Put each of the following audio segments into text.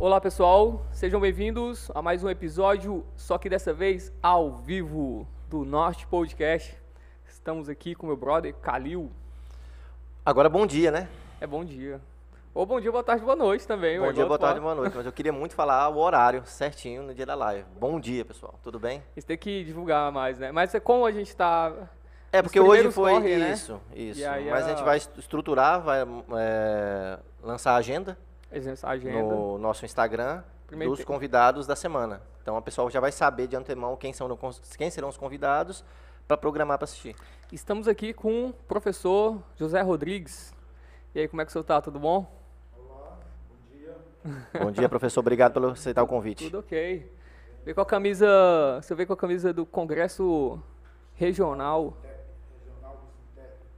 Olá pessoal, sejam bem-vindos a mais um episódio, só que dessa vez ao vivo do Norte Podcast. Estamos aqui com meu brother Kalil. Agora bom dia, né? É bom dia. Ou bom dia, boa tarde, boa noite também. bom ué, dia, igual boa tu tarde, fala. boa noite. Mas eu queria muito falar o horário certinho no dia da live. Bom dia, pessoal. Tudo bem? Isso tem que divulgar mais, né? Mas é como a gente tá. É Os porque hoje primeiros foi correm, né? isso, isso. E aí Mas a- a gente vai est- estruturar, vai é, lançar a agenda, Essa agenda. no nosso Instagram Primeiro dos tem- convidados da semana. Então a pessoa já vai saber de antemão quem, são, quem serão os convidados para programar para assistir. Estamos aqui com o professor José Rodrigues. E aí, como é que o senhor tá? Tudo bom? Bom dia, professor. Obrigado por aceitar o convite. Tudo ok. Veio com a camisa. Você veio com a camisa do Congresso Regional.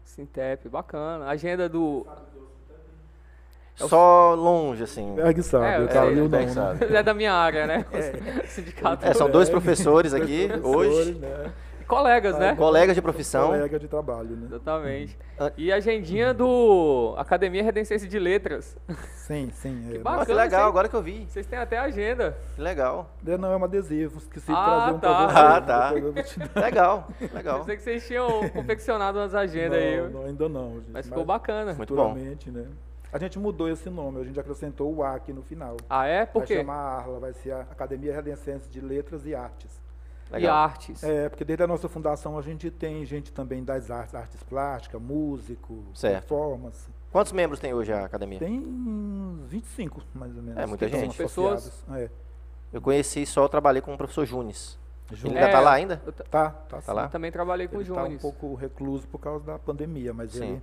Sintep, bacana. Agenda do. Só longe, assim. É que sabe, É, eu o cara sei, não, eu bem né? sabe. é da minha área, né? Sindicato. É, são dois professores aqui Professores, hoje, né? Colegas, né? colegas de profissão. Colega de trabalho, né? Exatamente. Ah. E a agendinha do Academia Redencense de Letras. Sim, sim. Que é. bacana. Ó, que isso aí. legal, agora que eu vi. Vocês têm até agenda. Que legal. É, Não, é um adesivo, esqueci Ah, de trazer um tá. pra você. Ah, tá. Depois eu vou te dar. Legal, Eu legal. sei que vocês tinham confeccionado umas agendas Não, aí. não, ainda não, gente. Mas ficou bacana. Muito bom. futuramente, né? A gente mudou esse nome, a gente acrescentou o A aqui no final. Ah, é? Por vai quê? chamar a Arla, vai ser a Academia Redencense de Letras e Artes. E Legal. artes. É, porque desde a nossa fundação a gente tem gente também das artes, artes plásticas, músico, Certo. performance. Quantos membros tem hoje a academia? Tem uns 25, mais ou menos. É, muita que são gente. Pessoas. associados. É. Eu conheci só, eu trabalhei com o professor Junes. Ele Junto. ainda tá É. lá ainda? Eu ta- Tá, tá, Tá lá? eu também trabalhei com o Ele está um Jones. pouco recluso por causa da pandemia, mas Sim. ele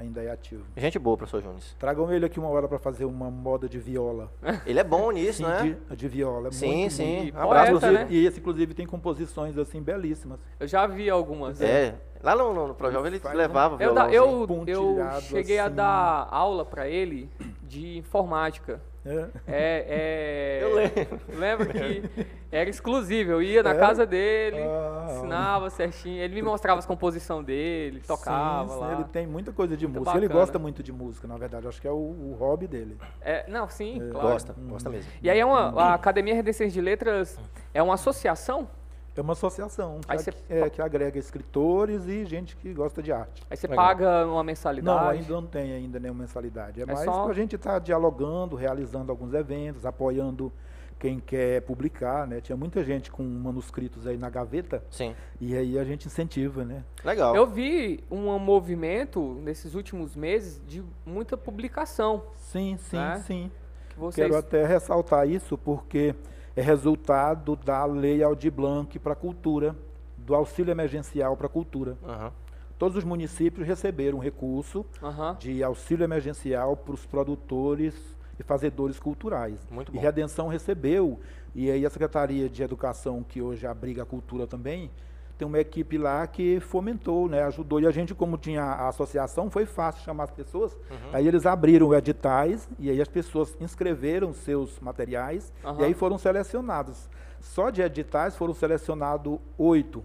ainda é ativo. Gente boa, professor Junes. Tragam ele aqui uma hora para fazer uma moda de viola. Ele é bom nisso, Sim, né? de, de viola. é Sim, muito, sim. muito. E Um abraço. poeta, Inclusive- né? E esse, inclusive, tem composições assim belíssimas. Eu já vi algumas. né? É. Lá no, no Projovem ele Faz um- levava Eu, da- violão. eu, eu Pontilhado, cheguei a assim. dar aula pra ele de informática. É. É, é, Eu lembro. lembro que era exclusivo. Eu ia na Era? casa dele, É? Ah, ensinava certinho. Ele me mostrava as composições dele, tocava Sim, sim, lá. Ele tem muita coisa de Muito música. Ele bacana. gosta muito de música, na verdade. Acho que é o, o hobby dele. É, não, sim, claro. Gosta, Hum. gosta mesmo. E aí é uma, Uhum. a Academia Redenções de Letras é uma associação? É uma associação que, Aí ag- você- é, que agrega escritores e gente que gosta de arte. Aí você Legal. paga uma mensalidade? Não, ainda não tem ainda nenhuma mensalidade. É, mais só- para a gente estar dialogando, realizando alguns eventos, apoiando quem quer publicar, né? Tinha muita gente com manuscritos aí na gaveta Sim. e aí a gente incentiva, né? Legal. Eu vi um movimento nesses últimos meses de muita publicação Sim, sim, Né? sim. que vocês Quero até ressaltar isso porque é resultado da Lei Aldir Blanc para a cultura, do auxílio emergencial para a cultura. Aham. Todos os municípios receberam recurso Aham. de auxílio emergencial para os produtores e fazedores culturais. Muito E bom. Redenção recebeu, e aí a Secretaria de Educação, que hoje abriga a cultura também, tem uma equipe lá que fomentou, né, ajudou. E a gente, como tinha a associação, foi fácil chamar as pessoas. Aí eles abriram editais, e aí as pessoas inscreveram seus materiais, Aham. e aí foram selecionados. Só de editais foram selecionados oito.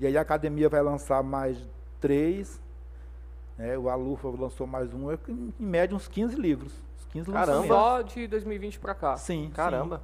E aí a academia vai lançar mais três, né, o Alufa lançou mais um, é que, em em média uns 15 livros. Uns 15 Caramba. lançamentos. Só de 2020 pra cá. Sim. Caramba.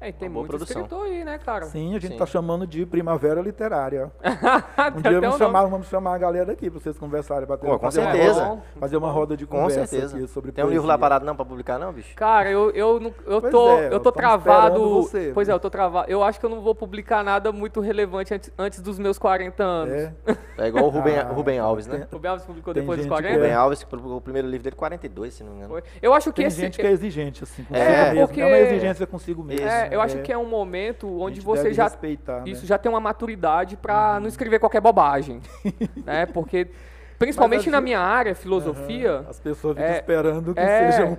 É, e tem Uma boa muito produção. escritor aí, né, cara? Sim, Sim, a gente Sim. está chamando de primavera literária. Até Um dia o é vamos nome. é chamar, né? vamos chamar a galera aqui para vocês conversarem, bater Pô, com fazer uma certeza. roda- fazer uma roda de Com conversa certeza. aqui sobre Tem um livro lá poesia. parado não pra publicar, não, bicho? Cara, eu, eu, não- eu Pois tô, é, eu tô tamo travado. esperando você. né? pois é, eu tô travado. Eu acho que eu não vou publicar nada muito relevante antes, antes dos meus 40 anos. É, É igual o Rubem, Ah, Rubem Alves, né? O Belvis publicou Tem depois dos gente que 40? Rubem é. Alves, que publicou o primeiro livro dele, 42, se não me engano. Foi. Eu acho que tem esse. gente que é exigente assim, consigo É, mesmo. porque- É uma exigência consigo mesmo. é, eu acho que é um momento A onde gente você deve já respeitar, Isso né? Uhum. já tem uma maturidade pra não escrever qualquer bobagem, né? Porque principalmente Mas às na ve- minha área, filosofia, As pessoas ficam É, esperando que é, sejam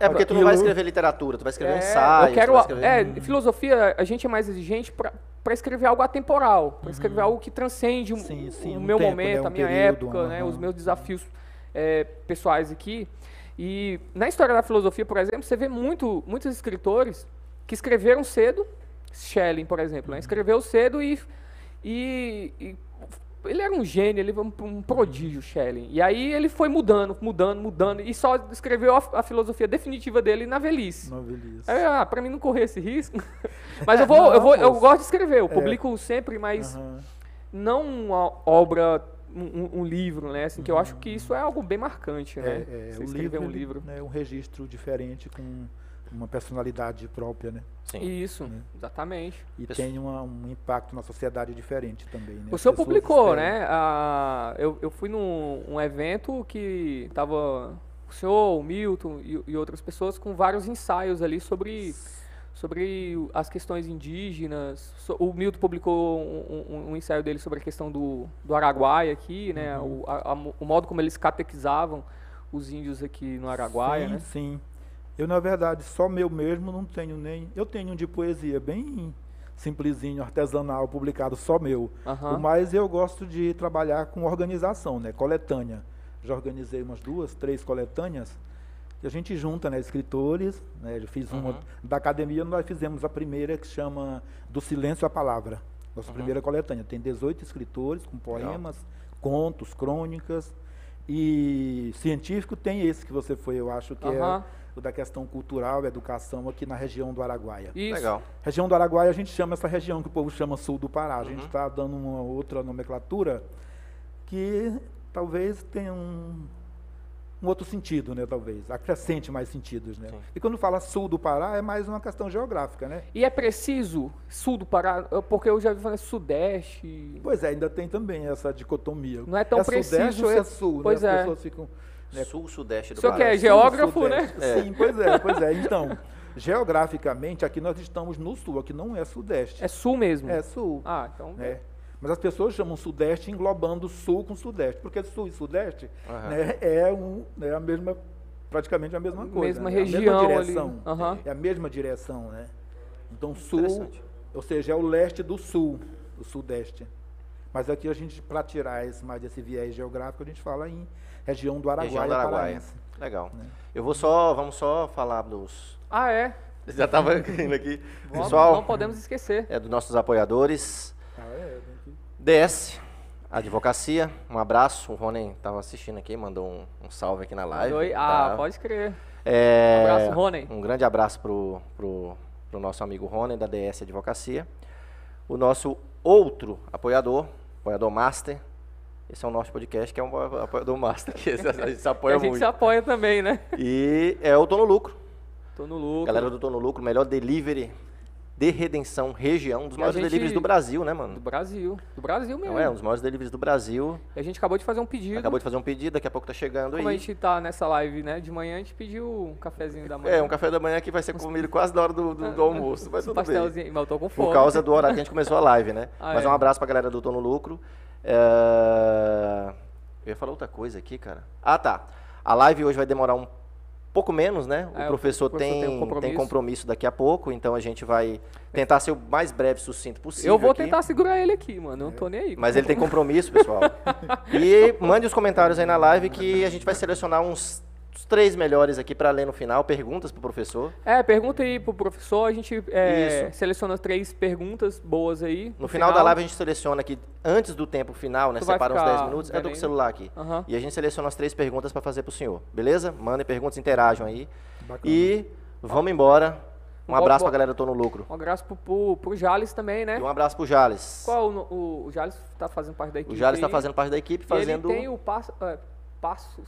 É porque tu não vai Aquilo- escrever literatura, tu vai um escrever é, ensaios. eu tu quero vai a- escrever- um- é, filosofia, a gente é mais exigente pra pra escrever algo atemporal, pra escrever algo que transcende o- Uhum. Sim, sim, o um meu tempo, momento, né, um a minha período, época, né, os aham. meus desafios é, pessoais aqui. E na história da filosofia, por exemplo, você vê muito muitos escritores que escreveram Uhum. cedo, Schelling, por exemplo, né, escreveu cedo e e, e Ele era um gênio, ele foi um, um prodígio, Uhum. Schelling. E aí ele foi mudando, mudando, mudando, e só escreveu a, a filosofia definitiva dele na velhice. Novelis. Aí, ah, pra mim não correr esse risco. mas eu vou, eu vou, eu moço. gosto de escrever, eu publico sempre, mas É. Aham. não uma obra, um, um- um livro, né? Assim, que eu acho que isso é algo bem marcante, É, né? Uhum. é, Você o escrever livro, um ele livro. É um registro diferente com uma personalidade própria, né? Sim. Isso, É. exatamente. E Pessoa- tem uma- um impacto na sociedade diferente também, né? O As senhor pessoas publicou, esperam. né? Ah, eu, eu fui num um evento que tava o senhor, o Milton e, e outras pessoas com vários ensaios ali sobre, sobre o- as questões indígenas. So- O Milton publicou um, um- um ensaio dele sobre a questão do, do Araguaia aqui, né? Uhum. O, a- a mo- o modo como eles catequizavam os índios aqui no Araguaia, sim, né? Sim. Eu, na verdade, só meu mesmo não tenho nem. Eu tenho um de poesia bem simplesinho, artesanal, publicado só meu. Aham. Mas eu gosto de trabalhar com organização, né? Coletânea. Já organizei umas duas, três coletâneas. E a gente junta, né? Escritores. Né? Eu fiz uma da academia, nós fizemos a primeira que chama Do Silêncio à Palavra. Nossa primeira coletânea. Tem 18 escritores com poemas, contos, crônicas. E científico tem esse que você foi, eu acho, que Aham. é o da questão cultural, educação aqui na região do Araguaia. Isso. Legal. Região do Araguaia, a gente chama essa região que o povo chama sul do Pará. A gente está dando uma outra nomenclatura que talvez tenha um, um outro sentido, né? Talvez acrescente mais sentidos, né? Sim. E quando fala sul do Pará é mais uma questão geográfica, né? E é preciso sul do Pará, porque eu já vi falando é sudeste. Pois é, ainda tem também essa dicotomia. Não é tão sudeste preciso ou é esse- sul? né? pois As é. pessoas ficam né, Sul-sudeste O do senhor que é Pará. geógrafo, né? Sudeste. Sim, pois é, pois é. Então, geograficamente aqui nós estamos no sul, aqui não é sudeste. É sul mesmo. É sul. Ah, então. né? Mas as pessoas chamam Sudeste englobando Sul com Sudeste, porque Sul e Sudeste Aham. né, é um, né, a mesma, praticamente a mesma coisa. Mesma né? região ali. a Ah. mesma direção. Aham. É a mesma direção, né? Então Sul, Interessante. ou seja, é o leste do Sul, o Sudeste. Mas aqui a gente, para tirar esse, mais esse viés geográfico, a gente fala em região do Araguaia. Região do Araguaia. paraense. Legal. né? Eu vou só, vamos só falar dos. Ah, é. Já estava caindo aqui. Vamos- Pessoal, não podemos esquecer. é dos nossos apoiadores. Ah, é, tem que- DS, Advocacia, um abraço. O Ronen estava assistindo aqui, mandou um, um salve aqui na live. Doi- Ah, tá? pode crer. É, Abraço, Ronen. Um grande abraço pro, pro, pro nosso amigo Ronen, da DS Advocacia. O nosso outro apoiador, apoiador master. Esse é o nosso podcast, que é um apoiador master, que a gente se E apoia a gente muito. se apoia também, né? E é o Tô no Lucro. Tô no lucro. Galera do Tô no Lucro, melhor delivery de redenção, região, um dos E a maiores gente- deliveries do Brasil, né, do mano? Brasil. Do Brasil mesmo. Não é? Um dos maiores deliveries do Brasil. E A gente acabou de fazer um pedido. Acabou de fazer um pedido, daqui a pouco tá chegando Como a aí. gente tá nessa live, né? De manhã, a gente pediu um cafezinho da manhã. É, um café da manhã que vai ser comido quase na hora do, do- do almoço, mas um tudo bem. pastelzinho. Mas eu tô com fome. Por causa do horário que a gente começou a live, né? Ah, mas é. um abraço pra galera do Tô no Lucro. É, Eu ia falar outra coisa aqui, cara. Ah, tá. A live hoje vai demorar um pouco menos, né? O É, o professor professor, tem, tem um tem, compromisso. compromisso. daqui a pouco, então a gente vai tentar ser o mais breve e sucinto possível. Eu vou aqui. É. tentar segurar ele aqui, mano. Não tô nem aí. Mas ele tem compromisso, pessoal. e mande os comentários aí na live que a gente vai selecionar uns, uns três melhores aqui pra ler no final, perguntas pro professor. É, pergunta aí pro professor. A gente é, Isso. seleciona três perguntas boas aí. No final, da live a gente seleciona aqui, antes do tempo final, né? Tu vai Separa uns ficar Ah. 10 minutos. Eu tô com vendo? o celular aqui. Aham. E a gente seleciona as três perguntas pra fazer pro senhor, beleza? Mandem perguntas, interajam aí. Bacana. E vamos embora. Um Bo- abraço bo- pra galera do Tô no Lucro. Um abraço pro, pro, pro Jales também, né? E um abraço pro Jales. Qual o, no- o, o Jales tá fazendo parte da equipe? O Jales tá aí. fazendo parte da equipe, fazendo E ele tem o passo, é, Passos.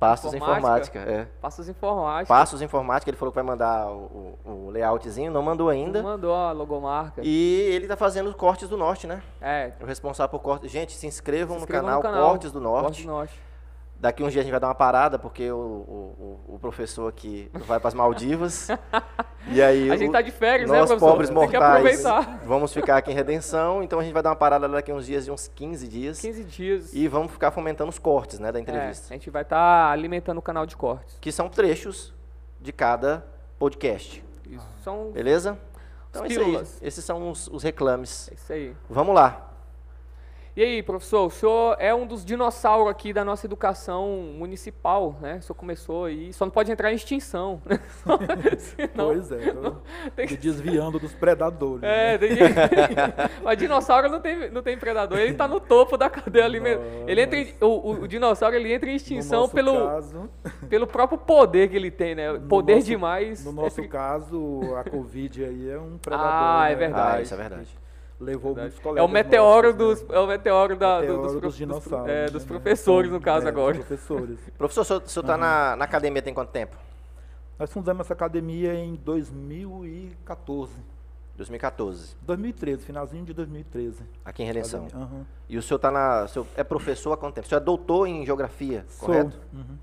passos informática. informática. é. Passos Informática. Passos informática, ele falou que vai mandar o, o- o layoutzinho, não mandou ainda. Não Mandou a logomarca. E ele tá fazendo os cortes do norte, né? É. O responsável por cortes. Gente, se inscrevam, se inscrevam no, canal Cortes do Norte. Cortes do Norte. Daqui uns dias a gente vai dar uma parada, porque o, o- o- o professor aqui vai para as Maldivas. e aí. A gente o- tá de férias, né, nós, professor? pobres Tem que mortais, aproveitar. vamos ficar aqui em redenção. Então a gente vai dar uma parada daqui uns dias, de uns 15 dias. 15 dias. E vamos ficar fomentando os cortes né, da É, entrevista. a gente vai estar alimentando o canal de cortes. Que são trechos de cada podcast. Isso. São. Ah. Beleza? Então é isso aí. pílulas. Esses são os, os reclames. É isso aí. Vamos lá. E aí, professor, o senhor é um dos dinossauros aqui da nossa educação municipal, né? O senhor começou aí, só não pode entrar em extinção, né? Senão- Pois é, tô tem me desviando dos predadores. né? É, tem que... Mas dinossauro não tem, não tem predador, ele tá no topo da cadeia alimentar. Ele entra em- o, o- o dinossauro ele entra em No extinção nosso pelo, caso- pelo próprio poder que ele tem, né? No Poder nosso- demais. No é nosso tri- caso, a Covid aí é um predador. Ah, é né? verdade. Ah, isso é verdade. Levou muitos é colegas. o meteoro nossos, né? dos. É o meteoro, da, do- meteoro dos, pro- dos dos- dinossauros. é, dos né? professores, no caso, É, dos agora. professores. Professor, o senhor, o senhor Uhum. tá na, na academia tem quanto tempo? Nós fundamos essa academia em 2014. 2014, 2013, finalzinho de 2013. aqui em Redenção. Academia, aham. E o senhor tá na. O senhor é professor há quanto tempo? O senhor é doutor em geografia, Sou, correto? uhum.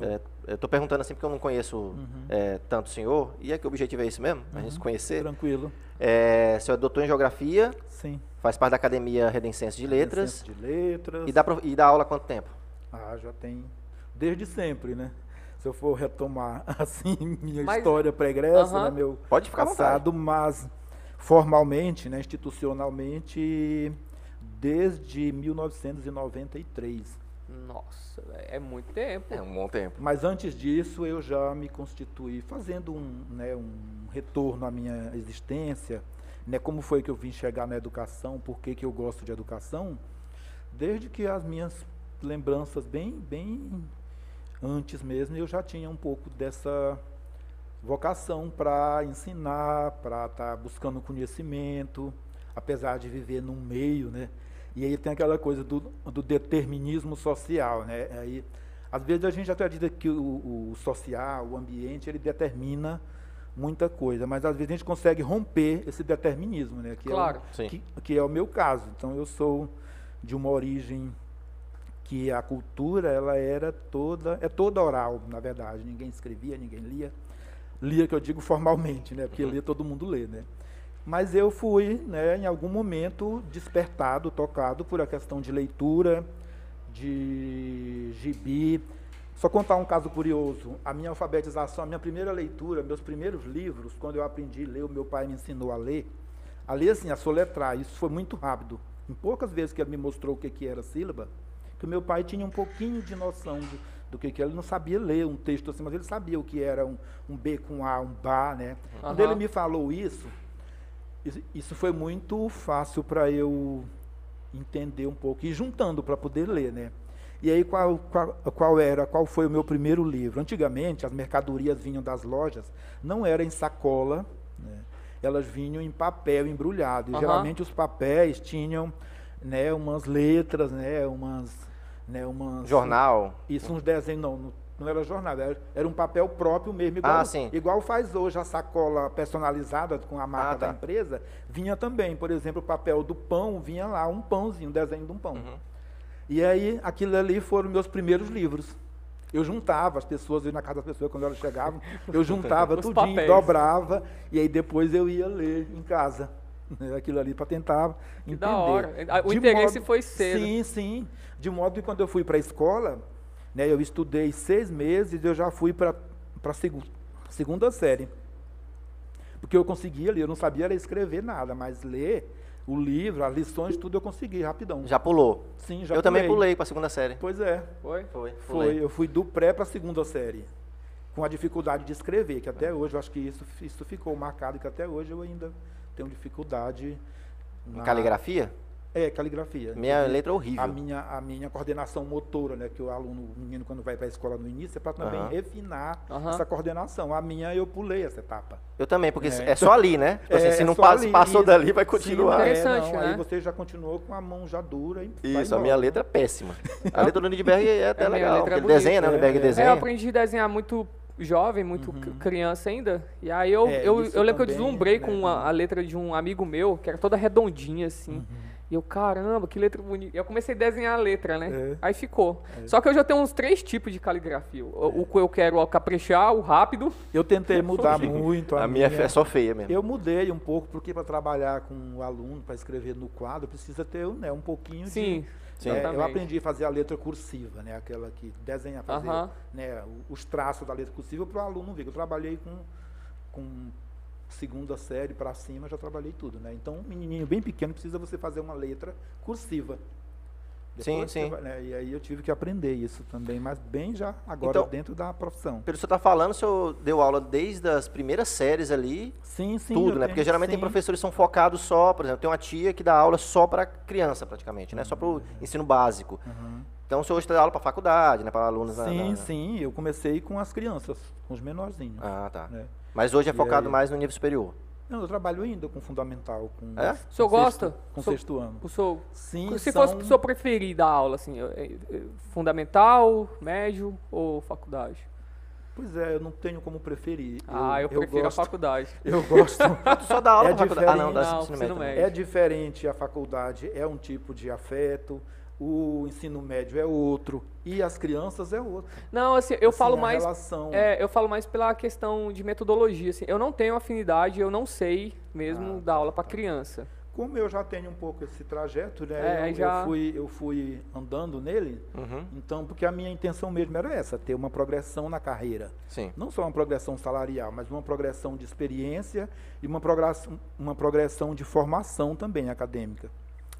É, eu tô perguntando assim porque eu não conheço é, tanto o senhor. E é que o objetivo é isso mesmo? A Uhum. gente se conhecer. Tranquilo. É, o senhor é doutor em geografia, Sim. faz parte da Academia Redencense de Letras. Centro De letras. E dá, pro- e dá aula há quanto tempo? Ah, já tem. Desde sempre, né? Se eu for retomar assim minha Mas- história pregressa, Aham. né, meu Pode ficar à vontade. passado, mas formalmente, né, institucionalmente, desde 1993. Nossa, velho, é muito tempo. um bom tempo. Mas antes disso, eu já me constituí fazendo um, né, um retorno à minha existência, né, como foi que eu vim chegar na educação, por que que eu gosto de educação, desde que as minhas lembranças bem, bem antes mesmo, eu já tinha um pouco dessa vocação para ensinar, para estar buscando conhecimento, apesar de viver num meio, né? E aí tem aquela coisa do, do determinismo social, né? Aí, às vezes a gente acredita que o, o social, o ambiente, ele determina muita coisa, mas às vezes a gente consegue romper esse determinismo, né? Que é o- Claro. Sim. que, que é o meu caso. Então eu sou de uma origem que a cultura ela era toda é toda oral, na verdade. Ninguém escrevia, ninguém lia. Lia que eu digo formalmente, né? Porque lia todo mundo lê, né? Mas eu fui, né, em algum momento despertado, tocado por a questão de leitura, de gibi. Só contar um caso curioso. A minha alfabetização, a minha primeira leitura, meus primeiros livros, quando eu aprendi a ler, o meu pai me ensinou a ler, a ler assim, a soletrar. Isso foi muito rápido. Em poucas vezes que ele me mostrou o que, que era sílaba, que o meu pai tinha um pouquinho de noção do, do que, que era. Ele não sabia ler um texto assim, mas ele sabia o que era um, um B com A, um Bá, né? Quando Aham. ele me falou isso, isso- isso foi muito fácil para eu entender um pouco e juntando para poder ler, né? E aí qual, qual, qual era, qual foi o meu primeiro livro? Antigamente as mercadorias vinham das lojas, não era em sacola, né? elas vinham em papel embrulhado. E Aham. geralmente os papéis tinham, né, umas letras, né, umas, né, umas Jornal. isso uns desenhos, não, não, não era jornal, era, era um papel próprio mesmo, igual, Ah, sim. igual faz hoje a sacola personalizada com a marca Ah, tá. da empresa, vinha também, por exemplo, o papel do pão, vinha lá um pãozinho, um desenho de um pão. Uhum. E aí, aquilo ali foram meus primeiros livros. Eu juntava as pessoas, eu ia na casa das pessoas quando elas chegavam, eu juntava Os tudinho, papéis. dobrava, e aí depois eu ia ler em casa. né, Aquilo ali para tentar Que entender. da hora. Ah, o De interesse foi né? cedo. Sim, sim. De modo que quando eu fui para a escola, né, eu estudei seis meses, eu já fui para a segunda série. Porque eu conseguia ler, eu não sabia era escrever nada, mas ler o livro, as lições, tudo eu consegui rapidão. Já pulou. Sim, já Eu também pulei para segunda série. Pois é. Foi? Foi. Foi, eu fui do pré para a segunda série, com a dificuldade de escrever, que até hoje eu acho que isso, isso ficou marcado, que até hoje eu ainda tenho dificuldade Em na- caligrafia? É, caligrafia. Minha letra é horrível. A minha, a minha coordenação motora, né, que o aluno, o menino quando vai para a escola no início, é para também Aham. refinar Aham. essa coordenação. A minha eu pulei essa etapa. Eu também, porque É. é, só ali, né? Tipo assim, É, se não só pas- ali, passou isso. dali, vai Sim, continuar. é, Interessante, não, né? Aí você já continuou com a mão já dura e vai Isso, a minha embora. letra é péssima. A letra do Lindbergh é até É, a minha legal. letra é Porque ele desenha, né? bonita, O Lindbergh é. É, eu desenha. aprendi a desenhar muito jovem, muito c- criança ainda. E aí eu, Uhum. É, eu, isso eu lembro que eu também, deslumbrei né? com a, a letra de um amigo meu, que era toda redondinha assim. Uhum. E eu, caramba, que letra bonita. Eu comecei a desenhar a letra, né? É. Aí ficou. Só que eu já tenho uns três tipos de caligrafia. O, o que eu quero ó, caprichar, o rápido. Eu tentei mudar muito. A minha é só feia mesmo. Eu mudei um pouco, porque para trabalhar com o aluno, para escrever no quadro, precisa ter né, um pouquinho Sim. de. Sim. É, eu exatamente. aprendi a fazer a letra cursiva, né? Aquela que desenha, fazer Aham. né, o- os traços da letra cursiva para o aluno ver. Eu trabalhei com, com segunda série para cima, já trabalhei tudo, né? Então, um menininho bem pequeno precisa você fazer uma letra cursiva. Sim, Depois você sim. vai, né, E aí eu tive que aprender isso também, mas bem já agora Então- dentro da profissão. Pelo que você está falando, o senhor deu aula desde as primeiras séries ali, Sim, sim. tudo, eu né? Porque tenho, geralmente tem sim. professores que são focados só, por exemplo, tem uma tia que dá aula só para criança, praticamente, né? Só para o ensino básico. Aham. Então o senhor hoje dá aula para faculdade, né? Para alunos na- na, Sim, na- sim, eu comecei com as crianças, com os menorzinhos. Ah, tá. né. Mas hoje é E focado aí? mais no nível superior. Não, eu trabalho ainda com fundamental, com É? com O senhor sexto- gosta? com O senhor- sexto ano. O senhor, Sim, se são... fosse o senhor preferir da aula, assim, é- é- é fundamental, médio ou faculdade? Pois é, eu não tenho como preferir. Ah, eu, prefiro gosto, a faculdade. Eu gosto. Tu só dá aula É pra faculdade. Ah, não, diferente. dá Não, ensino ensino médio. também. médio. É diferente a faculdade, é um tipo de afeto, o ensino médio é outro e as crianças é outro. Não, assim, eu Assim, falo a mais relação. É, eu falo mais pela questão de metodologia, assim. Eu não tenho afininidade, eu não sei mesmo Ah, dar aula pra criança. Como eu já tenho um pouco esse trajeto, né? É, eu- eu, já- fui, eu fui andando nele, Uhum, então, porque a minha intenção mesmo era essa, ter uma progressão na carreira. sim. Não só uma progressão salarial, mas uma progressão de experiência e uma progressão, uma progressão de formação também acadêmica.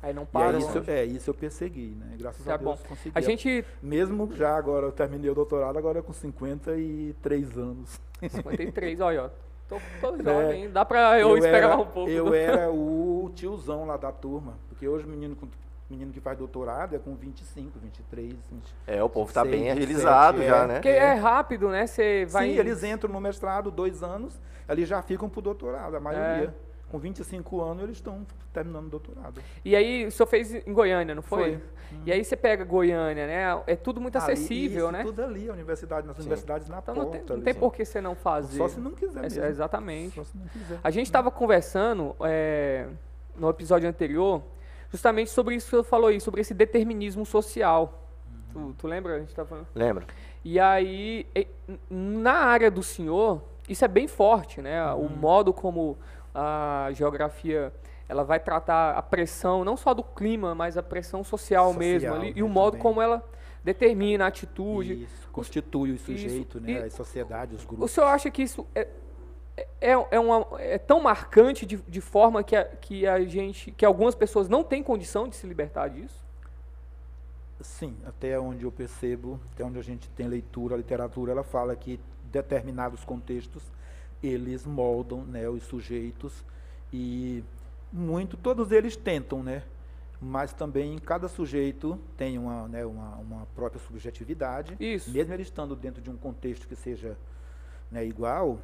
Aí não E aí para. isso, né? é, isso eu persegui, né? Graças Tá a Deus bom. consegui. A gente. Mesmo já agora, eu terminei o doutorado, agora com 53 anos. 53, olha, ó. Tô, tô É, jovem, hein? dá pra eu, esperar era, um pouco. Eu era o tiozão lá da turma, porque hoje o menino, com- menino que faz doutorado é com 25, 23, 20. É, o povo tá Seis, bem sete, agilizado já, é. né? Porque é. rápido, né? Você vai. Sim, eles entram no mestrado dois anos, eles já ficam pro doutorado, a É. maioria. Com 25 anos, eles estão terminando o doutorado. E aí, o senhor fez em Goiânia, não foi? Foi. E aí você pega Goiânia, né? É tudo muito Ali, acessível, isso né? Tudo ali, a universidade, nas Sim. universidades na Então não porta. tem, não ali. tem por que você não fazer. Só se não quiser É, mesmo. exatamente. Só se não quiser. A gente estava conversando é, no episódio anterior justamente sobre isso que você falou aí, sobre esse determinismo social. Tu, tu lembra? A gente tava falando. Lembra? E aí, e- n- na área do senhor, isso é bem forte, né? O Uhum. modo como a geografia ela vai tratar a pressão, não só do clima, mas a pressão social, Social, mesmo ali, e né, o modo também. como ela determina a atitude. Isso, constitui o sujeito, né? e- a sociedade, os O grupos. senhor acha que isso é, é, é, uma- é tão marcante de, de forma que a, que a gente, que algumas pessoas não têm condição de se libertar disso? Sim, até onde eu percebo, até onde a gente tem leitura, a literatura, ela fala que determinados contextos, eles moldam né, os sujeitos e muito, todos eles tentam, né? Mas também cada sujeito tem uma, né, uma, uma própria subjetividade. Isso. Mesmo ele estando dentro de um contexto que seja né, igual,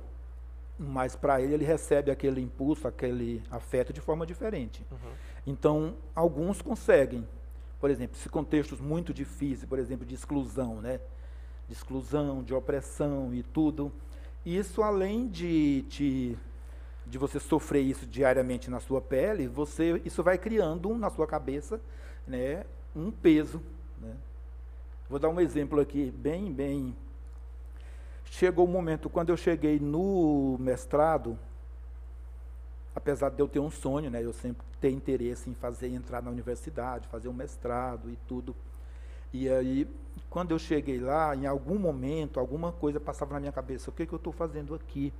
mas para ele ele recebe aquele impulso, aquele afeto de forma diferente. Então, alguns conseguem. Por exemplo, se contextos muito difíceis, por exemplo, de exclusão, né? De exclusão, de opressão e tudo. Isso além de te de você sofrer isso diariamente na sua pele, você isso vai criando na sua cabeça, né, um peso, né? Vou dar um exemplo aqui, bem, bem. Chegou o momento, quando eu cheguei no mestrado, apesar de eu ter um sonho, né, eu sempre ter interesse em fazer, entrar na universidade, fazer um mestrado e tudo. E aí, quando eu cheguei lá, em algum momento, alguma coisa passava na minha cabeça: o que, que eu estou fazendo aqui?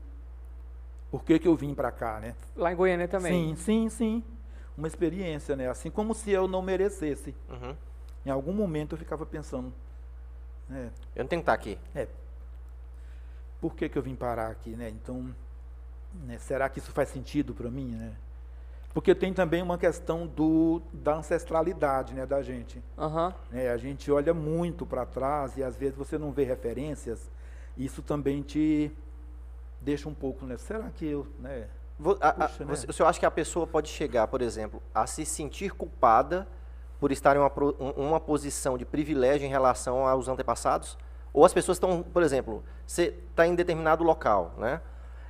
Por que, que eu vim para cá, né? Lá em Goiânia também. Sim, sim, sim. Uma experiência, né? Assim como se eu não merecesse. Uhum. Em algum momento eu ficava pensando, né, Eu não tenho que estar aqui. por que, que eu vim parar aqui, né? Então, né, será que isso faz sentido para mim, né? Porque tem também uma questão do, da ancestralidade, né, da gente. Aham. né? A gente olha muito para trás e às vezes você não vê referências. Isso também te deixa um pouco, né? Será que eu, né? Vo- a- a- Puxa, né? você, o senhor acha que a pessoa pode chegar, por exemplo, a se sentir culpada por estar em uma, pro- um- uma posição de privilégio em relação aos antepassados? Ou as pessoas estão, por exemplo, você está em determinado local, né?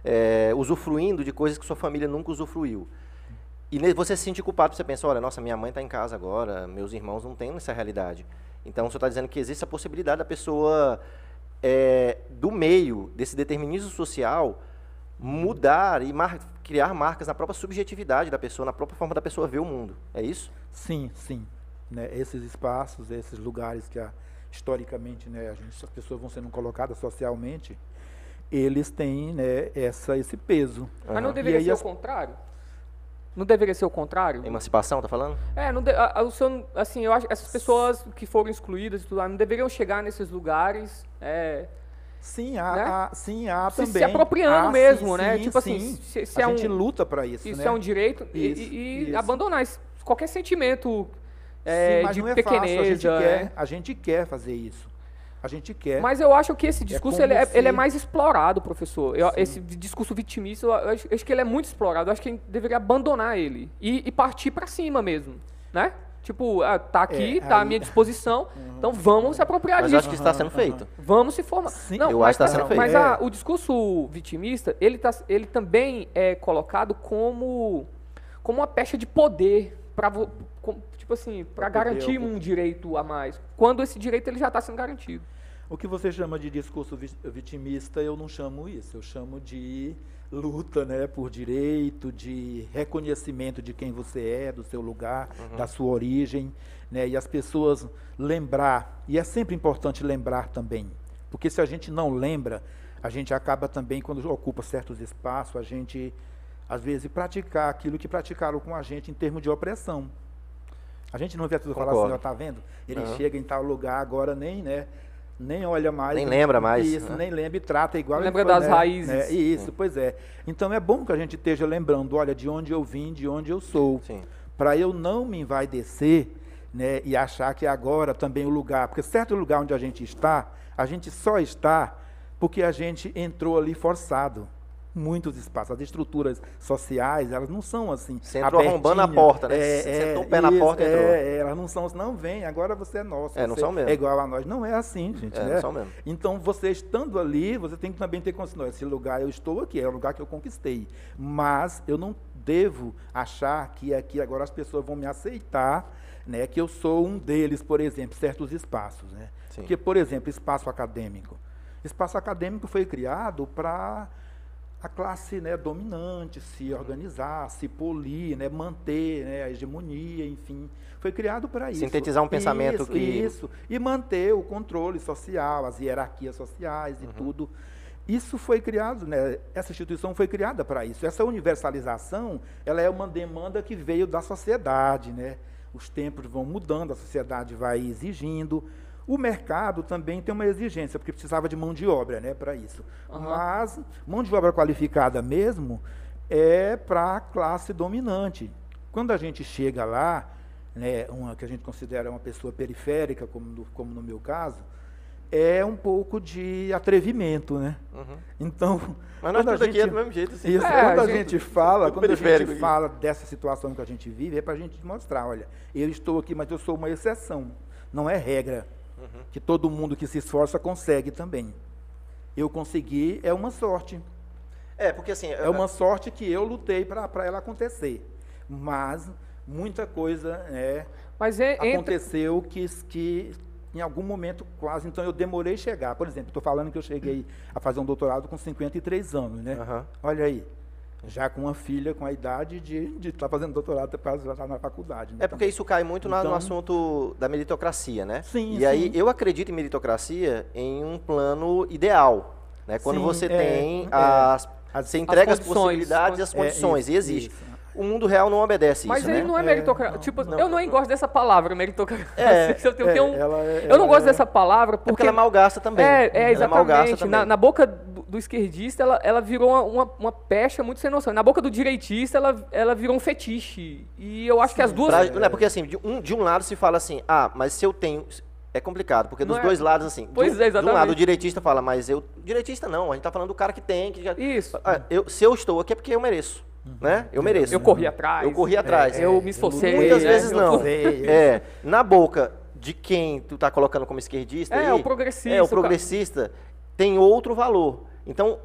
É, usufruindo de coisas que sua família nunca usufruiu. E ne- você se sente culpado, você pensa, olha, nossa, minha mãe está em casa agora, meus irmãos não têm essa realidade. Então, o senhor está dizendo que existe a possibilidade da pessoa, é, do meio desse determinismo social, mudar e mar- criar marcas na própria subjetividade da pessoa, na própria forma da pessoa ver o mundo. É isso? Sim, sim. Né? Esses espaços, esses lugares que a- historicamente né, a gente, as pessoas vão sendo colocadas socialmente, eles têm né, essa, esse peso. Mas não Aham. deveria E aí ser as- o contrário? Não deveria ser o contrário? Emancipação, tá falando? É, não de- a- a- o senhor, assim, eu acho que essas pessoas que foram excluídas e tudo lá, não deveriam chegar nesses lugares, é, Sim, há, Né? há- sim, há se, Ah, também. se apropriando Há, mesmo, sim, né? sim, tipo assim, sim. se, se a é um, gente luta para isso, isso né? é um direito, e- Isso, e, e isso. abandonar esse- qualquer sentimento é, Sim, mas de não é fácil, pequenez. a gente é. quer, a gente quer fazer isso. A gente quer. Mas eu acho que esse discurso como ele, é, se- ele é mais explorado, professor. Eu- Sim. esse discurso vitimista, eu acho, eu acho que ele é muito explorado. Eu acho que a gente deveria abandonar ele e, e partir para cima mesmo, né? Tipo, ah, tá aqui, É, tá à aí- Uhum. minha disposição, então vamos se É apropriar Mas eu acho disso. que isso está sendo feito. Vamos se formar. Sim, Não, eu mas acho que tá tá- sendo feito. Mas a- o discurso vitimista, ele, tá, ele também é colocado como, como uma pecha de poder para tipo assim, para Pra poder garantir um direito a mais, quando esse direito ele já está sendo garantido. O que você chama de discurso vi- vitimista, eu não chamo isso. Eu chamo de luta né, por direito, de reconhecimento de quem você é, do seu lugar, da sua origem. Né, e as pessoas lembrar. E é sempre importante lembrar também. Porque se a gente não lembra, a gente acaba também, quando ocupa certos espaços, a gente, às vezes, praticar aquilo que praticaram com a gente em termos de opressão. A gente não vê a pessoa falar assim, Concordo. ó, tá vendo? Ele Aham. chega em tal lugar, agora nem, né? Nem olha mais. Nem né? lembra mais, Isso, né? nem lembra e trata igual. Lembra ele foi, das né? raízes. Né? Isso, pois é. Então é bom que a gente esteja lembrando, olha, de onde eu vim, de onde eu sou. Sim. Para eu não me envaidecer né, e achar que agora também o lugar. Porque certo lugar onde a gente está, a gente só está porque a gente entrou ali forçado. Muitos espaços, as estruturas sociais, elas não são assim. Você entrou arrombando a porta, né? É, Você é, sentou o pé na porta e é, entrou. é, elas não são, assim, não vem, agora você é nosso. É, não você são mesmo. É igual a nós. Não é assim, gente. É, né? não são mesmo. Então, você estando ali, você tem que também ter consciência. "Não, Esse lugar eu estou aqui, é o lugar que eu conquistei. Mas eu não devo achar que aqui agora as pessoas vão me aceitar, né? Que eu sou um deles, por exemplo, certos espaços, né? Sim. Porque, por exemplo, espaço acadêmico. Espaço acadêmico foi criado para a classe né, dominante se Uhum. organizar, se polir, né, manter né, a hegemonia, enfim. Foi criado para isso. Sintetizar um pensamento Isso, que- Isso, e manter o controle social, as hierarquias sociais e tudo. Isso foi criado, né, essa instituição foi criada para isso. Essa universalização ela é uma demanda que veio da sociedade. Né? Os tempos vão mudando, a sociedade vai exigindo. O mercado também tem uma exigência, porque precisava de mão de obra né, para isso. Aham. Mas mão de obra qualificada mesmo é para a classe dominante. Quando a gente chega lá, né, uma que a gente considera uma pessoa periférica, como no, como no meu caso, é um pouco de atrevimento, né? Uhum. Então, Mas nós quando a tudo aqui é gente- do mesmo jeito, assim. isso, É, quando a gente, gente, fala, tudo quando a periférico gente aqui. fala dessa situação que a gente vive, é para a gente mostrar, olha, eu estou aqui, mas eu sou uma exceção, não é regra, que todo mundo que se esforça consegue também. Eu consegui é uma sorte, É, porque assim. é uma sorte que eu lutei para ela acontecer, mas muita coisa né, Mas é, entra, aconteceu que, que em algum momento quase, então eu demorei a chegar. Por exemplo, estou falando que eu cheguei a fazer um doutorado com 53 anos, né? Aham. Olha aí, já com uma filha com a idade de estar de tá fazendo doutorado, quase já tá na faculdade. né? É porque isso cai muito na- no Então- assunto da meritocracia, né? Sim, E sim. aí eu acredito em meritocracia em um plano ideal, né? Quando Sim, você é, tem é. as, As- você entrega as, condições, possibilidades, e as É, isso, condições e existe. isso. O mundo real não obedece mas isso, aí né? não é É, meritocracia. não, tipo, não. eu não gosto dessa palavra, meritocracia. É, eu, tenho- é, tenho um- ela é- eu não ela gosto é- dessa palavra É porque porque ela malgasta também. É, é, Ela malgasta exatamente. também. Na, na boca do, do esquerdista, ela, ela virou uma, uma, uma pecha muito sem noção. Na boca do direitista, ela, ela virou um fetiche. E eu acho que as duas. Pra- não é porque assim, de um, de um lado se fala assim, ah, mas se eu tenho. É complicado, porque Não dos é- dois lados, assim. Pois do, é, De um lado o exatamente. direitista fala, mas eu. Direitista não, a gente tá falando do cara que tem. Que já- Isso. Ah, eu- se eu estou aqui é porque eu mereço. Né? Eu mereço. Uhum. Eu corri atrás. É, Eu corri atrás. É, eu me esforcei. Muitas né? vezes Eu não. tô- É, na boca de quem tu tá colocando como esquerdista. É, aí, o progressista, É, o o ca- progressista tem outro valor. Então,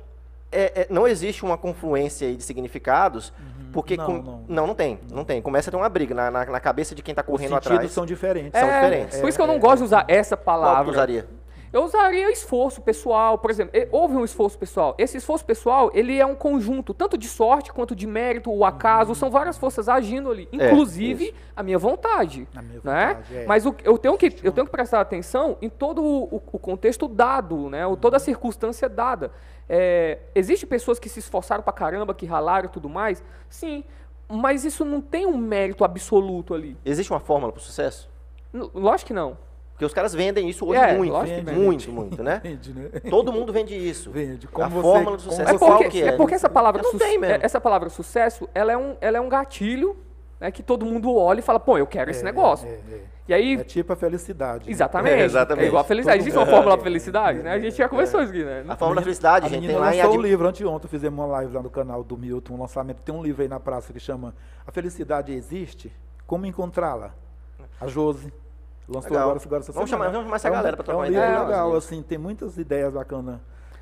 é- é- não existe uma confluência aí de significados, Uhum. porque. Não, com- não. não, não tem. Não tem. Começa a ter uma briga na, na- na cabeça de quem tá Os correndo sentidos atrás. são diferentes. São É, diferentes. Por isso que eu não gosto de usar essa Qual que tu palavra. usaria? Eu usaria esforço pessoal, por exemplo. e- Houve um esforço pessoal. Esse esforço pessoal, ele é um conjunto, tanto de sorte quanto de mérito, o acaso, são várias forças agindo ali, Uhum. É, inclusive a minha vontade. A minha né? vontade, é. Mas o- eu, tenho que, eu tenho que prestar atenção em todo o, o contexto dado, né? Ou toda a circunstância dada. É, Existem pessoas que se esforçaram pra caramba, que ralaram e tudo mais? Sim. Mas isso não tem um mérito absoluto ali. Existe uma fórmula para o sucesso? N- Lógico que não. Porque os caras vendem isso hoje É, muito, lógico que muito, vende. muito, muito, né? Vende, né? Todo mundo vende isso. Vende. Como a você- fórmula do como sucesso. É você- qual porque, que é porque essa palavra Não su- tem é- mesmo. essa palavra sucesso, ela é um, ela é um gatilho né, que todo mundo olha e fala, pô, eu quero esse negócio. É, é. E aí, É tipo a felicidade. né? exatamente, É, exatamente. é igual a felicidade. Todo Existe uma mundo- fórmula pra felicidade, né? A gente É. já conversou isso aqui, né? A fórmula da felicidade, A gente, menina tem lá em lançou o Ad... livro anteontem, fizemos uma live lá no canal do Milton, um lançamento. Tem um livro aí na praça que chama A Felicidade Existe? Como Encontrá-la? A Josi. Lançou Legal. agora, agora essa Vamos chamar- semana. vamos chamar essa É um- galera pra trocar É uma um livro ideia, né, legal, Josi? assim, tem muitas ideias bacanas.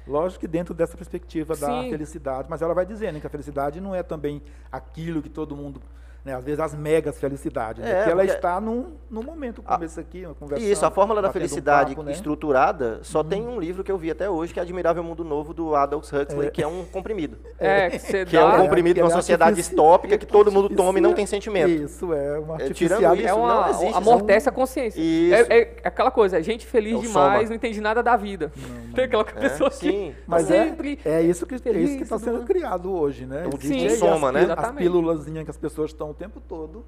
Lógico que dentro dessa perspectiva da Sim. felicidade, mas ela vai dizendo que a felicidade não é também aquilo que todo mundo... Né, às vezes as megas felicidades, É, né, que ela porque- está num, num momento Ah, como esse aqui, uma conversa. Isso, a fórmula um da felicidade né? estruturada Uhum. só tem um livro que eu vi até hoje, que é Admirável Mundo Novo, do Adults Huxley, que é um comprimido. É, que você Que é um Ah, dá. comprimido de aquele uma sociedade artifici- distópica que todo mundo toma e não tem sentimento. Isso, é uma É, tirando artificialidade. É isso não uma existe, isso um amortece a consciência. Isso. É, é aquela coisa, é gente feliz É o demais, soma. não entende nada da vida. Tem aquela É, pessoa que sim. Mas Tá sempre. é, é isso que é isso que feliz, está tudo sendo mais. criado hoje, né? O Existe que aí soma, as, né? pílu- As Exatamente. pílulazinhas que as pessoas estão o tempo todo.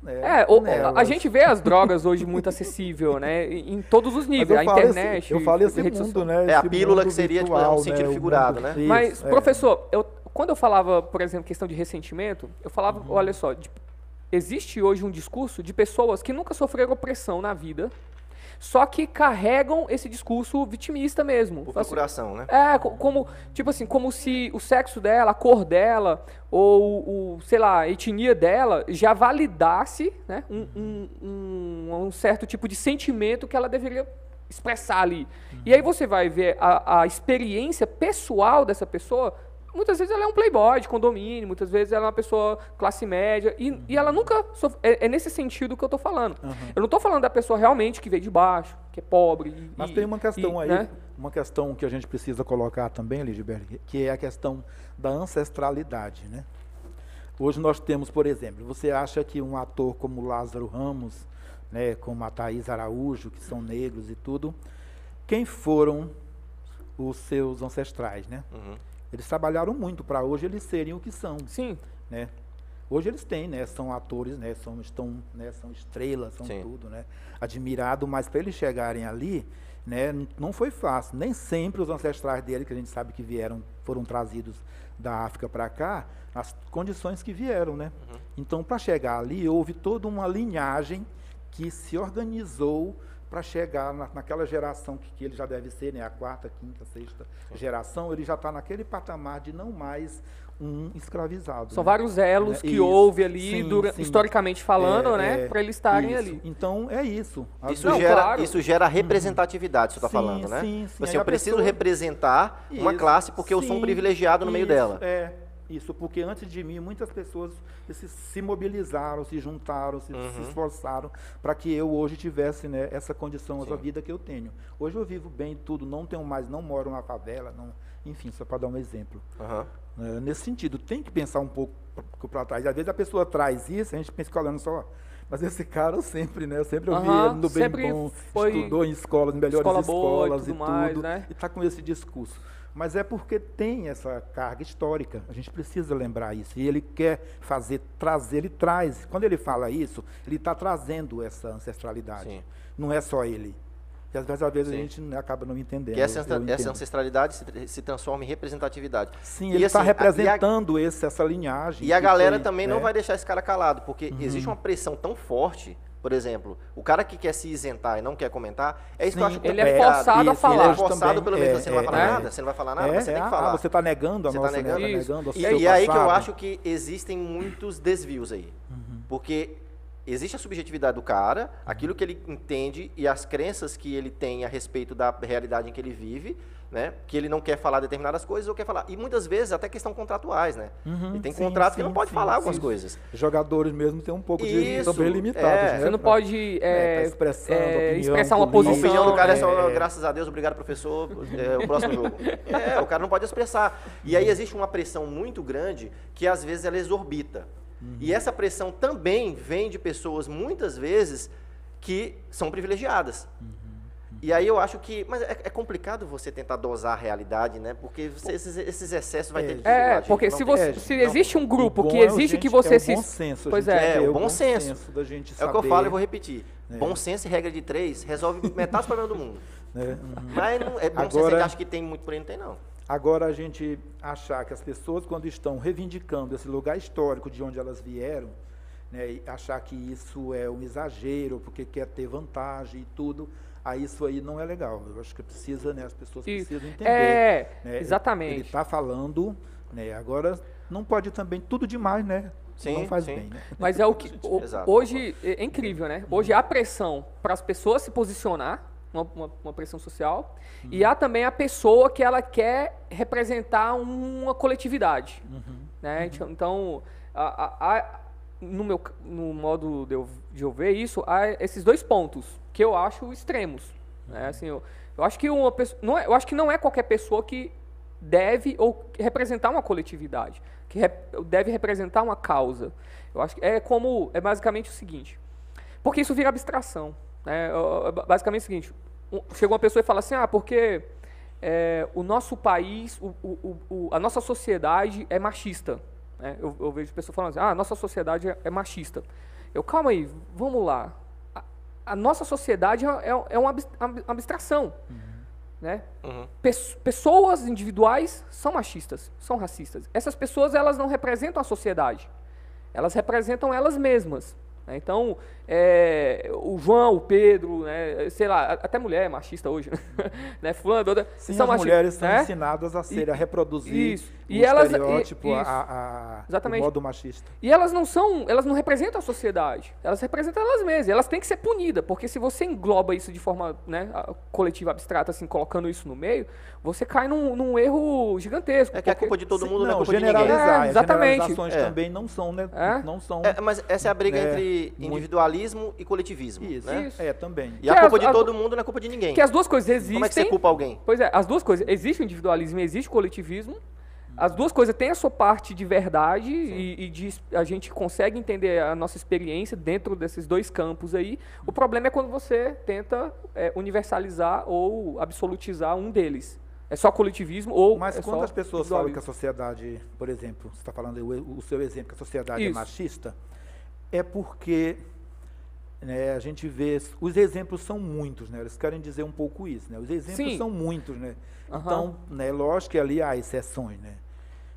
né, É, o- o- a nelas. gente vê as drogas hoje muito acessível, né? Em em todos os Mas níveis, eu a falo esse- internet. eu falo esse rede mundo, social. né? É, a esse pílula mundo que seria, tipo, é um virtual, sentido né, o mundo- figurado, né? Isso, Mas, é. professor, eu, quando eu falava, por exemplo, questão de ressentimento, eu falava, Uhum. olha só, de- existe hoje um discurso de pessoas que nunca sofreram opressão na vida, só que carregam esse discurso vitimista mesmo. Por Fala assim, procuração, né? É, co- como, tipo assim, como se o sexo dela, a cor dela, ou o, sei lá, a etnia dela já validasse né, um, um- um- um certo tipo de sentimento que ela deveria expressar ali. E aí você vai ver a, a experiência pessoal dessa pessoa. Muitas vezes ela é um playboy de condomínio, muitas vezes ela é uma pessoa classe média, e, e ela nunca. sof- É, é nesse sentido que eu tô falando. Eu não tô falando da pessoa realmente que veio de baixo, que é pobre. e- Mas e- tem uma questão e, aí, né? uma questão que a gente precisa colocar também, Lidberg, que é a questão da ancestralidade, né? Hoje nós temos, por exemplo, você acha que um ator como Lázaro Ramos, né, como a Thaís Araújo, que são negros e tudo, quem foram os seus ancestrais, né? Uhum. Eles trabalharam muito para hoje eles serem o que são Sim. né? Hoje eles têm, né? São atores, né? São, estão, né? São estrelas, são Sim. tudo, né? Admirado, mas para eles chegarem ali, né? n- Não foi fácil. Nem sempre os ancestrais dele, que a gente sabe que vieram, foram trazidos da África para cá, as condições que vieram, né? Então, para chegar ali, houve toda uma linhagem que se organizou para chegar na, naquela geração que, que ele já deve ser, né? A quarta, quinta, sexta geração, ele já está naquele patamar de não mais um escravizado. São né? vários elos Né? que Isso. houve ali, Sim, dura- sim. historicamente falando, É, né? é. pra eles estarem Isso. ali. Então é isso. Às Isso, Não, vezes- gera, claro. isso gera representatividade, você está Uhum. Sim, falando, né? sim, sim. Tipo assim, Aí eu a preciso pessoa- representar uma Isso. classe porque eu sou um Sim, privilegiado no meio isso, dela. É, isso, porque antes de mim muitas pessoas se, se mobilizaram, se juntaram, se, Uhum. se esforçaram para que eu hoje tivesse né, essa condição, essa Sim. vida que eu tenho. Hoje eu vivo bem tudo, não tenho mais, não moro na favela, não, enfim, só para dar um exemplo. Aham. né, nesse sentido, tem que pensar um pouco para trás. Às vezes a pessoa traz isso, a gente pensa que olhando só. Mas esse cara sempre, né? Sempre eu vi Aham, ele no bem sempre bom, foi estudou em escolas, em melhores escola boa e escolas tudo e tudo, mais, né? e está com esse discurso. Mas é porque tem essa carga histórica. A gente precisa lembrar isso. E ele quer fazer, trazer, ele traz. Quando ele fala isso, ele está trazendo essa ancestralidade. Sim. Não é só ele. E às vezes, às vezes a Sim. gente acaba não entendendo. Que essa, Eu- eu essa entendo. ancestralidade se, tra- se transforma em representatividade. Sim, E ele assim, está a- e a- representando esse, essa linhagem. E a que galera foi, também né? Uhum. não vai deixar esse cara calado, porque existe uma pressão tão forte, por exemplo, o cara que quer se isentar e não quer comentar, é isso que eu Sim, acho ele é complicado. forçado a Isso, Ele falar. é forçado Também, pelo meio, é, você não vai é, falar é. nada, você não vai falar nada, É, mas você é, tem que ah, falar. você está negando a Você tá nossa, né? negando. Tá Isso. negando o E, seu e aí que eu passado. acho que existem Uhum. muitos desvios aí. Porque existe a subjetividade do cara, Uhum. aquilo que ele entende e as crenças que ele tem a respeito da realidade em que ele vive, né? Que ele não quer falar determinadas coisas ou quer falar. E muitas vezes até questão contratuais, né? Uhum, e tem sim, contrato que sim, não pode sim, falar algumas sim. coisas. Jogadores mesmo têm um pouco de Isso, são bem limitados. é. né? Você não Pra- pode é, tá expressando é, opinião expressar uma A política. posição. opinião do cara é né? só, graças a Deus, obrigado, professor, é, o próximo jogo. É, o cara não pode expressar. E aí existe uma pressão muito grande que às vezes ela exorbita. E Uhum. essa pressão Uhum. também vem de pessoas, muitas vezes, que são privilegiadas. E aí eu acho que. Mas é, é complicado você tentar dosar a realidade, né? Porque você- esses, esses excessos vai ter que segurar, É, gente, porque não se, tem- você, gente, se não. existe um grupo O bom que é o exige gente- que você é o se. bom senso, a Pois gente é. É, ter o bom senso. da gente É o saber, que eu falo e vou repetir. né? Bom senso e regra de três resolve metade dos problemas do mundo. né? Mas não, é bom senso, Agora- você acha que tem muito por aí, não tem não. Agora a gente achar que as pessoas quando estão reivindicando esse lugar histórico de onde elas vieram, né, e achar que isso é um exagero porque quer ter vantagem e tudo, aí isso aí não é legal. Eu acho que precisa, né, as pessoas E- precisam entender. É, né? Ele exatamente. está falando, né? Agora não pode também tudo demais, né? Sim, não faz sim. bem, né? Mas é o que. o- Exato. hoje é é incrível, né? Hoje há pressão para as pessoas se posicionar, uma, uma- uma pressão social, e Uhum. há também a pessoa que ela quer representar uma coletividade. Né? Então- Então, a- a- a- no, meu, c- no modo de eu, de eu ver isso, há esses dois pontos que eu acho extremos. Né? Assim, eu, eu acho que uma pessoa, não é- eu acho que não é qualquer pessoa que deve ou que representar uma coletividade, que rep- deve representar uma causa. Eu acho que é como é basicamente o seguinte, porque isso vira abstração. Né? É ba- Basicamente é o seguinte: um- chega uma pessoa e fala assim, ah, porque é, o nosso país, o- o- o- o- a nossa sociedade é machista. né? Eu, eu vejo pessoas falando assim, ah, a nossa sociedade é, é machista. Eu, calma aí, vamos lá. A, a nossa sociedade é, é- é uma abs- ab- abstração. Né? Uhum. Pes- pessoas individuais são machistas, são racistas. Essas pessoas elas não representam a sociedade. Elas representam elas mesmas. né? Então, é, o João, o Pedro, né, sei lá, a- até mulher é machista hoje, né? né? Fulano, toda, são Sim, Assim, as machi- mulheres são né? ensinadas a serem, a reproduzir isso. o E elas- e- estereótipo, a- isso. a- a- Exatamente. o modo machista. E elas não são, elas não representam a sociedade. Elas representam elas mesmas. Elas têm que ser punidas, porque se você engloba isso de forma né, a- coletiva, abstrata, assim, colocando isso no meio, você cai num, num erro gigantesco. É que é porque- culpa de todo Sim, mundo, não, é não, culpa de ninguém. generalizar. É, é, exatamente. Generalizações É. também não são, né? É. Não são. É, mas essa é a briga É, entre muito. individualismo e coletivismo, Isso. né? Isso. É, também. E a Que culpa as- de as- todo mundo não é culpa de ninguém. Que as duas coisas existem. Como é que você culpa alguém? Pois é, as duas coisas. Existe o individualismo e existe o coletivismo. As duas coisas têm a sua parte de verdade e, e de- a gente consegue entender a nossa experiência dentro desses dois campos aí. O problema é quando você tenta é, universalizar ou absolutizar um deles. É só coletivismo ou. Mas é só quando as pessoas falam que a individualismo. sociedade, por exemplo, você está falando o, o seu exemplo, que a sociedade é Isso. machista, é porque né, a gente vê. Os exemplos são muitos, né? Eles querem dizer um pouco isso, né? Os exemplos Sim. são muitos, né? Aham. Então, né, lógico que ali há exceções, né?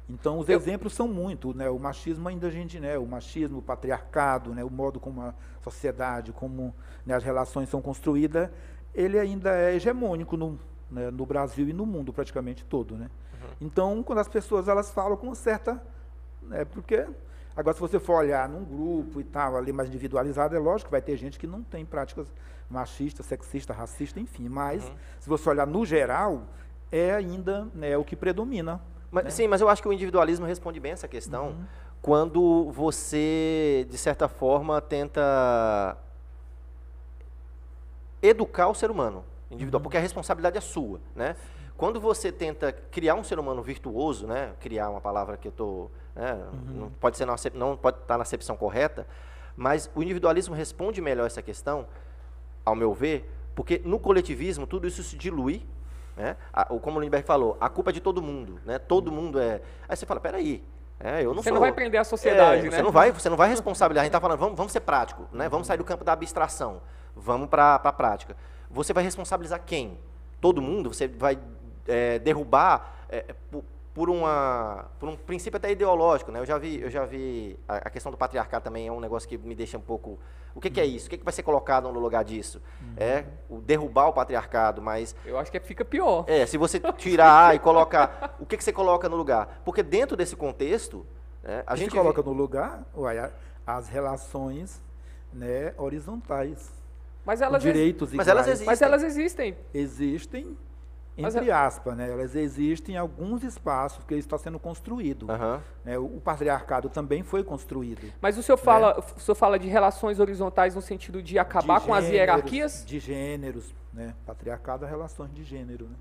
Então, os Eu- exemplos são muitos, né? O machismo ainda a gente, né? O machismo, o patriarcado, né? O modo como a sociedade, como né, as relações são construídas, ele ainda é hegemônico no, né, no Brasil e no mundo praticamente todo, né? Então, quando as pessoas elas falam com uma certa, né? Porque agora se você for olhar num grupo e tal ali mais individualizado, é lógico que vai ter gente que não tem práticas machistas, sexistas, racistas, enfim. Mas se você olhar no geral, é ainda né, o que predomina. Mas- Sim, mas eu acho que o individualismo responde bem essa questão quando você, de certa forma, tenta educar o ser humano individual, Uhum. porque a responsabilidade é sua, né? Quando você tenta criar um ser humano virtuoso, né? Criar uma palavra que eu tô, né? Uhum. não pode ser na acep- não pode estar na acepção correta, mas o individualismo responde melhor essa questão, ao meu ver, porque no coletivismo tudo isso se dilui, né? A- o- como o Lindbergh falou, a culpa é de todo mundo, né? Todo mundo é. Aí você fala, peraí, é, eu Uhum. não Você sou não vai prender a sociedade, é, né? Você não vai, você não vai responsabilizar. A gente está falando, vamos, vamos ser prático, né? Vamos sair do campo da abstração, vamos para a prática. Você vai responsabilizar quem? Todo mundo? Você vai é, derrubar é, por, por uma, por um princípio até ideológico, né? Eu já vi, eu já vi a, a questão do patriarcado também é um negócio que me deixa um pouco. O que, que é Uhum. isso? O que, que vai ser colocado no lugar disso? É o derrubar o patriarcado, mas Eu acho que fica pior. é, se você tirar e colocar, o que, que você coloca no lugar? Porque dentro desse contexto, né, a A gente gente coloca no lugar uai, a- as relações né, horizontais, Mas com elas, ex- direitos Mas iguais. elas existem. mas elas existem. existem Mas entre aspas, né? Elas existem em alguns espaços que está sendo construído. Aham. né? O o patriarcado também foi construído. Mas o senhor É. fala, o senhor fala de relações horizontais no sentido de acabar De com as gêneros- hierarquias? De gêneros, né? Patriarcado é relações de gênero, né?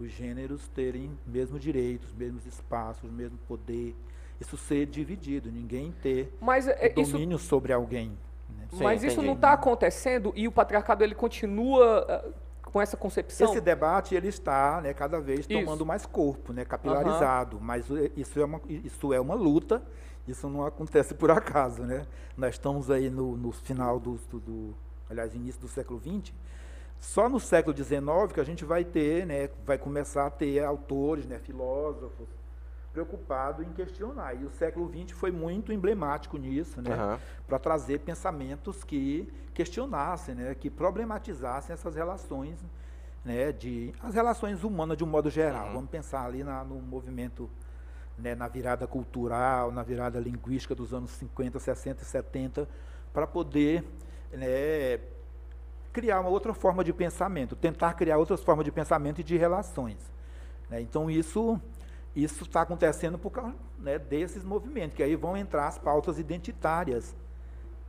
Os gêneros terem mesmos direitos, mesmos espaços, mesmo poder. Isso ser dividido, ninguém ter Mas é, o isso domínio sobre alguém. né? Sim, Mas isso tá entendi. não está acontecendo e o patriarcado ele continua ah, com essa concepção. Esse debate ele está, né, cada vez tomando Isso. mais corpo, né, capilarizado, mas eh, isso é uma isso é uma luta, isso não acontece por acaso, né? Nós estamos aí no, no final do, do, do- aliás, início do século XX. Só no século XIX que a gente vai ter, né, vai começar a ter autores, né, filósofos preocupados em questionar. E o século XX foi muito emblemático nisso, né? Aham. para trazer pensamentos que questionassem, né, que problematizassem essas relações, né, de as relações humanas de um modo geral. Vamos pensar ali na- no movimento, né, na virada cultural, na virada linguística dos anos 50, 60 e 70, para poder né, criar uma outra forma de pensamento, tentar criar outras formas de pensamento e de relações. né. Então isso isso está acontecendo por causa né, desses movimentos, que aí vão entrar as pautas identitárias.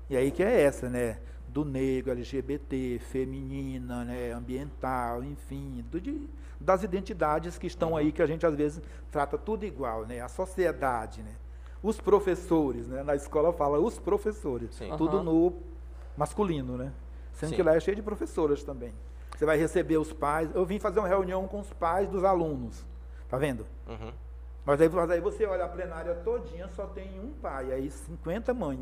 E aí que é essa, né? Do negro, LGBT, feminina, né, ambiental, enfim, do, de, das identidades que estão aí, que a gente às vezes trata tudo igual, né? A sociedade, né? Os professores, né? Na escola fala os professores, Sim. tudo Aham. no masculino, né? Sendo Sim. que lá é cheio de professoras também. Você vai receber os pais. Eu vim fazer uma reunião com os pais dos alunos. Tá vendo? Uhum. Mas aí, mas aí você olha a plenária todinha, só tem um pai, aí 50 mães.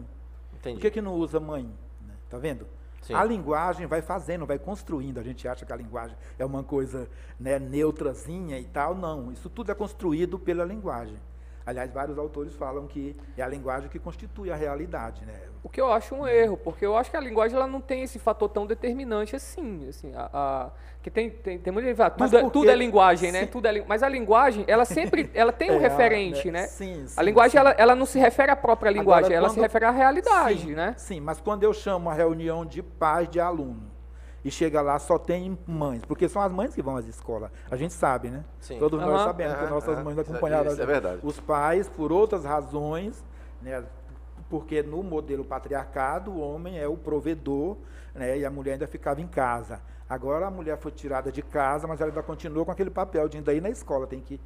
Por Entendi. que, que não usa mãe? né? Tá vendo? Sim. A linguagem vai fazendo, vai construindo. A gente acha que a linguagem é uma coisa né, neutrazinha e tal. Não, isso tudo é construído pela linguagem. Aliás, vários autores falam que é a linguagem que constitui a realidade. Né? O que eu acho um erro, porque eu acho que a linguagem ela não tem esse fator tão determinante assim. assim a, a- que tem, tem, tem muita gente que fala, Mas tudo, é- por tudo quê? é linguagem, né? Sim. Tudo é, lin- mas a linguagem, ela sempre ela tem um É, referente, né? Sim, sim, a linguagem, sim. Ela, ela não se refere à própria Agora, linguagem, ela se quando- refere à realidade, sim, né? Sim, mas quando eu chamo a reunião de pais de aluno e chega lá só tem mães, porque são as mães que vão às escolas. A gente sabe, né? Sim. Todos nós Aham. sabemos que Aham, nossas aham. mães Isso é- acompanharam isso é verdade. os pais por outras razões, né? Porque no modelo patriarcado o homem é o provedor, né? E a mulher ainda ficava em casa. Agora a mulher foi tirada de casa, mas ela ainda continua com aquele papel de ainda ir na escola, tem que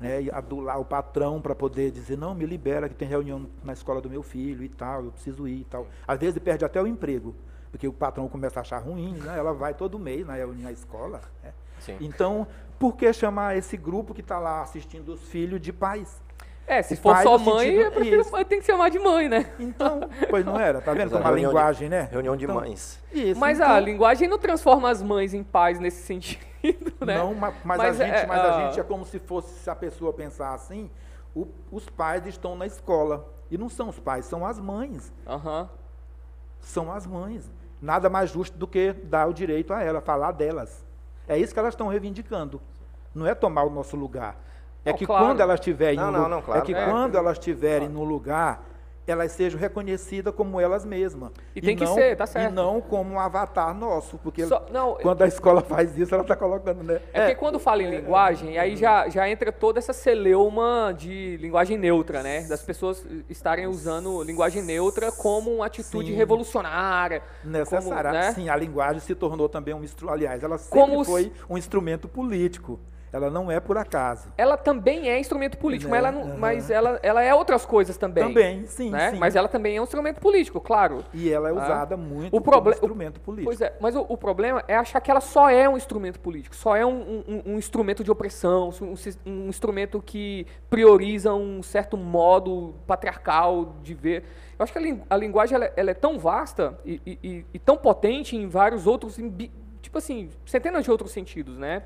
né, e adular o patrão para poder dizer, não, me libera, que tem reunião na escola do meu filho e tal, eu preciso ir e tal. Às vezes perde até o emprego, porque o patrão começa a achar ruim, né, ela vai todo mês na reunião na escola. né. Sim. Então, por que chamar esse grupo que está lá assistindo os filhos de pais? É, se E for faz só no mãe, sentido- eu, prefiro- isso. eu tenho que chamar de mãe, né? Então, pois não era, tá vendo Mas a como a reunião de- linguagem, né? Reunião de Então, mães. Isso, Mas então, a linguagem não transforma as mães em pais nesse sentido, né? Não, ma- mas, Mas a gente, é- mas a ah. gente é como se fosse, se a pessoa pensar assim, o- os pais estão na escola. E não são os pais, são as mães. Aham. São as mães. Nada mais justo do que dar o direito a ela, falar delas. É isso que elas estão reivindicando. Não é tomar o nosso lugar. É Não, que claro. quando elas estiverem Não, no, não, não, claro, é que claro. quando elas estiverem no lugar, elas sejam reconhecidas como elas mesmas. E tem que não, ser, tá certo. E não como um avatar nosso, porque Só- não, quando a escola faz isso, ela está colocando, né? É porque quando fala em linguagem, aí já, já entra toda essa celeuma de linguagem neutra, né? Das pessoas estarem usando linguagem neutra como uma atitude Sim. revolucionária. Necessária. Como, né? É Sim, a linguagem se tornou também um instrumento. Aliás, ela sempre Como os- foi um instrumento político. Ela não é por acaso. Ela também é instrumento político, mas, Né? ela, não- Aham. mas ela, ela é outras coisas também. Também, sim, né? sim. Mas ela também é um instrumento político, claro. E ela é Ah. usada muito O como proble- o- instrumento político. Pois é, mas o, o problema é achar que ela só é um instrumento político, só é um, um- um- um instrumento de opressão, um, sis- um instrumento que prioriza um certo modo patriarcal de ver. Eu acho que a, lin- a linguagem ela, é- ela é tão vasta e, e- e- e tão potente em vários outros, em bi- tipo assim, centenas de outros sentidos, né?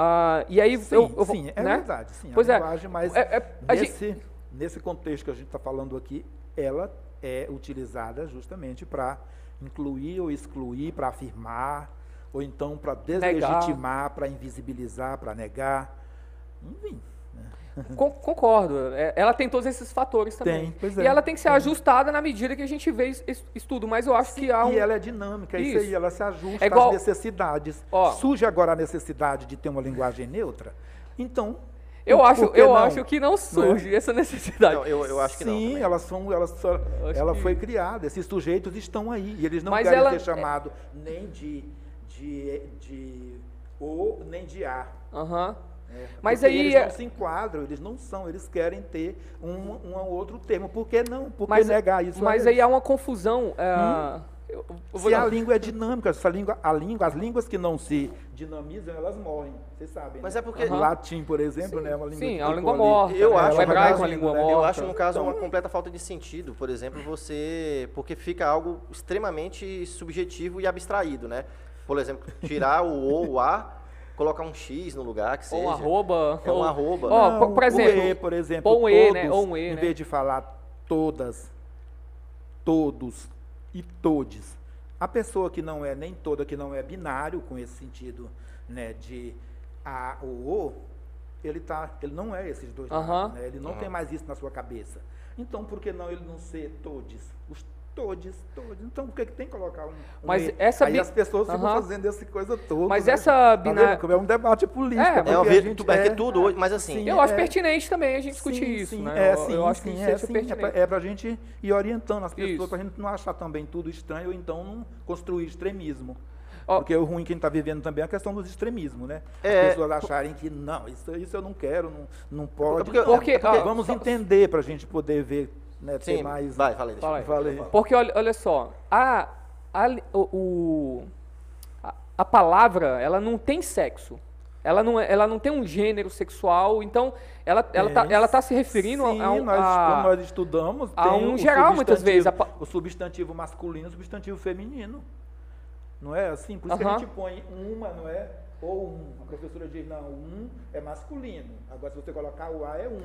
Ah, e aí Sim, eu, eu vou- sim, é né? verdade. Sim, Pois a é, linguagem, mas é- é- a gente- nesse, nesse contexto que a gente está falando aqui, ela é utilizada justamente para incluir ou excluir, para afirmar, ou então para deslegitimar, para invisibilizar, para negar. Enfim, Con- concordo. É, Ela tem todos esses fatores também. Tem, pois e é, ela tem que ser ajustada na medida que a gente vê es- es- estudo, mas eu acho que há um. E ela é dinâmica, é isso Isso. aí, ela se ajusta É igual- às necessidades. Ó. Surge agora a necessidade de ter uma linguagem neutra? Então. Eu por- acho, por que eu não? é? acho que não surge essa necessidade. Não, eu, eu acho que não. Sim, também. elas são, elas só- acho ela que- foi criada, esses sujeitos estão aí, e eles não Mas querem ela- é- ser chamados nem de, de, de O, nem de A. Aham. né? Mas Porque aí Eles é- não se enquadram, eles não são, eles querem ter um, um outro termo. Por que não? Por que Mas- negar isso? a Mas eles? aí há uma confusão. é, Eu, eu vou Hum? Se a dar... língua é dinâmica, se a língua, a língua, as línguas que não se dinamizam, elas morrem. Vocês sabem. Mas né? é porque- O latim, por exemplo, né? É uma língua Sim, que é uma língua ficou ali. morta. Eu né? acho, o no hebraico é caso, uma língua né? Eu morta. Eu acho, no caso, uma completa falta de sentido, por exemplo, você. Porque fica algo extremamente subjetivo e abstraído, né? Por exemplo, tirar o ou o a, colocar um x no lugar, que seja. Ou arroba. É um ou- arroba, Ó, Não, por- por exemplo, o e, por exemplo, põe um e, né? todos, Ou um e, em né? vez de falar todas, todos e todes. A pessoa que não é nem toda, que não é binário, com esse sentido né, de a ou o, ele, tá, ele não é esses dois Aham. lados, né? ele não Aham. tem mais isso na sua cabeça. Então, por que não ele não ser todes? Os todes, todes. Então, por que, que tem que colocar um, um Mas e? essa Aí bi- as pessoas ficam Aham. fazendo essa coisa toda. Mas né? essa Tá vendo binária- como É um debate político. É, É, porque eu a vejo gente tudo, é que é- tudo hoje, mas assim. Sim, eu acho é. pertinente também a gente discutir Sim, isso, sim, né? É, eu, sim, eu acho sim, que é, seja sim, é pertinente. pra- é para a gente ir orientando as Isso. pessoas, para a gente não achar também tudo estranho, ou então não construir extremismo. Ó. Porque o ruim que a gente está vivendo também é a questão dos extremismos, né? As É. pessoas acharem que, não, isso, isso eu não quero, não, não pode. porque- Não, porque, ah, vamos só- entender para a gente poder ver, né, Sim, ter mais... vai, fala aí, deixa eu- Fala aí. Falei. Porque olha, olha só, a, a, o- o, a, a palavra ela não tem sexo. Ela não, é- ela não tem um gênero sexual, então ela ela tá, Tem, ela tá se referindo a- É, Sim, a, um- nós, a- quando nós estudamos, a tem um o geral, muitas substantivo- vezes, a pa- O substantivo masculino e o substantivo feminino. Não é assim? Por isso que Aham. a gente põe uma, não é? Ou um. A professora diz, não, um é masculino. Agora, se você colocar o A, é uma.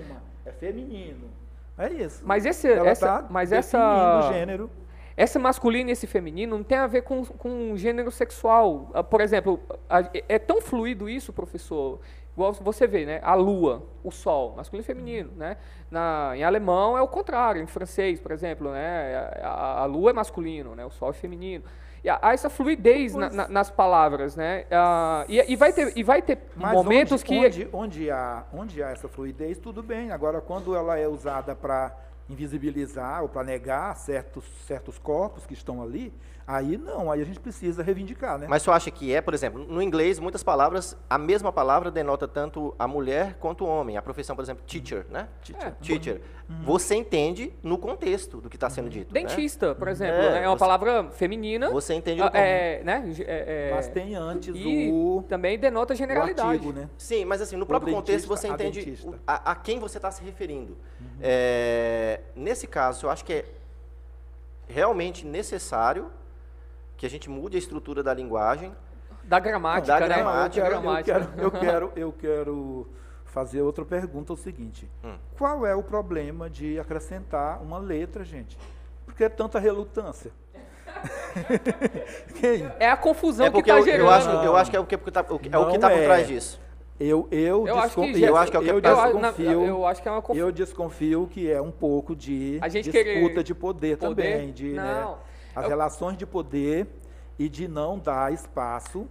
É feminino. É isso. Mas esse- Ela essa- tá mas definindo essa- o gênero. Esse masculino e esse feminino não tem a ver com, com gênero sexual. Ah, Por exemplo, a- é- é tão fluido isso, professor, igual você vê, né? A lua, o sol, masculino e feminino, né? Na, em alemão é o contrário, em francês, por exemplo, né? A, a- a lua é masculino, né? O sol é feminino. E há há essa fluidez na- na- nas palavras, né? Ah, e, e vai ter, e vai ter Mas momentos onde, que... é onde, onde há, onde há essa fluidez, tudo bem. Agora, quando ela é usada para invisibilizar ou para negar certos, certos corpos que estão ali, aí não, aí a gente precisa reivindicar, né? Mas você acha que é, por exemplo, no inglês, muitas palavras, a mesma palavra denota tanto a mulher quanto o homem. A profissão, por exemplo, teacher, né? Teacher. É. Teacher. Você entende no contexto do que está sendo dito. né? Uhum. Dentista, por exemplo, É, né? é uma você- palavra feminina. Você entende no ah, contexto. é, né? Ge- é- é- Mas tem antes E o, também denota o generalidade. artigo, né? Sim, mas assim, no próprio contexto dentista, você a entende dentista. o- a, a quem você está se referindo. Uhum. É, nesse caso, eu acho que é realmente necessário que a gente mude a estrutura da linguagem. Da gramática, Da né? gramática. Da Eu quero, eu, gramática. quero, eu, quero, eu quero fazer outra pergunta, é o seguinte. Hum. Qual é o problema de acrescentar uma letra, gente? Por que tanta relutância? Quem? É a confusão é que porque tá eu, gerando. eu acho, eu acho que é o que está o, que- é o que Não tá por é. trás disso. Eu, eu, Eu acho que desconfio- já- Eu acho que é o que eu tá- Eu a- na- desconfio. eu acho que é uma confusão. Eu desconfio que é um pouco de A gente disputa querer de poder, poder? também, de Não. né, as Eu- relações de poder e de não dar espaço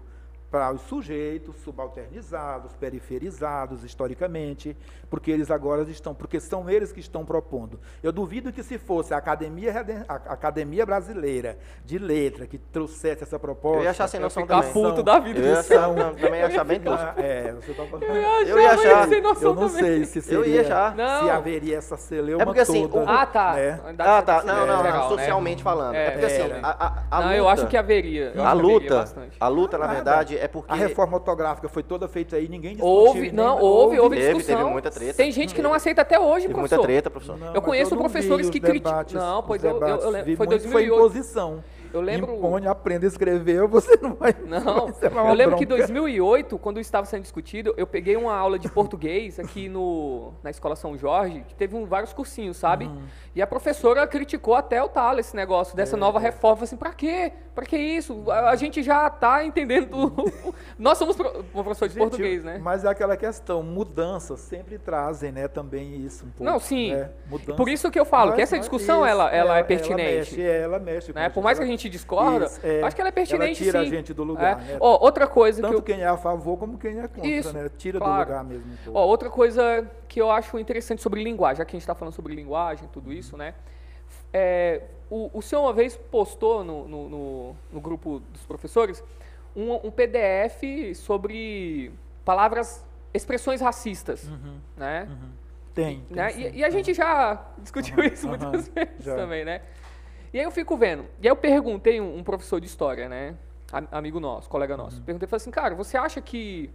para os sujeitos subalternizados, periferizados historicamente, porque eles agora estão, porque são eles que estão propondo. Eu duvido que se fosse a Academia, Reden- a a Academia Brasileira de Letra que trouxesse essa proposta. Eu ia achar sem noção é ficar também. Tá puto da vida. Eu ia achar, um- São- não, também ia achar bem tosco. Ah, é, você tá falando. Eu ia achava achar- sem noção Eu não também. sei se seria, Eu ia já. Não. se haveria essa celeuma É porque, assim, toda, o- Ah, tá. né? Da- Ah, tá. da- Não, não, geral, não. né? Socialmente falando. É, É, porque assim, é. a, a, a não, luta, eu acho que haveria. eu a acho que haveria luta, bastante. a luta, na Nada. verdade, é porque A reforma ortográfica foi toda feita aí, ninguém discutiu. né? Houve, né? ninguém- não, houve, houve Teve, discussão. teve muita treta. Tem gente é que não aceita até hoje, teve professor. muita treta, professor. Não, Eu mas conheço não vi professores os que criti- debates, Não, os pois eu- eu- eu debates, lembro- vi foi muito, 2008. Foi imposição. Eu lembro- Impõe, aprenda a escrever, você não vai... Não, você vai eu lembro é uma que em bronca. 2008, quando estava sendo discutido, eu peguei uma aula de português aqui no, na Escola São Jorge, que teve um, vários cursinhos, sabe? E a professora criticou até o talo esse negócio É, dessa nova reforma, assim, pra quê? Pra que isso? A, a gente já tá entendendo tudo. Nós somos pro, professores de Gente, português, né? Mas é aquela questão, mudanças sempre trazem, né, também isso um pouco. Não, sim. né, mudança. Por isso que eu falo Mas- que essa mas discussão, isso, ela, ela é Ela pertinente. mexe, ela mexe com né? Por mais que a ela- gente discorda, Isso, é. acho que ela é Ela pertinente tira a sim. gente do lugar, É. né? Ó, outra coisa que Tanto eu... quem é a favor como quem é contra, Isso, né? Tira claro. do lugar mesmo. um pouco. Ó, outra coisa que eu acho interessante sobre linguagem, já que a gente está falando sobre linguagem, tudo isso, né? É, o, o senhor uma vez postou no, no, no- no grupo dos professores um, um PDF sobre palavras, expressões racistas, né? Tem. tem né? sim. E, e a gente já discutiu isso Aham, muitas vezes já. também, né? E aí eu fico vendo. E aí eu perguntei um, um professor de história, né? am- Amigo nosso, colega nosso. Uhum. Perguntei, falei assim, cara, você acha que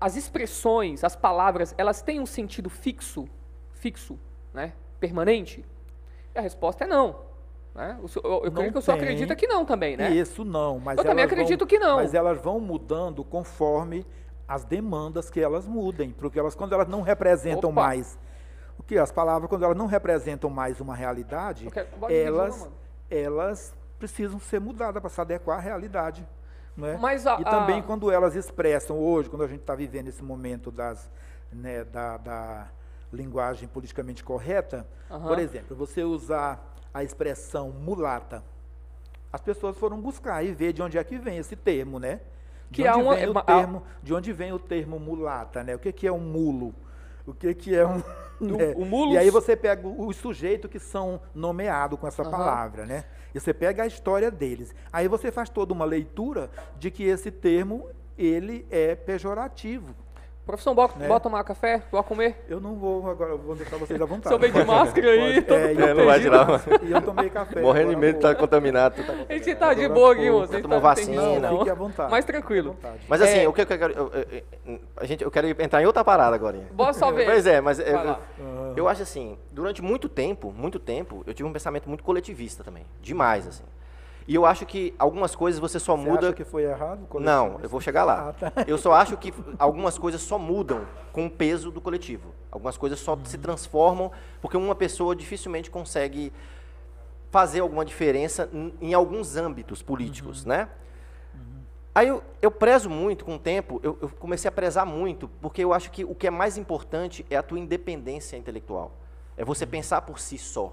as expressões, as palavras, elas têm um sentido fixo? Fixo, né? Permanente? E a resposta é não. Né? O senhor- eu eu Não creio que o senhor tem. acredita que não também, né? Isso não, mas Eu também elas vão- acredito que não. Mas é elas vão mudando conforme as demandas que elas mudem, porque elas quando elas não representam Opa. mais o que as palavras quando elas não representam mais uma realidade, Eu quero- bora dividir uma, elas mano. elas precisam ser mudadas para se adequar à realidade, né? Mas a- e também a- quando elas expressam hoje, quando a gente está vivendo esse momento das né, da, da linguagem politicamente correta, Aham. por exemplo, você usar a expressão mulata, as pessoas foram buscar e ver de onde é que vem esse termo, né? De Que há onde uma- vem é o uma- há- termo, de onde vem o termo mulata, né? O que que é um mulo? O que que é um né? o mulos- E aí você pega o- os sujeitos que são nomeados com essa Aham. palavra, né? E você pega a história deles. Aí você faz toda uma leitura de que esse termo ele é pejorativo. Professor, bora, né? bora tomar café? Bora comer? Eu não vou agora, eu vou deixar vocês à vontade. Seu bem de máscara aí, Pode. todo É, e É, eu não vai protegido. tirar. E eu tomei café. Morrendo de agora medo, vou. tá contaminado. tá contaminado. A gente tá de Agora boa aqui, pouco. moço. a gente Tomou tá- não tem vacina. risco, Não, fique à vontade. Mas à tranquilo. vontade. Mas assim, É. o que eu quero. eu- eu- eu- a gente, eu quero entrar em outra parada agora. Bora só ver. Pois é, mas eu, Vai lá. eu- eu acho assim, durante muito tempo, muito tempo, eu tive um pensamento muito coletivista também. Demais, assim. E eu acho que algumas coisas você só Você muda. acha que foi errado? Não, eu vou chegar lá. Ah, tá. Eu só acho que algumas coisas só mudam com o peso do coletivo. Algumas coisas só se transformam porque uma pessoa dificilmente consegue fazer alguma diferença em, em alguns âmbitos políticos, né? Aí eu, eu prezo muito com o tempo, eu, eu comecei a prezar muito, porque eu acho que o que é mais importante é a tua independência intelectual. É você pensar por si só.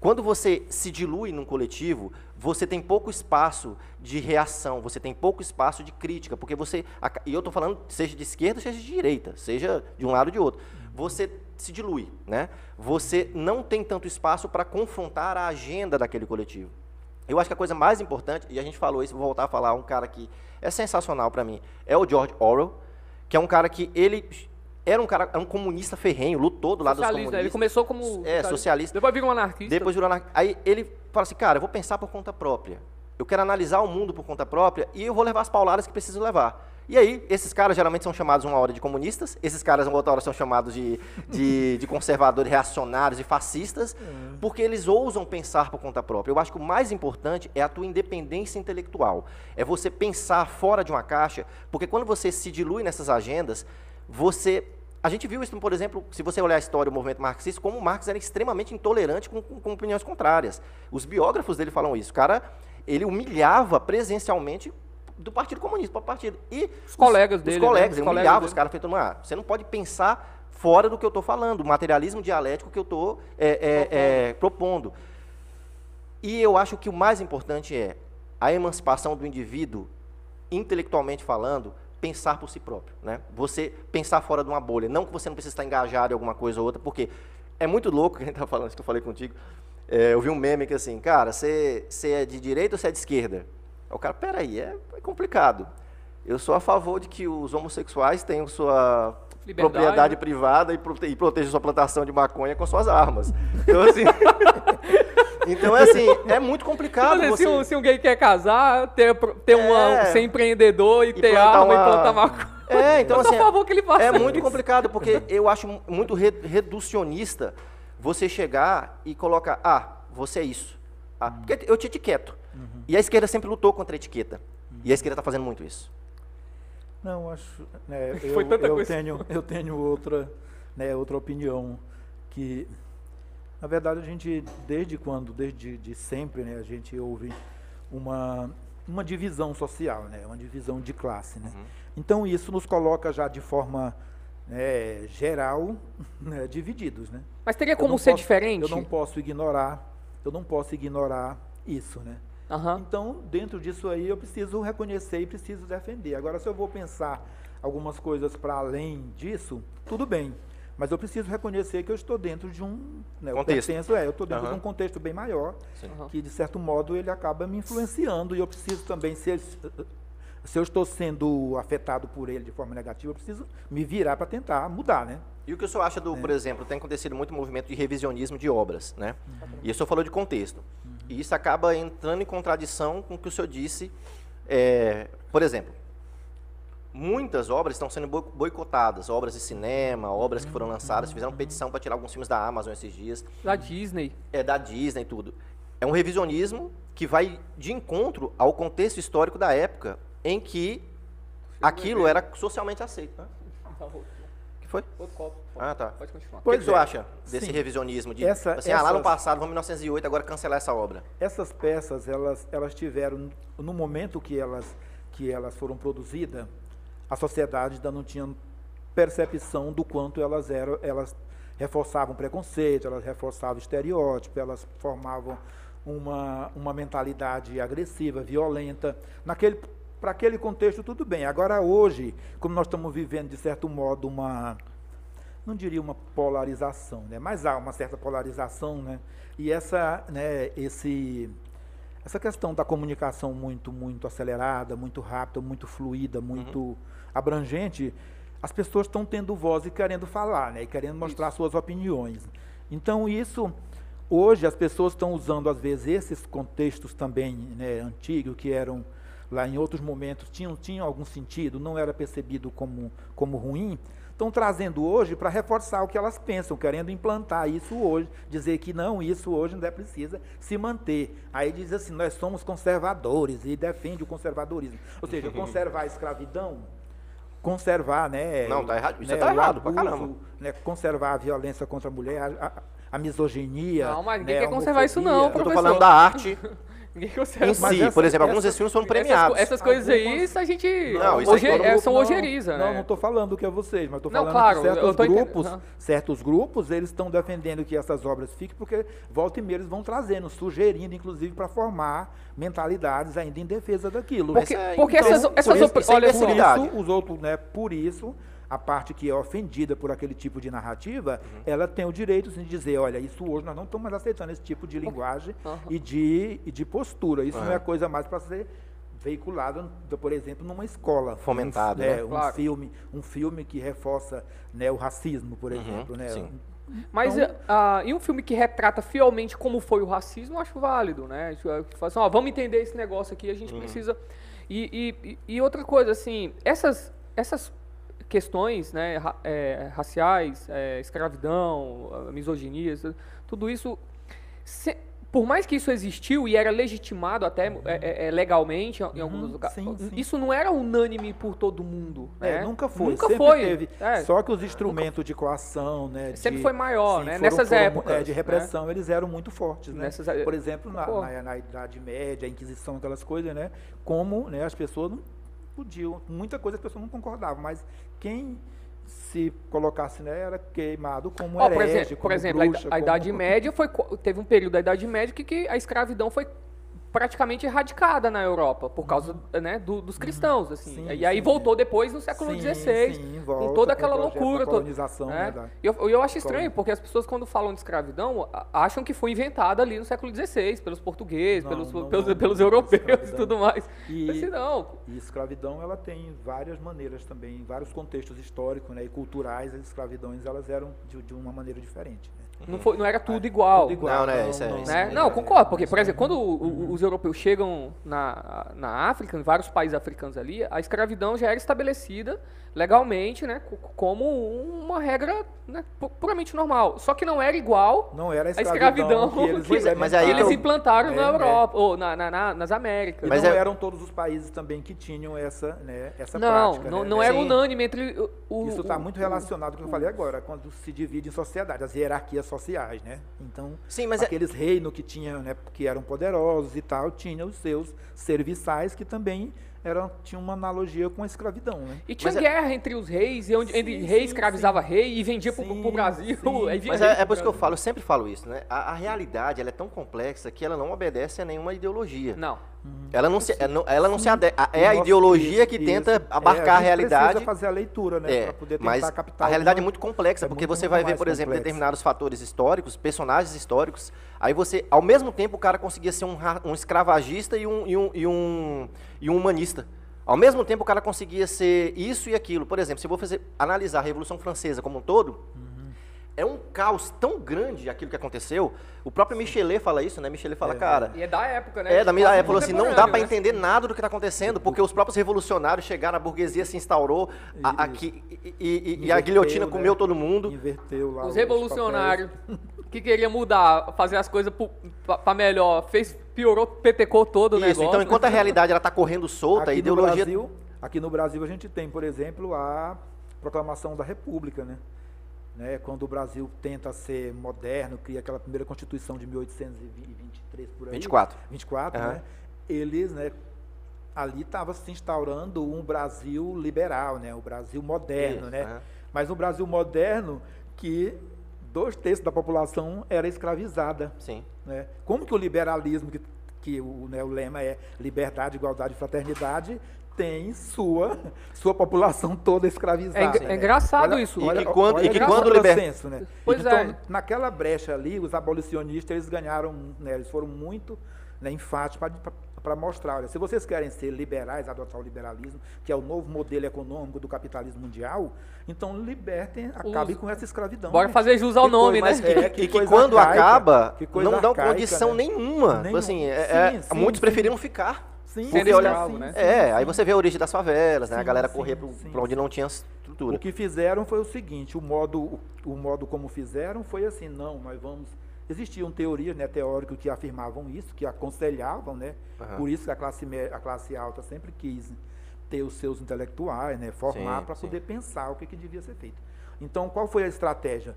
Quando você se dilui num coletivo, você tem pouco espaço de reação, você tem pouco espaço de crítica, porque você. aca- E eu estou falando, seja de esquerda, seja de direita, seja de um lado ou de outro. Você se dilui, né? Você não tem tanto espaço para confrontar a agenda daquele coletivo. Eu acho que a coisa mais importante, e a gente falou isso, vou voltar a falar, um cara que é sensacional pra mim, é o George Orwell, que é um cara que ele era um cara, é um comunista ferrenho, lutou do lado dos Socialista, comunistas. né? Ele começou como. É, socialista. Depois vira um anarquista. Depois virou anar- Aí ele fala assim, cara, eu vou pensar por conta própria. Eu quero analisar o mundo por conta própria e eu vou levar as pauladas que preciso levar. E aí, esses caras geralmente são chamados uma hora de comunistas, esses caras uma outra hora são chamados de, de, de conservadores, reacionários e fascistas, porque eles ousam pensar por conta própria. Eu acho que o mais importante é a tua independência intelectual. É você pensar fora de uma caixa, porque quando você se dilui nessas agendas, você a gente viu isso, por exemplo, se você olhar a história do movimento marxista, como Marx era extremamente intolerante com, com- com opiniões contrárias. Os biógrafos dele falam isso. O cara, ele humilhava presencialmente do Partido Comunista para o partido. E Os colegas dele, Os né? colegas, Os ele colegas humilhava dele. os caras, feito, ah, você não pode pensar fora do que eu estou falando, o materialismo dialético que eu estou é, propondo. E eu acho que o mais importante é a emancipação do indivíduo, intelectualmente falando, pensar por si próprio. Né? Você pensar fora de uma bolha. Não que você não precisa estar engajado em alguma coisa ou outra, porque é muito louco que a gente está falando, isso que eu falei contigo. É, eu vi um meme que assim, cara, você você é de direita ou você é de esquerda? Aí O cara, peraí, é, é complicado. Eu sou a favor de que os homossexuais tenham sua Liberdade. propriedade privada e, prote e protejam sua plantação de maconha com suas armas. Então, assim, Então é assim, é muito complicado Olha, você se, um, se um gay quer casar, ter, ter uma, É. ser empreendedor e, e ter plantar arma e uma- plantar maconha. É, então eu sou assim, a favor que ele faça é muito isso. complicado porque eu acho mu- muito re- reducionista você chegar e colocar, ah, você é isso. Ah, porque eu te etiqueto. E a esquerda sempre lutou contra a etiqueta. E a esquerda está fazendo muito isso. Não, acho. né, eu, Foi tanta eu coisa. Tenho, eu tenho outra, né, outra opinião que, na verdade, a gente desde quando, desde de sempre, né, a gente ouve uma uma divisão social, né, uma divisão de classe, Uhum. né. Então isso nos coloca já de forma né, geral né, divididos, né. Mas teria Eu É como não ser posso- diferente? Eu não posso ignorar, eu não posso ignorar isso, né. Aham. Então, dentro disso aí, eu preciso reconhecer e preciso defender. Agora, se eu vou pensar algumas coisas para além disso, tudo bem. Mas eu preciso reconhecer que eu estou dentro de um né, eu Contexto. pertenço, é, eu estou dentro Aham. de um contexto bem maior, Sim. Aham. que de certo modo ele acaba me influenciando e eu preciso também se se eu estou sendo afetado por ele de forma negativa, eu preciso me virar para tentar mudar, né? E o que o senhor acha do, por exemplo, tem acontecido muito movimento de revisionismo de obras, né? E o senhor falou de contexto. E isso acaba entrando em contradição com o que o senhor disse. É, por exemplo, muitas obras estão sendo boi- boicotadas. Obras de cinema, obras que foram lançadas, fizeram petição para tirar alguns filmes da Amazon esses dias, Da Disney. é da Disney e tudo. É um revisionismo que vai de encontro ao contexto histórico da época em que um aquilo era socialmente aceito. Né? O que foi? Tá, Outro copo. Ah, tá. Pode continuar. O que, Pois que o senhor é. acha desse Sim. revisionismo? De, Essa- assim, ah, lá no essas- passado, vamos em 1908, agora cancelar essa obra. Essas peças, elas, elas tiveram, no momento que elas, que elas foram produzidas, a sociedade ainda não tinha percepção do quanto elas eram, elas reforçavam preconceito, elas reforçavam estereótipo, elas formavam uma, uma mentalidade agressiva, violenta. Naquele, para aquele contexto, tudo bem. Agora, hoje, como nós estamos vivendo, de certo modo, uma, não diria uma polarização, né? mas há uma certa polarização, né? E essa, né, esse, essa questão da comunicação muito, muito acelerada, muito rápida, muito fluida, muito abrangente, as pessoas estão tendo voz e querendo falar, né? E querendo mostrar suas opiniões. Então isso hoje as pessoas estão usando às vezes esses contextos também né, antigos que eram lá em outros momentos tinham, tinham algum sentido, não era percebido como, como ruim, estão trazendo hoje para reforçar o que elas pensam, querendo implantar isso hoje, dizer que não, isso hoje não é precisa se manter. Aí diz assim, nós somos conservadores e defende o conservadorismo. Ou seja, conservar a escravidão, conservar, né? Não, tá errado. Isso né, tá o errado pra abuso, caramba. né, conservar a violência contra a mulher, a, a- a misoginia. Não, mas ninguém né, a quer conservar isso não, homofobia. Eu estou Professor. falando da arte Ninguém consegue. em Mas si. essa- Por exemplo, alguns essa- desses filmes foram essas co- premiados. Essas, coisas aí, Algumas- isso a gente. Não, isso aí hoje- todo é, mundo- são Não, ojeriza, Não, né? não estou falando que é vocês, mas estou Não, falando claro, que eu certos tô entendendo, grupos, aham. certos grupos, eles estão defendendo que essas obras fiquem, porque volta e meia eles vão trazendo, sugerindo, inclusive, para formar mentalidades ainda em defesa daquilo. Porque, Essa- porque então, essas, por essas isso- op- isso é olha só, imbecilidade. possibilidade. Isso, os outros, né, por isso, a parte que é ofendida por aquele tipo de narrativa, Uhum. ela tem o direito sim, de dizer, olha, isso hoje nós não estamos mais aceitando esse tipo de linguagem Aham. e, de, e de postura. Isso não Aham. é coisa mais para ser veiculada, por exemplo, numa escola. Fomentado, um, f- né? Um Claro. filme, um filme que reforça né, o racismo, por exemplo, né? Uhum. sim. mas então- ah, e um filme que retrata fielmente como foi o racismo, eu acho válido, né? Acho- acho que fala assim, ó, vamos entender esse negócio aqui, a gente Uhum. precisa. E, e- e- e outra coisa, assim, essas, essas questões né, ra- é, raciais, é, escravidão, ah, misoginia, isso- tudo isso se- por mais que isso existiu e era legitimado até é, é, é, legalmente em alguns Uhum, lugares, sim, sim. isso não era unânime por todo mundo. É, né? nunca foi, Nunca sempre foi. teve. É. Só que os instrumentos de coação, né? Sempre de- foi maior, né? foram- Nessas foram, épocas, é, de né? repressão, eles eram muito fortes, né? Nessas é- Por exemplo, na, Pô. na, na Idade Média, a Inquisição, aquelas coisas, né? Como né, as pessoas não podiam. Muita coisa as pessoas não concordavam, mas quem se colocasse, né, era queimado como Ó, herege, por exemplo, por como exemplo, a ida- bruxa, a, Idade como- Média foi. co- Teve um período da Idade Média que, que a escravidão foi praticamente erradicada na Europa, por causa né, do- dos cristãos. assim. Uhum. Sim, e aí sim, é. voltou depois no século Sim, XVI. sim, com volta toda o aquela projeto da loucura. to- colonização, né? né, da- E eu, eu acho estranho, porque as pessoas, quando falam de escravidão, a- acham que foi inventada ali no século XVI, pelos portugueses, Não, pelos, não, pelos, não. pelos europeus e Escravidão. tudo mais. E- Mas, assim, não, E escravidão, ela tem várias maneiras também, vários contextos históricos né, e culturais, as escravidões elas eram de, de uma maneira diferente. Né? não, foi- não era tudo igual. Tudo igual, Não, né, isso é- isso né? Sim, Não, é, concordo, porque, por exemplo, quando o- o- os europeus chegam na, na África, em vários países africanos ali, a escravidão já era estabelecida legalmente, né, co- como uma regra né, pu- puramente normal. Só que não era igual Não era a A escravidão, escravidão que eles que- Pois é, mas que aí que eu- eles implantaram na É, Europa, ou na, na- na- nas E Américas. Então, Mas não é- eram todos os países também que tinham essa, né, essa não, prática. não, né? não era Sim. unânime entre o... o- Isso tá está muito o- relacionado com o que eu falei agora, quando se divide em sociedade, as hierarquias sociais, né? Então, Sim, mas é- aqueles reinos que tinham, né, que eram poderosos e tal, tinham os seus serviçais que também eram, tinham uma analogia com a escravidão, né? E tinha Mas é- guerra entre os reis, e onde Sim, entre rei sim, escravizava rei e vendia para pro, Sim, pro Brasil. sim. aí vinha Mas rei é, é pro por isso que eu Brasil. falo, eu sempre falo isso, né? A, a realidade ela é tão complexa que ela não obedece a nenhuma ideologia. Não, Ela não se, é, não- ela não se ade- a- é a Nossa, ideologia isso, que isso. tenta É, abarcar a, gente realidade. Precisa fazer a leitura, né, É, para poder tentar mas captar. a realidade é uma- muito complexa, é porque muito você vai ver, mais por exemplo, complexa. determinados fatores históricos, personagens históricos, aí você, ao mesmo tempo, o cara conseguia ser um, ra- um escravagista e um, e, um, e, um, e um humanista. Ao mesmo tempo, o cara Uhum. conseguia ser isso e aquilo. Por exemplo, se eu vou fazer, analisar a Revolução Francesa como um todo, é um caos tão grande aquilo que aconteceu. O próprio Michelet fala isso, né? Michelet fala, cara, E é da época, né? é, da minha Quase época, falou assim, não dá para contemporâneo, né? entender nada do que está acontecendo, porque os próprios revolucionários chegaram, a burguesia se instaurou, a, a que- e, e- e a Inverteu, guilhotina né? comeu todo mundo. Inverteu lá. Os revolucionários que queriam mudar, fazer as coisas pro- pra pra melhor, fez, piorou, petecou todo o Isso, negócio. então enquanto a realidade ela está correndo solta, a Aqui no, ideologia... Brasil, aqui no Brasil a gente tem, por exemplo, a proclamação da República, né? Né, Quando o Brasil tenta ser moderno, cria aquela primeira Constituição de 1823 é por aí. 24. 24, Aham. né? Eles, né? Ali estava se instaurando um Brasil liberal, né? O Brasil moderno, Isso, é. né? aham. Mas um Brasil moderno que dois terços da população era escravizada. Sim. né? Como que o liberalismo, que, que o, né, o lema é liberdade, igualdade e fraternidade, tem sua, sua população toda escravizada? É, engra- né? é engraçado Olha- isso. E olha- que quando- e que graças quando ao liber- senso, né? Pois então, é. naquela brecha ali, os abolicionistas, eles ganharam, né, eles foram muito né, enfáticos para mostrar, olha, se vocês querem ser liberais, adotar o liberalismo, que é o novo modelo econômico do capitalismo mundial, então libertem, acabem com essa então, escravidão. Bora né? fazer jus ao Que nome, coisa- né? é, e que coisa quando arcaica, acaba, que coisa não dão arcaica, condição né? nenhuma. Nenhuma. Assim, é- é- Sim, sim, muitos sim. preferiram ficar. Sim, Porque sim, olha, escravo, né? é, aí você vê a origem das favelas, né? a Sim, galera sim, correr pro- sim, pra onde sim. não tinha O estrutura. que fizeram foi o seguinte, o modo, o modo como fizeram foi assim, não, nós vamos... Existiam teorias, né, teóricos que afirmavam isso, que aconselhavam, né? Aham. Por isso que a classe, mé- a classe alta sempre quis né, ter os seus intelectuais, né, formar Sim, para sim. poder pensar o que, que devia ser feito. Então, qual foi a estratégia?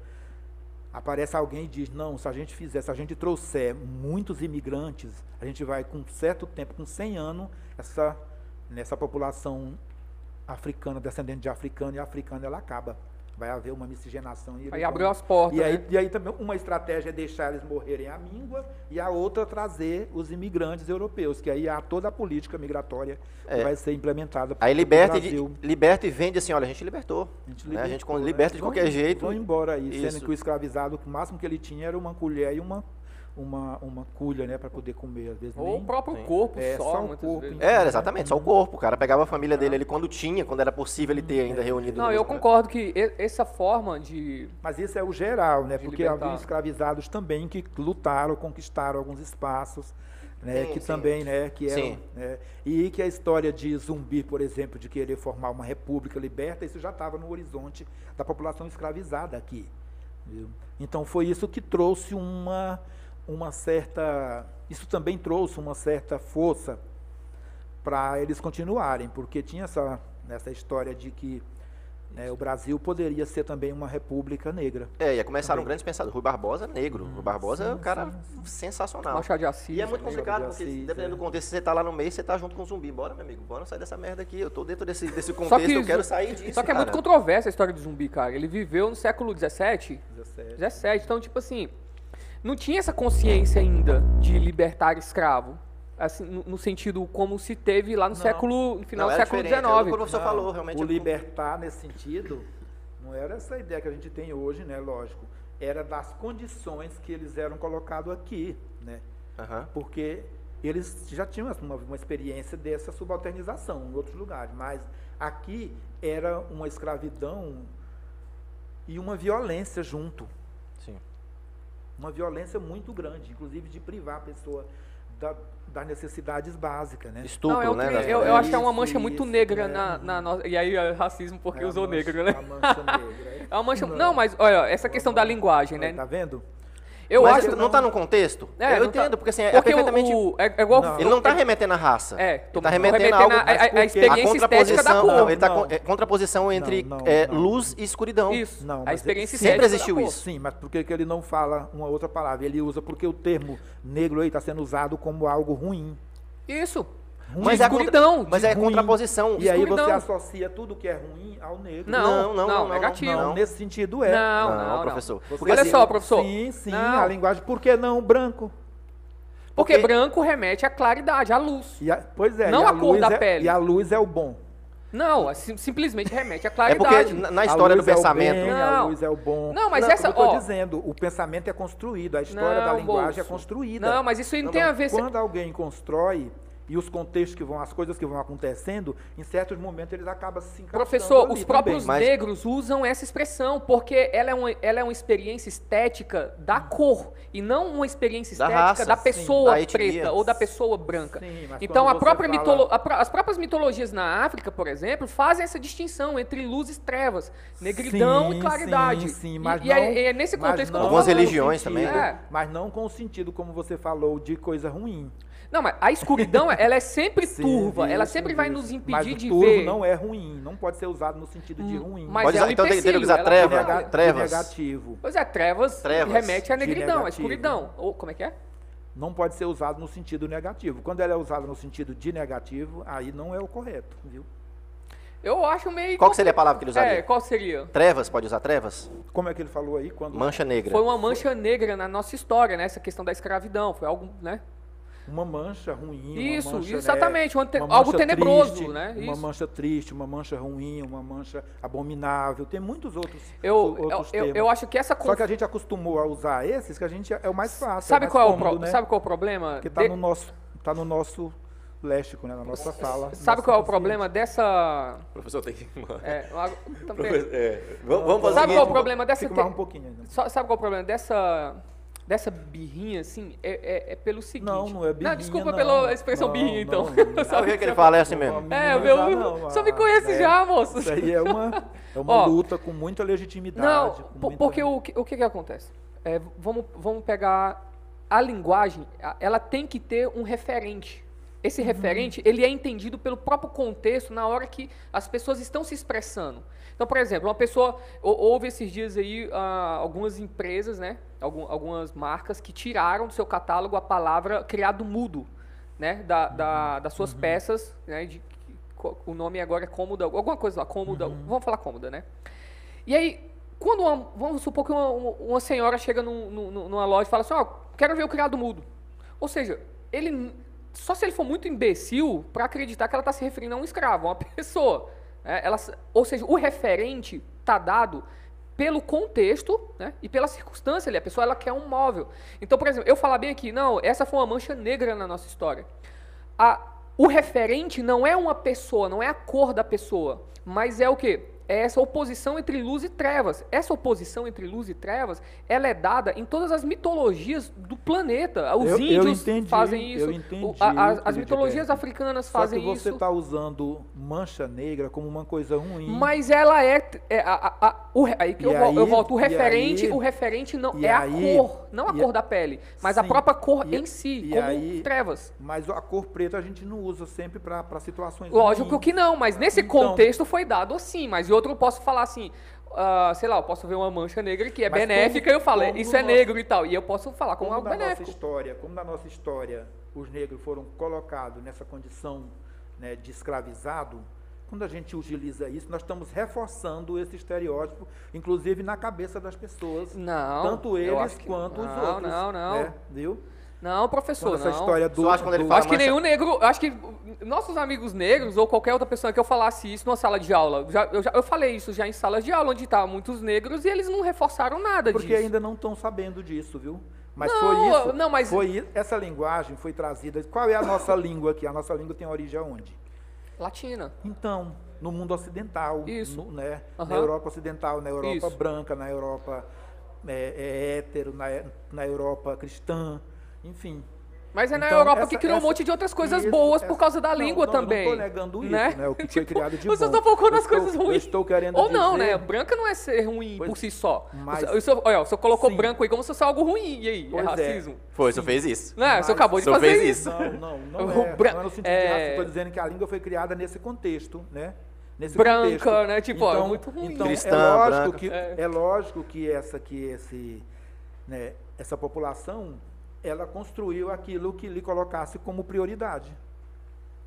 Aparece alguém e diz, não, se a gente fizer, se a gente trouxer muitos imigrantes, a gente vai com certo tempo, com 100 anos, essa, nessa população africana, descendente de africano e africana, ela acaba. Vai haver uma miscigenação. E eles né? Aí vão- abriu as portas. e aí, né? e aí também uma estratégia é deixar eles morrerem à míngua e a outra trazer os imigrantes europeus, que aí há toda a política migratória que É. vai ser implementada. Aí pro liberta e, Brasil. de- liberta e vende assim, olha, a gente libertou. né? A gente, con- né? liberta de Vão- qualquer jeito. Vão embora aí, Isso. sendo que o escravizado, o máximo que ele tinha era uma colher e uma, uma, uma culha, né, para poder comer. Às vezes Ou o nem- próprio Sim. corpo É, só, só o muitas corpo, vezes. hein? É, exatamente, só o corpo. O cara pegava a família dele ali quando tinha, quando era possível ele ter ainda reunido. Não, no eu mesmo- concordo que e- essa forma de. Mas isso é o geral, né? De Porque libertar. havia escravizados também que lutaram, conquistaram alguns espaços, né? Sim, que sim. também, né? Que eram, Sim. né? E que a história de zumbi, por exemplo, de querer formar uma república liberta, isso já estava no horizonte da população escravizada aqui. viu? Então foi isso que trouxe uma, uma certa. Isso também trouxe uma certa força para eles continuarem, porque tinha essa, essa história de que né, o Brasil poderia ser também uma república negra. É, e aí começaram Também. grandes pensadores. Rui Barbosa, negro. Rui Barbosa é um sim, cara sensacional. Machado de Assis. E é muito né? complicado, Gabriel porque Assis, dependendo é. do contexto, você tá lá no meio, você tá junto com um zumbi. Bora, meu amigo, bora sair dessa merda aqui. Eu tô dentro desse, desse contexto, eu quero sair disso. Só que é muito cara. controversa a história do zumbi, cara. Ele viveu no século XVII, 17. 17. Então, tipo assim, não tinha essa consciência ainda de libertar escravo. Assim, no, no sentido como se teve lá no século. No final Não, do era século diferente, é o que O XIX. professor falou, realmente. O é muito- libertar nesse sentido não era essa ideia que a gente tem hoje, né? Lógico. Era das condições que eles eram colocados aqui, né? Aham. Porque eles já tinham uma, uma experiência dessa subalternização em outros lugares, mas aqui era uma escravidão e uma violência junto. Sim. uma violência muito grande, inclusive de privar a pessoa da- das necessidades básicas, né? Estupro, não, é o né? que- das- eu, eu acho que é uma Isso, mancha muito isso, negra é. na, na nossa. E aí é racismo porque É a usou mancha- negro, né? a mancha negra, é. É uma mancha. Não, Não. mas olha, essa questão da linguagem, né? Tá vendo? Eu Mas acho. não, tá num contexto? É, eu não tá- entendo, porque assim, é porque o- perfeitamente... o- é, é igual. Não. Ele não tá remetendo a raça. É, ele tô tá remetendo, a remetendo algo... a- é, a- a mas por quê? experiência estética da cor. não, ele tá Não. com- é, contraposição entre Não, não, é, não. luz e escuridão. Isso. Não, a mas experiência sempre estética existiu da cor. isso. Sim, mas por que, que ele não fala uma outra palavra? Ele usa porque o termo negro aí está sendo usado como algo ruim. Isso. Ruim. Mas é a contra- escuridão. Mas é a ruim. contraposição. E aí escuridão. você associa tudo que é ruim ao negro. Não, Não, não, não, negativo. não. nesse sentido é. Não, não, Não, não. professor. Você- Porque Olha assim, só, professor. Sim, sim, Não. a linguagem. Por que não branco? Porque, porque- branco remete à claridade, à luz. E a- pois é. Não e a cor luz da é- pele. E a luz é o bom. Não, é sim- simplesmente remete à É porque claridade. na, na história A do luz é o pensamento... bem, a Não. luz é o bom. Não, mas essa- como eu tô ó. dizendo, o pensamento é construído, a Não, história da linguagem é moço. construída. Não, mas isso aí não tem a ver. se- Quando alguém constrói, e os contextos que vão, as coisas que vão acontecendo, em certos momentos eles acabam se encaixando. Professor, ali os também. próprios mas- negros usam essa expressão porque ela é, uma, ela é uma experiência estética da cor e não uma experiência Da estética raça, da sim, pessoa da etnia. preta ou da pessoa branca. Sim, mas Então, quando a você própria fala- mitolo- a pró- as próprias mitologias na África, por exemplo, fazem essa distinção entre luz e trevas, negridão Sim, e claridade. sim, sim, E- mas e é, não- é nesse mas contexto que eu não tô Algumas falando. religiões com o também, sentido, É, né? Mas não com o sentido, como você falou, de coisa ruim. Não, mas a escuridão, ela é sempre Sim, turva, ela isso, sempre vai isso. nos impedir Mas o de turvo ver. não é ruim, não pode ser usado no sentido de ruim. Mas Pode é usar- um então tem- tem que empecilho, usar ela- é treva, ela- Nega- de trevas. negativo. Pois é, trevas, Trevas. remete à De negridão, à negativo. escuridão. Ou como é que é? Não pode ser usado no sentido negativo. Quando ela é usada no sentido de negativo, aí não é o correto, viu? Eu acho meio. Qual que seria a palavra que ele usaria? É, qual seria? Trevas, pode usar trevas? Como é que ele falou aí? Quando Mancha negra. Foi uma mancha negra na nossa história, né? Essa questão da escravidão, foi algo, né? uma mancha ruim, uma Isso, mancha, né, exatamente, uma te- uma algo mancha tenebroso, triste, né, Uma isso. mancha triste, uma mancha ruim, uma mancha abominável. Tem muitos outros. Eu, eu, outros eu, termos. eu acho que essa Só conf- que a gente acostumou a usar esses, que a gente é o mais fácil. sabe, mais qual é o cômodo, pro- né? sabe qual é o problema? Porque tá De- no nosso, tá no nosso léxico, né? Na nossa sala. Sabe qual é o nosso consciente. problema dessa. Professor, tem que... é, a- também- Vamos, vamos fazer Sabe qual é o o seguinte, problema dessa. Fica mais te- um pouquinho ainda. Sa- Sabe qual é o problema dessa dessa birrinha assim? É, é- é pelo seguinte. Não, não é birrinha, Não, desculpa não. pela expressão Não, birrinha, então. não, não. Sabe o que, que ele fala? É assim mesmo. Vamos É, meu, minimizar, não, só me ah, conhece é. já, moço. Isso aí é uma, é uma Ó, luta com muita legitimidade. Não, com po- muita- porque o, que- o que que acontece? É, v- vamos, vamos pegar a linguagem, a- ela tem que ter um referente. Uhum. Esse referente, ele é entendido pelo próprio contexto na hora que as pessoas estão se expressando. Então, por exemplo, uma pessoa, hou- houve esses dias aí ah, algumas empresas, né, algum- algumas marcas que tiraram do seu catálogo a palavra criado mudo, né, da, Uhum. da- das suas peças, né, de- co- o nome agora é cômoda, alguma coisa lá, cômoda, Uhum. vamos falar cômoda, né? E aí, quando uma- vamos supor que uma, uma- uma senhora chega num- num- num- numa loja e fala assim, ó, quero ver o criado mudo. Ou seja, ele n- só se ele for muito imbecil para acreditar que ela está se referindo a um escravo, a uma pessoa. né? Ela s- ou seja, o referente está dado pelo contexto né, e pela circunstância ali. A pessoa ela quer um móvel. Então, por exemplo, eu falar bem aqui, não, essa foi uma mancha negra na nossa história. A- o referente não é uma pessoa, não é a cor da pessoa, mas é o quê? É essa oposição entre luz e trevas. Essa oposição entre luz e trevas, ela é dada em todas as mitologias do planeta. Os Eu- eu índios entendi, fazem isso. eu entendi, o- a- a- as Felipe mitologias Berto. africanas Só que fazem você tá isso. está usando mancha negra como uma coisa ruim. Mas ela é. é a- a- a- o re- aí que E eu, vol- eu aí- volto. O e referente, aí- o referente não e é aí- a cor, não a e cor a- da pele, mas a Sim. própria cor E- em si, e como aí- trevas. Mas a cor preta a gente não usa sempre para situações Lógico ruins. que não, mas nesse Então- contexto foi dado assim, mas em outro eu posso falar assim. ah, sei lá, eu posso ver uma mancha negra que é Mas benéfica e como- eu falo, como isso no é nosso- negro e tal. E eu posso falar como, é algo na nossa benéfico. história, como na nossa história os negros foram colocados nessa condição né, de escravizado, quando a gente utiliza isso, nós estamos reforçando esse estereótipo, inclusive na cabeça das pessoas, Não. eu tanto eles acho que- quanto os não, outros. Não, não. né, viu? Não, professor, Quando essa não. história do, Só acho quando ele do- fala- Acho que mancha- nenhum negro, acho que nossos amigos negros ou qualquer outra pessoa que eu falasse isso numa sala de aula, já- eu, já, eu falei isso já em salas de aula onde estavam muitos negros e eles não reforçaram nada porque disso. ainda não estão sabendo disso, viu? Mas Não, foi isso. não, mas- foi i- essa linguagem foi trazida. Qual é a nossa língua aqui? A nossa língua tem origem aonde? Latina. Então, no mundo ocidental, Isso. no- né? Aham. na Europa ocidental, na Europa Isso. branca, na Europa é, é, hétero, na, na Europa cristã, enfim. Mas é na Então, Europa que essa- criou essa- um monte de outras coisas Isso, boas por essa- causa da não, língua não, também. Eu não estou negando isso, né? né? O que foi criado de Você bom. tá focando Eu nas coisas estou- ruins. Eu estou querendo Ou não, né? dizer- Branca não é ser ruim Pois- por si só. mas- O senhor- olha, o senhor colocou Sim. branco aí como se fosse algo ruim. E aí? é Pois é. racismo? Foi, você fez isso. Né? o senhor acabou de O senhor fazer fez isso. isso. Não, não, não O é. bran- Não é no sentido é- de raça, estou dizendo que a língua foi criada nesse contexto, né? Nesse Branca, contexto. né? Tipo, ó, é muito ruim. Então, Cristã, é lógico branca. que É. é. lógico que essa que esse né, essa população ela construiu aquilo que lhe colocasse como prioridade,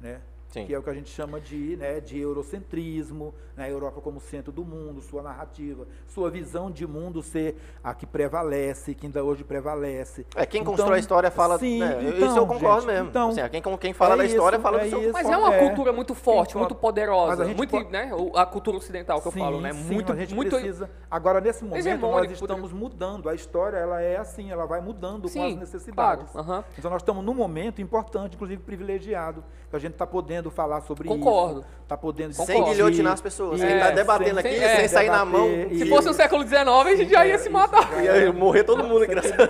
né? Sim. que é o que a gente chama de, né, de eurocentrismo, né, Europa como centro do mundo, sua narrativa, sua visão de mundo ser a que prevalece, que ainda hoje prevalece. É, quem Então, constrói a história fala. sim, né, isso eu então, concordo gente, mesmo. então, Assim, ó, quem, quem fala é da história isso, fala é do seu. isso. Mas Mas é uma É. culturas muito forte, Então, muito mas poderosa, a gente muito, pode- né? o- A cultura ocidental que eu Sim, falo, né? sim, muito, a gente muito precisa. Agora, nesse momento, nós hegemônico, estamos mudando. A história ela é assim, ela vai mudando com as Sim, necessidades. claro, aham. Então, nós estamos num momento importante, inclusive privilegiado, que a gente está podendo falar sobre Concordo. isso. Está podendo Sem discutir. guilhotinar as pessoas, sem É, estar debatendo sem- aqui, é, sem sair na debater, mão. e- Se fosse no século XIX, a gente É, já ia se matar. E aí, morrer todo mundo, engraçado.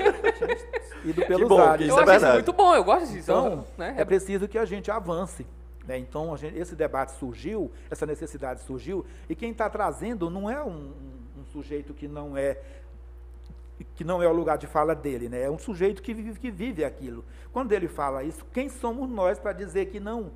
E do pelos bom, Eu ares. Isso acho é isso verdade. muito bom, eu gosto disso. Então, né? é preciso que a gente avance. né? Então, a gente- esse debate surgiu, essa necessidade surgiu, e quem está trazendo não é um, um- um sujeito que não é que não é o lugar de fala dele, né? É um sujeito que vive, que vive aquilo. Quando ele fala isso, quem somos nós para dizer que não?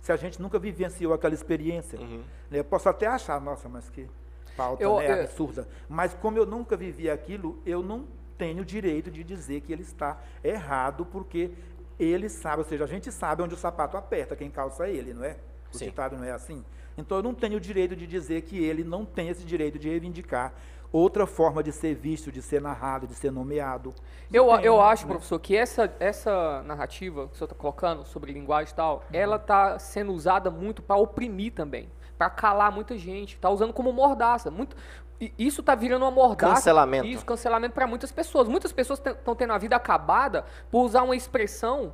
Se a gente nunca vivenciou aquela experiência, Uhum. né? Eu posso até achar, nossa, mas que pauta Eu- né? eu- absurda. Mas como eu nunca vivi aquilo, eu não tenho direito de dizer que ele está errado, porque ele sabe, ou seja, a gente sabe onde o sapato aperta, quem calça é ele, não é? O Sim. ditado não é assim? Então eu não tenho o direito de dizer que ele não tem esse direito de reivindicar outra forma de ser visto, de ser narrado, de ser nomeado. Eu, né? eu acho, professor, que essa, essa narrativa que o senhor está colocando sobre linguagem e tal, ela está sendo usada muito para oprimir também, para calar muita gente. Está usando como mordaça. Muito, e isso está virando uma mordaça. Cancelamento. Isso, cancelamento para muitas pessoas. Muitas pessoas estão tendo a vida acabada por usar uma expressão.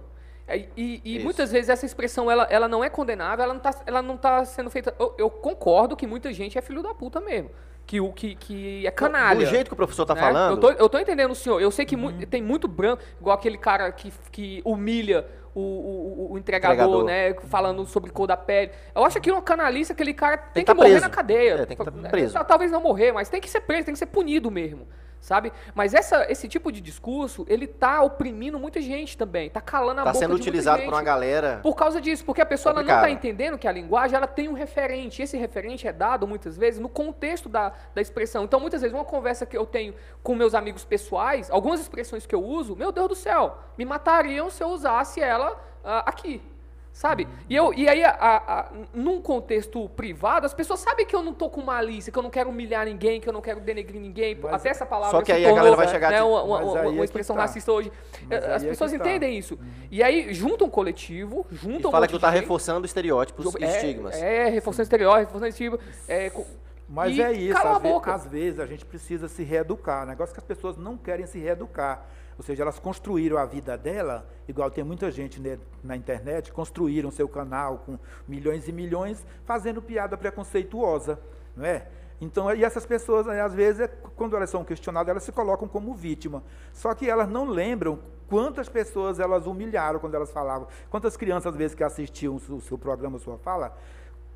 é, E, e Isso. muitas vezes essa expressão ela, ela não é condenável, ela não está ela não tá sendo feita. Eu, eu concordo que muita gente é filho da puta mesmo. Que, o que, que é canalha. Do jeito que o professor tá né? falando. Eu tô, eu tô entendendo o senhor. Eu sei que mu- tem muito branco, igual aquele cara que, que humilha o, o- o- o entregador, Entregador. né? Falando sobre cor da pele. Eu acho que uma canalista, aquele cara tem, Tem que que tá morrer preso. na cadeia. É, tem que tá Né? preso. Tal- Talvez não morrer, mas tem que ser preso, tem que ser punido mesmo. Sabe? Mas essa- esse tipo de discurso, ele tá oprimindo muita gente também. Tá calando a tá boca sendo de muita utilizado por uma gente. É. galera. Por causa disso, porque a pessoa ela não está Complicado. entendendo que a linguagem ela tem um referente. Esse referente é dado, muitas vezes, no contexto da, da expressão. Então, muitas vezes, uma conversa que eu tenho com meus amigos pessoais, algumas expressões que eu uso, meu Deus do céu, me matariam se eu usasse ela ah, aqui. Sabe? E, eu, e aí, a, a- a- num contexto privado, as pessoas sabem que eu não tô com malícia, que eu não quero humilhar ninguém, que eu não quero denegrir ninguém. Mas- até essa palavra Só que se aí a galera tornou, vai chegar né, de- uma, uma- Mas uma- aí uma é que expressão tá. racista hoje. Mas aí é As que pessoas tá. entendem isso. E aí juntam um coletivo, E juntam. fala um que tu monte tá de gente. reforçando estereótipos e estigmas. É, é reforçando exterior, reforçando estigma. É, co- Mas e é isso, Cala às, a ve- boca. às vezes a gente precisa se reeducar. O negócio é que as pessoas não querem se reeducar. Ou seja, elas construíram a vida dela, igual tem muita gente né, na internet, construíram seu canal com milhões e milhões, fazendo piada preconceituosa, não é? Então, e essas pessoas, né, às vezes, é- quando elas são questionadas, elas se colocam como vítima. Só que elas não lembram quantas pessoas elas humilharam quando elas falavam. Quantas crianças, às vezes, que assistiam o seu- o seu programa, sua fala,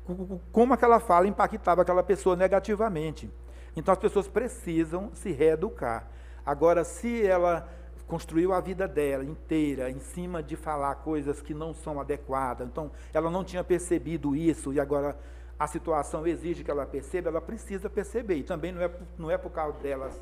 o- o- como aquela fala impactava aquela pessoa negativamente. Então as pessoas precisam se reeducar. Agora, se ela construiu a vida dela inteira em cima de falar coisas que não são adequadas, então ela não tinha percebido isso e agora a situação exige que ela perceba, ela precisa perceber. E também não é, por- não é por causa delas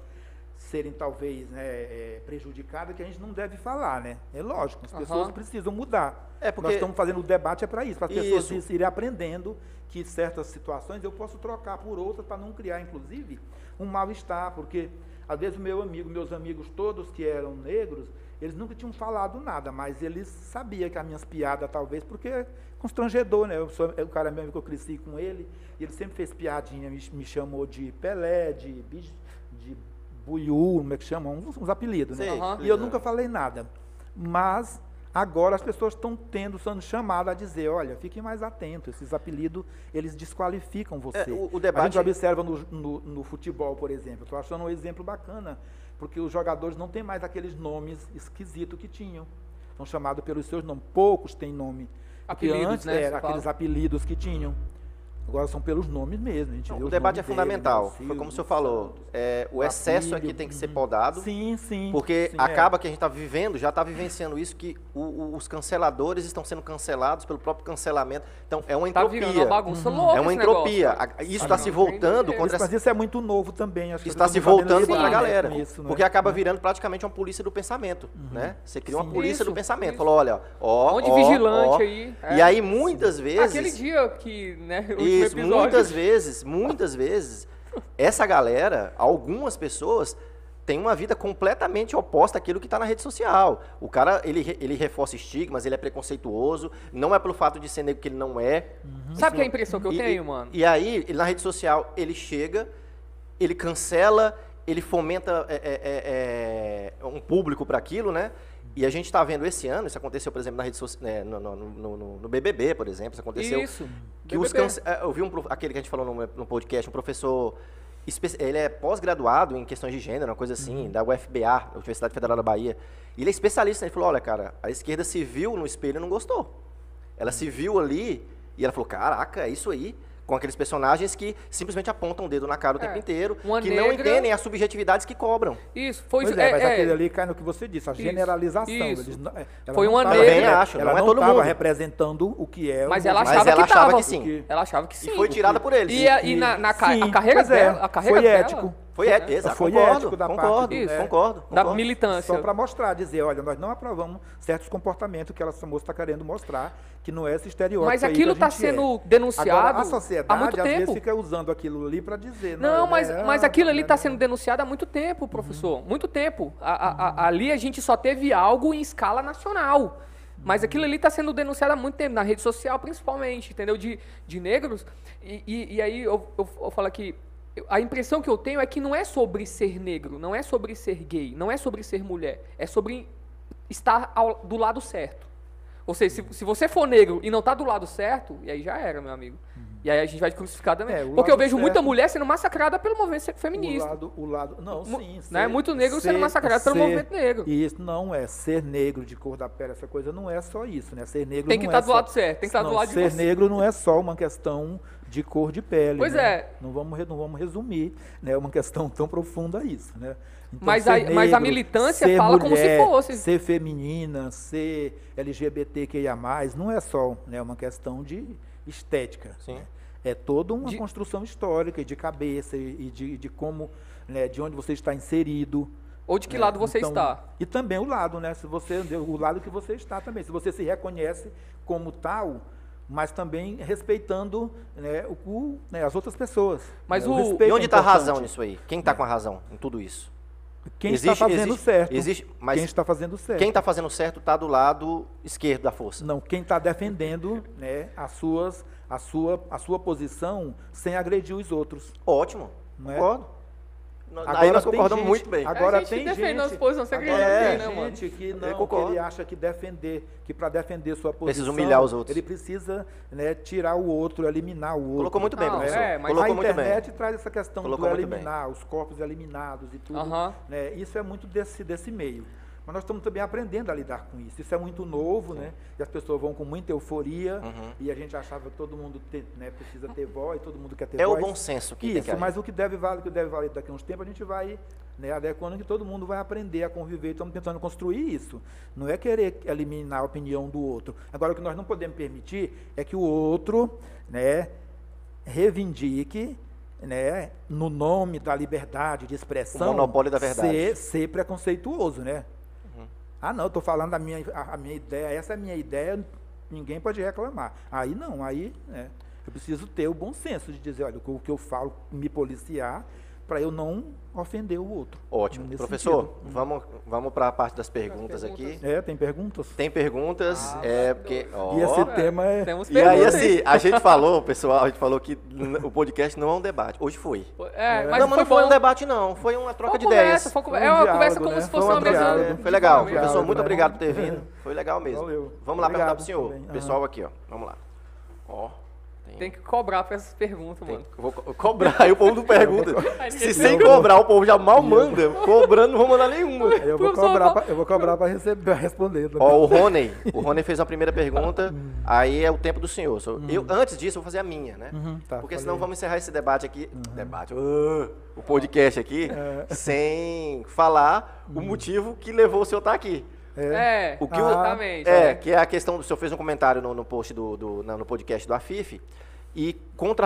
serem talvez né, é, prejudicadas que a gente não deve falar, né? É lógico, as pessoas Aham. precisam mudar. É, porque- Nós estamos fazendo o debate é para isso, para as pessoas Isso. isso. irem aprendendo que certas situações eu posso trocar por outras para não criar, inclusive, um mal-estar, porque às vezes o meu amigo, meus amigos todos que eram negros, eles nunca tinham falado nada, mas eles sabiam que as minhas piadas, talvez, porque é constrangedor, né? Eu sou é o cara mesmo que eu cresci com ele, e ele sempre fez piadinha, me, me chamou de Pelé, de, Bis- de Buiú, como é que chama? Uns, uns apelidos, né? Sei, Aham. sei E eu lá. nunca falei nada. Mas agora as pessoas estão tendo, sendo chamadas a dizer, olha, fiquem mais atentos, esses apelidos, eles desqualificam você. É, o- o A debate- gente observa no, no- no futebol, por exemplo, estou achando um exemplo bacana, porque os jogadores não têm mais aqueles nomes esquisitos que tinham. São chamados pelos seus nomes. Poucos têm nome. Porque Apelidos, antes né, era você fala. aqueles apelidos que tinham. Agora são pelos nomes mesmo. A gente Não, vê o os debate é nomes dele, fundamental. Nelson Foi como Silva, o senhor falou. é, o excesso aqui Filho, tem que ser uhum. podado. Tá Sim, sim. Porque sim, é. acaba que a gente está vivendo, já está vivenciando isso, que o- o- os canceladores estão sendo cancelados pelo próprio cancelamento. Então, é uma Tá entropia. virando uma Uhum. bagunça louca é uma esse entropia. negócio. A- Isso Tá está se virando um voltando trem contra Mas essa, isso é muito novo também. Acho que está as se pessoas não voltando sabem contra a assim, lidar, né, galera. com isso, né? Porque É. acaba virando praticamente uma polícia do pensamento. Né? Você cria uma Sim. polícia do Uhum. Isso, pensamento. isso. Falou, olha, ó. Um monte de ó, vigilante ó. aí, E é. aí, muitas vezes. Aquele dia que, né, o último Isso, episódio. muitas vezes, muitas vezes, essa galera, algumas pessoas, tem uma vida completamente oposta àquilo que está na rede social. O cara, ele, re- ele reforça estigmas, ele é preconceituoso, não é pelo fato de ser negro que ele não é. Sabe que é a impressão que eu E- tenho, e- mano? E aí, ele- na rede social, ele chega, ele cancela, ele fomenta é, é, é, é, um público para aquilo, né? E a gente está vendo esse ano, isso aconteceu, por exemplo, na rede social, no, no- no- no- no BBB, por exemplo, isso aconteceu. Isso. Que os BBB. cance- eh, Eu vi um, prof- aquele que a gente falou no, no podcast, um professor. espe- Ele é pós-graduado em questões de gênero, uma coisa assim, Uhum. da UFBA, Universidade Federal da Bahia. E ele é especialista. Ele falou: olha, cara, a esquerda se viu no espelho e não gostou. Uhum. Ela se viu ali e ela falou: caraca, é isso aí. Com aqueles personagens que simplesmente apontam o dedo na cara o É. tempo inteiro, Uma que não negra- entendem as subjetividades que cobram. Isso, foi Pois isso. é, mas é, aquele ali cai no que você disse, a Isso, generalização. isso. Eles não- ela Foi não uma tava- negra. Também acho, ela não é todo tava mundo. representando o que é. Mas o- ela Mas achava ela que achava tava. que sim. Ela achava que sim. E foi tirada por eles. E, a- e na, na ca- a Sim, carreira pois é, dela, a carreira foi dela, ético. Foi Né? é, exato, Foi concordo, ético da parte, concordo, é, né? concordo, da concordo. militância. Só para mostrar, dizer, olha, nós não aprovamos certos comportamentos que essa moça está querendo mostrar, que não é esse estereótipo. Mas aí aquilo que a está gente é. sendo Agora, denunciado a sociedade, há muito às vezes, tempo. fica usando aquilo ali para dizer. Não, olha, mas, né, Uhum. mas ah, aquilo ali está tá vendo? sendo denunciado há muito tempo, professor. Muito tempo. A- a- a- ali a gente só teve algo em escala nacional. Mas aquilo ali está sendo denunciado há muito tempo, na rede social principalmente, entendeu? De, de negros. E, e- e aí eu, eu, eu falo aqui, eu- a impressão que eu tenho é que não é sobre ser negro, não é sobre ser gay, não é sobre ser mulher. É sobre estar ao- do lado certo. Ou seja, se, se você for negro e não tá do lado certo, e aí já era, meu amigo. E aí a gente vai te crucificar também. Uhum. É, o Porque eu lado vejo muita certo- mulher sendo massacrada pelo movimento se- O feminista. lado, o lado, não, Mu- sim. né, muito negro sendo massacrado pelo movimento negro. E isso não é ser negro de cor da pele, essa coisa não é só isso, né? Ser negro Tem que não estar é do só- lado certo, tem que estar do Não, lado de ser você. negro não é só uma questão de cor de pele. Pois né? é. Não vamos, re- não vamos resumir, né? Uma questão tão profunda a isso, né? Então, Mas ser a- mas a militância ser fala como se mulher, fosse. Ser feminina, ser LGBTQIA+, não é só né, uma questão de estética. Sim. né? É toda uma De- construção histórica e de cabeça e e de, de como, né, de onde você está inserido. Ou de que né? lado você Então, está. E também o lado, né? Se você, o lado que você está também. Se você se reconhece como tal, mas também respeitando né, o, o- né, as outras pessoas. Mas né? o- E respeito onde é está a importante. razão nisso aí? Quem está com a razão em tudo isso? Quem Existe- está fazendo existe- certo. Existe, mas Quem está fazendo certo. Quem está fazendo certo está do lado esquerdo da força. Não, quem está defendendo né, as suas, a, sua, a sua posição sem agredir os outros. Ótimo, Não é? concordo. No- Aí nós tem concordamos gente- muito bem. É. É, Agora A gente tem defende gente, nossa posição, você agora acredita tem que não, mano? gente que Eu não, que concordo. ele acha que defender, que para defender sua posição, Precisa humilhar os outros. Ele precisa, né, tirar o outro, eliminar o outro. Colocou muito bem, Não, professor. é, mas- Colocou a muito bem. internet traz essa questão Colocou do muito bem. eliminar, os corpos eliminados e tudo. Aham. né? Isso é muito desse, desse meio. Mas nós estamos também aprendendo a lidar com isso. Isso é muito novo, né? E as pessoas vão com muita euforia. Uhum. E a gente achava que todo mundo te- né, precisa ter Ah. voz, todo mundo quer ter É o voz. bom senso que tem que Isso, haver. mas o que deve valer, o que deve valer daqui a uns tempos, a gente vai né, adequando que todo mundo vai aprender a conviver. Estamos tentando construir isso. Não é querer eliminar a opinião do outro. Agora, o que nós não podemos permitir é que o outro né, reivindique, né, no nome da liberdade de expressão, O monopólio da verdade. Uhum. ser, ser preconceituoso, né? Ah, não, eu estou falando a minha, a, a minha ideia, essa é a minha ideia, ninguém pode reclamar. Aí não, aí né, eu preciso ter o bom senso de dizer, olha, o que- o que eu falo, me policiar, para eu não ofender o outro. Ótimo. Nesse Professor, sentido. hum. vamos, vamos para a parte das perguntas perguntas. né? aqui. É, tem perguntas? Tem perguntas, é porque... E esse ó. tema é... Temos E aí, perguntas. assim, a gente falou, pessoal, a gente falou que n- o podcast não é um debate. Hoje foi. É, mas não, mas foi não foi um bom. debate, não. Foi uma troca Foi de uma ideias. conversa, foi uma conver- Foi um é uma diálogo, conversa como se né? Foi fosse uma uma mesa. diálogo. Foi legal, Obrigado, professor. Muito né? obrigado por ter vindo. Foi legal mesmo. Valeu. Vamos lá perguntar Obrigado pro senhor. também. Aham. Pessoal aqui, ó. Vamos lá. Ó, Tem que cobrar pra essas perguntas, Tem- mano. Vou co- cobrar, aí o povo não pergunta. Aí Se ninguém sem cobrar, o povo já mal manda. Cobrando, não vou mandar nenhuma. Eu vou Professor, cobrar, vou- pra, eu vou cobrar pra, receber, pra responder. Ó, o Rony, o Rony fez a primeira pergunta, aí é o tempo do senhor. Só- Eu, antes disso, eu vou fazer a minha, né? Uhum, tá, Porque falei. senão vamos encerrar esse debate aqui, debate, ah, o podcast aqui, sem falar o motivo que levou o senhor estar aqui. É, O que o- exatamente. É, que é a questão, o senhor fez um comentário no, no post do, do- na- no podcast do AFIF, e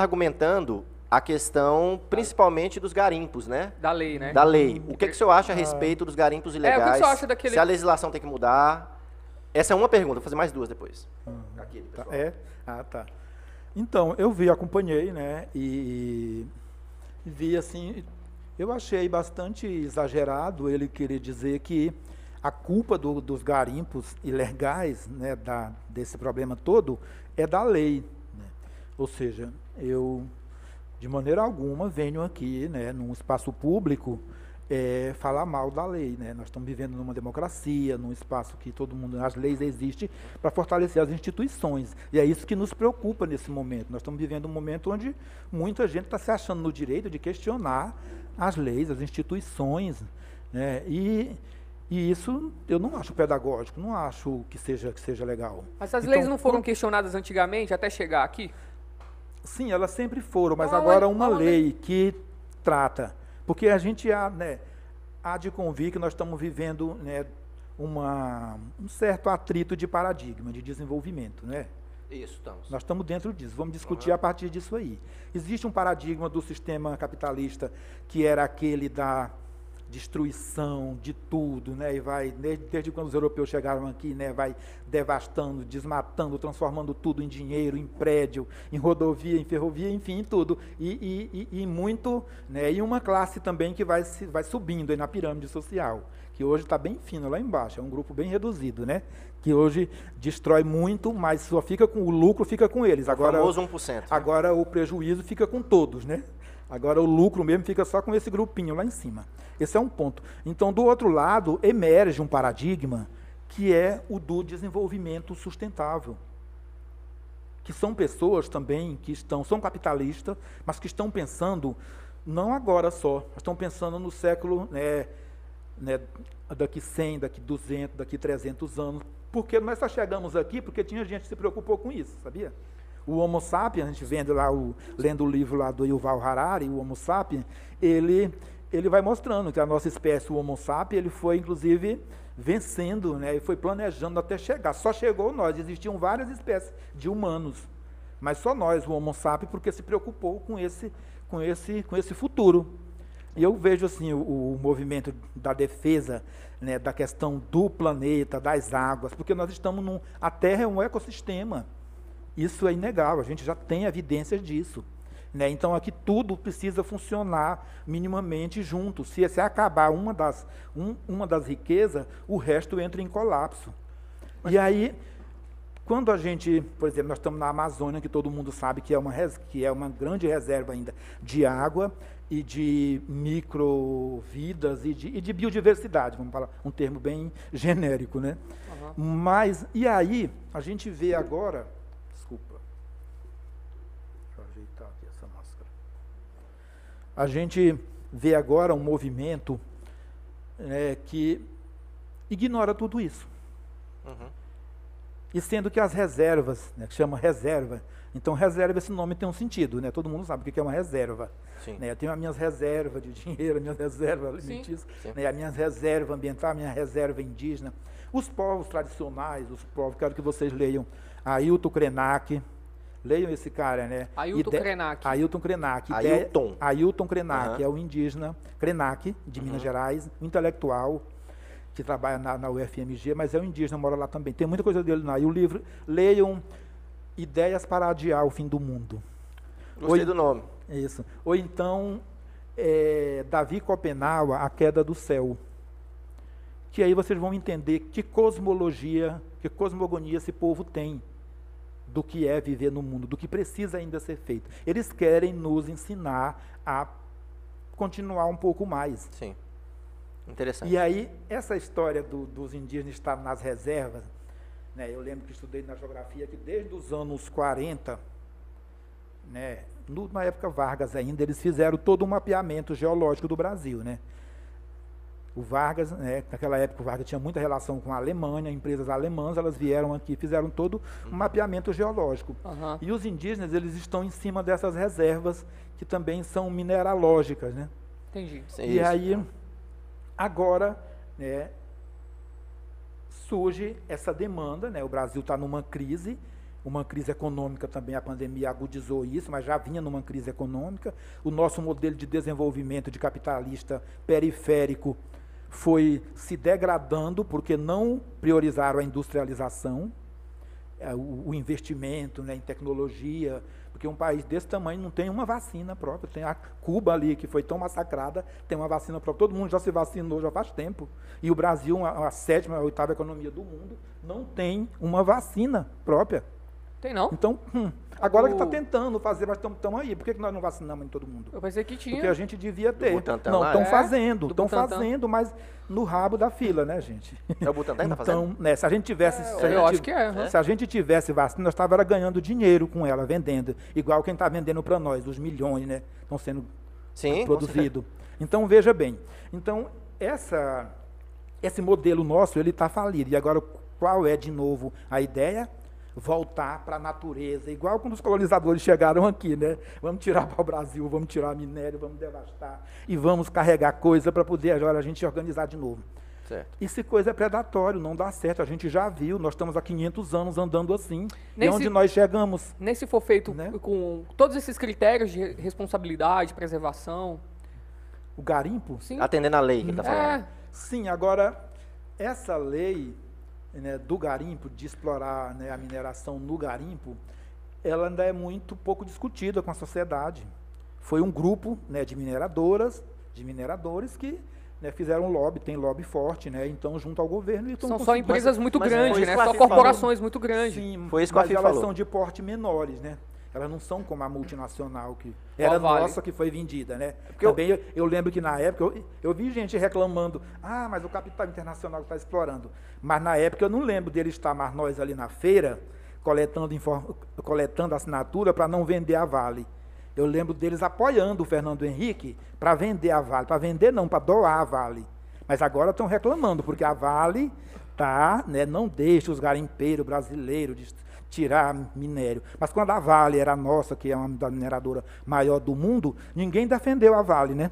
contra-argumentando a questão, principalmente dos garimpos, né? Da lei, né? da lei. O que, que o senhor acha a respeito dos garimpos que que o ilegais? senhor acha daquele- Se a legislação tem que mudar? Essa é uma pergunta, vou fazer mais duas depois. Aqui, Tá, pessoal. é? Ah, tá. Então, eu vi, acompanhei, né? E e vi assim. Eu achei bastante exagerado ele querer dizer que a culpa do- dos garimpos ilegais, né, da, desse problema todo, é da lei. né. Ou seja, eu, de maneira alguma, venho aqui, né, num espaço público, eh, falar mal da lei. Né? Nós estamos vivendo numa democracia, num espaço que todo mundo. As leis existem para fortalecer as instituições. E é isso que nos preocupa nesse momento. Nós estamos vivendo um momento onde muita gente está se achando no direito de questionar as leis, as instituições. Né? E, e isso eu não acho pedagógico, não acho que seja, que seja legal. Mas as Então, leis não foram questionadas antigamente até chegar aqui? Sim, elas sempre foram, mas Qual a- agora uma qual a lei que trata. Porque a gente há, né, há de convir que nós estamos vivendo né, uma, um certo atrito de paradigma, de desenvolvimento. Né? Isso, estamos. Nós estamos dentro disso, vamos discutir a partir disso aí. Existe um paradigma do sistema capitalista que era aquele da destruição de tudo, né? E vai desde, desde quando os europeus chegaram aqui, né, vai devastando, desmatando, transformando tudo em dinheiro, em prédio, em rodovia, em ferrovia, enfim, em tudo. E, e- e- e muito, né? E uma classe também que vai se- vai subindo aí na pirâmide social, que hoje está bem fina lá embaixo, é um grupo bem reduzido, né? Que hoje destrói muito, mas só fica com o lucro fica com eles. Agora Agora, famoso 1%. Agora o prejuízo fica com todos, né? Agora o lucro mesmo fica só com esse grupinho lá em cima. Esse é um ponto. Então, do outro lado, emerge um paradigma que é o do desenvolvimento sustentável. Que são pessoas também que estão, são capitalistas, mas que estão pensando, não agora só, mas estão pensando no século né, né, daqui 100, daqui 200, daqui 300 anos. Porque nós só chegamos aqui porque tinha gente que se preocupou com isso, sabia? O Homo sapiens, a gente vendo lá o, lendo o livro lá do Yuval Harari, o Homo sapiens, ele ele vai mostrando que a nossa espécie, o Homo sapiens, ele foi inclusive vencendo, né? E foi planejando até chegar. Só chegou nós. Existiam várias espécies de humanos, mas só nós, o Homo sapiens, porque se preocupou com esse com esse com esse futuro. E eu vejo assim o, o movimento da defesa né, da questão do planeta, das águas, porque nós estamos num. A Terra é um ecossistema. Isso é inegável, a gente já tem evidências disso. Né? Então aqui tudo precisa funcionar minimamente junto. Se, se acabar uma das, um- uma das riquezas, o resto entra em colapso. E aí, quando a gente, por exemplo, nós estamos na Amazônia, que todo mundo sabe que é uma, res- que é uma grande reserva ainda de água e de microvidas e de, e de biodiversidade, vamos falar um termo bem genérico, né? Mas, e aí, a gente vê agora, desculpa, deixa eu ajeitar aqui essa máscara. A gente vê agora um movimento né, que ignora tudo isso. E sendo que as reservas, né, que chama reserva, então reserva esse nome tem um sentido, né? Todo mundo sabe o que é uma reserva. Sim. Né? Eu tenho as minhas reservas de dinheiro, as minhas reservas Sim. alimentícias, Sim. né? as minhas reservas ambientais, a minha reserva indígena. Os povos tradicionais, os povos, quero que vocês leiam Ailton Krenak, leiam esse cara, né? Ailton Ide- Krenak. Ailton Krenak. Ide- Ailton. Ailton Krenak, Aham. é o indígena Krenak, de Minas Gerais, um intelectual que trabalha na, na UFMG, mas é um indígena, mora lá também. Tem muita coisa dele lá. E o livro, leiam Ideias para Adiar o Fim do Mundo. Gostei Oi. do nome. É Isso. Ou então, é, Davi Copenaua, A Queda do Céu. Que aí vocês vão entender que cosmologia, que cosmogonia esse povo tem do que é viver no mundo, do que precisa ainda ser feito. Eles querem nos ensinar a continuar um pouco mais. Sim. Interessante. E aí, essa história do- dos indígenas estar nas reservas, né, eu lembro que estudei na geografia que desde os anos 40, né, no- na época Vargas ainda, eles fizeram todo um mapeamento geológico do Brasil, né? O Vargas, né, naquela época o Vargas tinha muita relação com a Alemanha, empresas alemãs, elas vieram aqui, fizeram todo um mapeamento geológico. Aham. E os indígenas, eles estão em cima dessas reservas que também são mineralógicas, né? Entendi. Sim, e É isso. aí, agora, né, surge essa demanda, né? O Brasil está numa crise, uma crise econômica também, a pandemia agudizou isso, mas já vinha numa crise econômica. O nosso modelo de desenvolvimento de capitalista periférico foi se degradando porque não priorizaram a industrialização, eh, o, o investimento né, em tecnologia, porque um país desse tamanho não tem uma vacina própria. Tem a Cuba ali, que foi tão massacrada, tem uma vacina própria. Todo mundo já se vacinou já faz tempo. E o Brasil, a, a sétima, a oitava economia do mundo, não tem uma vacina própria. Tem não? Então, hum, agora que está O- tentando fazer, mas estamos aí. Por que, que nós não vacinamos em todo mundo? Eu pensei que tinha. Porque a gente devia ter. Butantan Não, lá, estão é? fazendo, Do estão Butantan. fazendo, mas no rabo da fila, né, gente? É o Butantan que tá fazendo? Então, né, se a gente tivesse. É, se a eu gente- acho que é, aham. Se a gente tivesse vacina, nós estávamos era ganhando dinheiro com ela, vendendo. Igual quem está vendendo para nós, os milhões, né? Estão sendo Sim, com certeza. produzido. Então veja bem. Então essa esse modelo nosso ele está falido. E agora qual é de novo a ideia? Voltar para a natureza, igual quando os colonizadores chegaram aqui, né? Vamos tirar para o Brasil, vamos tirar minério, vamos devastar e vamos carregar coisa para poder agora a gente se organizar de novo. Certo. Isso é coisa predatório, não dá certo. A gente já viu, nós estamos há 500 anos andando assim. Nem e se- onde nós chegamos? Nem se for feito Né? com todos esses critérios de re- responsabilidade, preservação. O garimpo? Sim. Atendendo a lei que ele tá falando. é. Sim, agora, essa lei né, do garimpo, de explorar né, a mineração no garimpo, ela ainda é muito pouco discutida com a sociedade. Foi um grupo né, de mineradoras, de mineradores que né, fizeram lobby, tem lobby forte, né, então junto ao governo. e estão São só conseguindo- empresas muito mas grandes, foi né? isso que Só a Fih falou. corporações muito grandes. Sim, Foi isso que a mas Fih elas falou. são de porte menores, né? Elas não são como a multinacional que era vale. nossa que foi vendida, né? É eu- Também eu, eu lembro que na época eu, eu vi gente reclamando, ah, mas o capital internacional está explorando. Mas na época eu não lembro dele estar mais nós ali na feira coletando, infor- coletando assinatura para não vender a Vale. Eu lembro deles apoiando o Fernando Henrique para vender a Vale, para vender não, para doar a Vale. Mas agora estão reclamando, porque a Vale tá, né, não deixa os garimpeiros brasileiros de tirar minério. Mas quando a Vale era nossa, que é uma da mineradora maior do mundo, ninguém defendeu a Vale, né?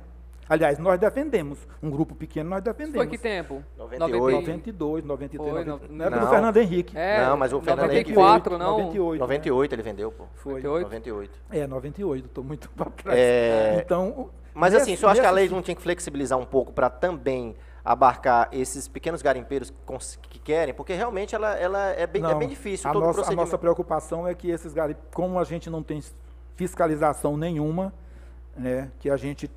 Aliás, nós defendemos. Um grupo pequeno nós Isso Foi que defendemos. tempo? 98. 92, 93, Foi, 90, no- na época do Não. Fernando Henrique. É, Não, mas o Fernando Henrique 94, não? 98. 98 ele vendeu, pô. Foi. 98? 98. né? É, 98, estou muito para trás. É, Então, o- Mas nesse- assim, só acho que a nesse lei não tinha que flexibilizar um pouco para também abarcar esses pequenos garimpeiros que cons- que querem, porque realmente ela, ela é, bem, é Não, bem difícil A todo o nossa, a procedimento. nossa preocupação é que esses garimpeiros, como a gente não tem s- fiscalização nenhuma, né, que a gente,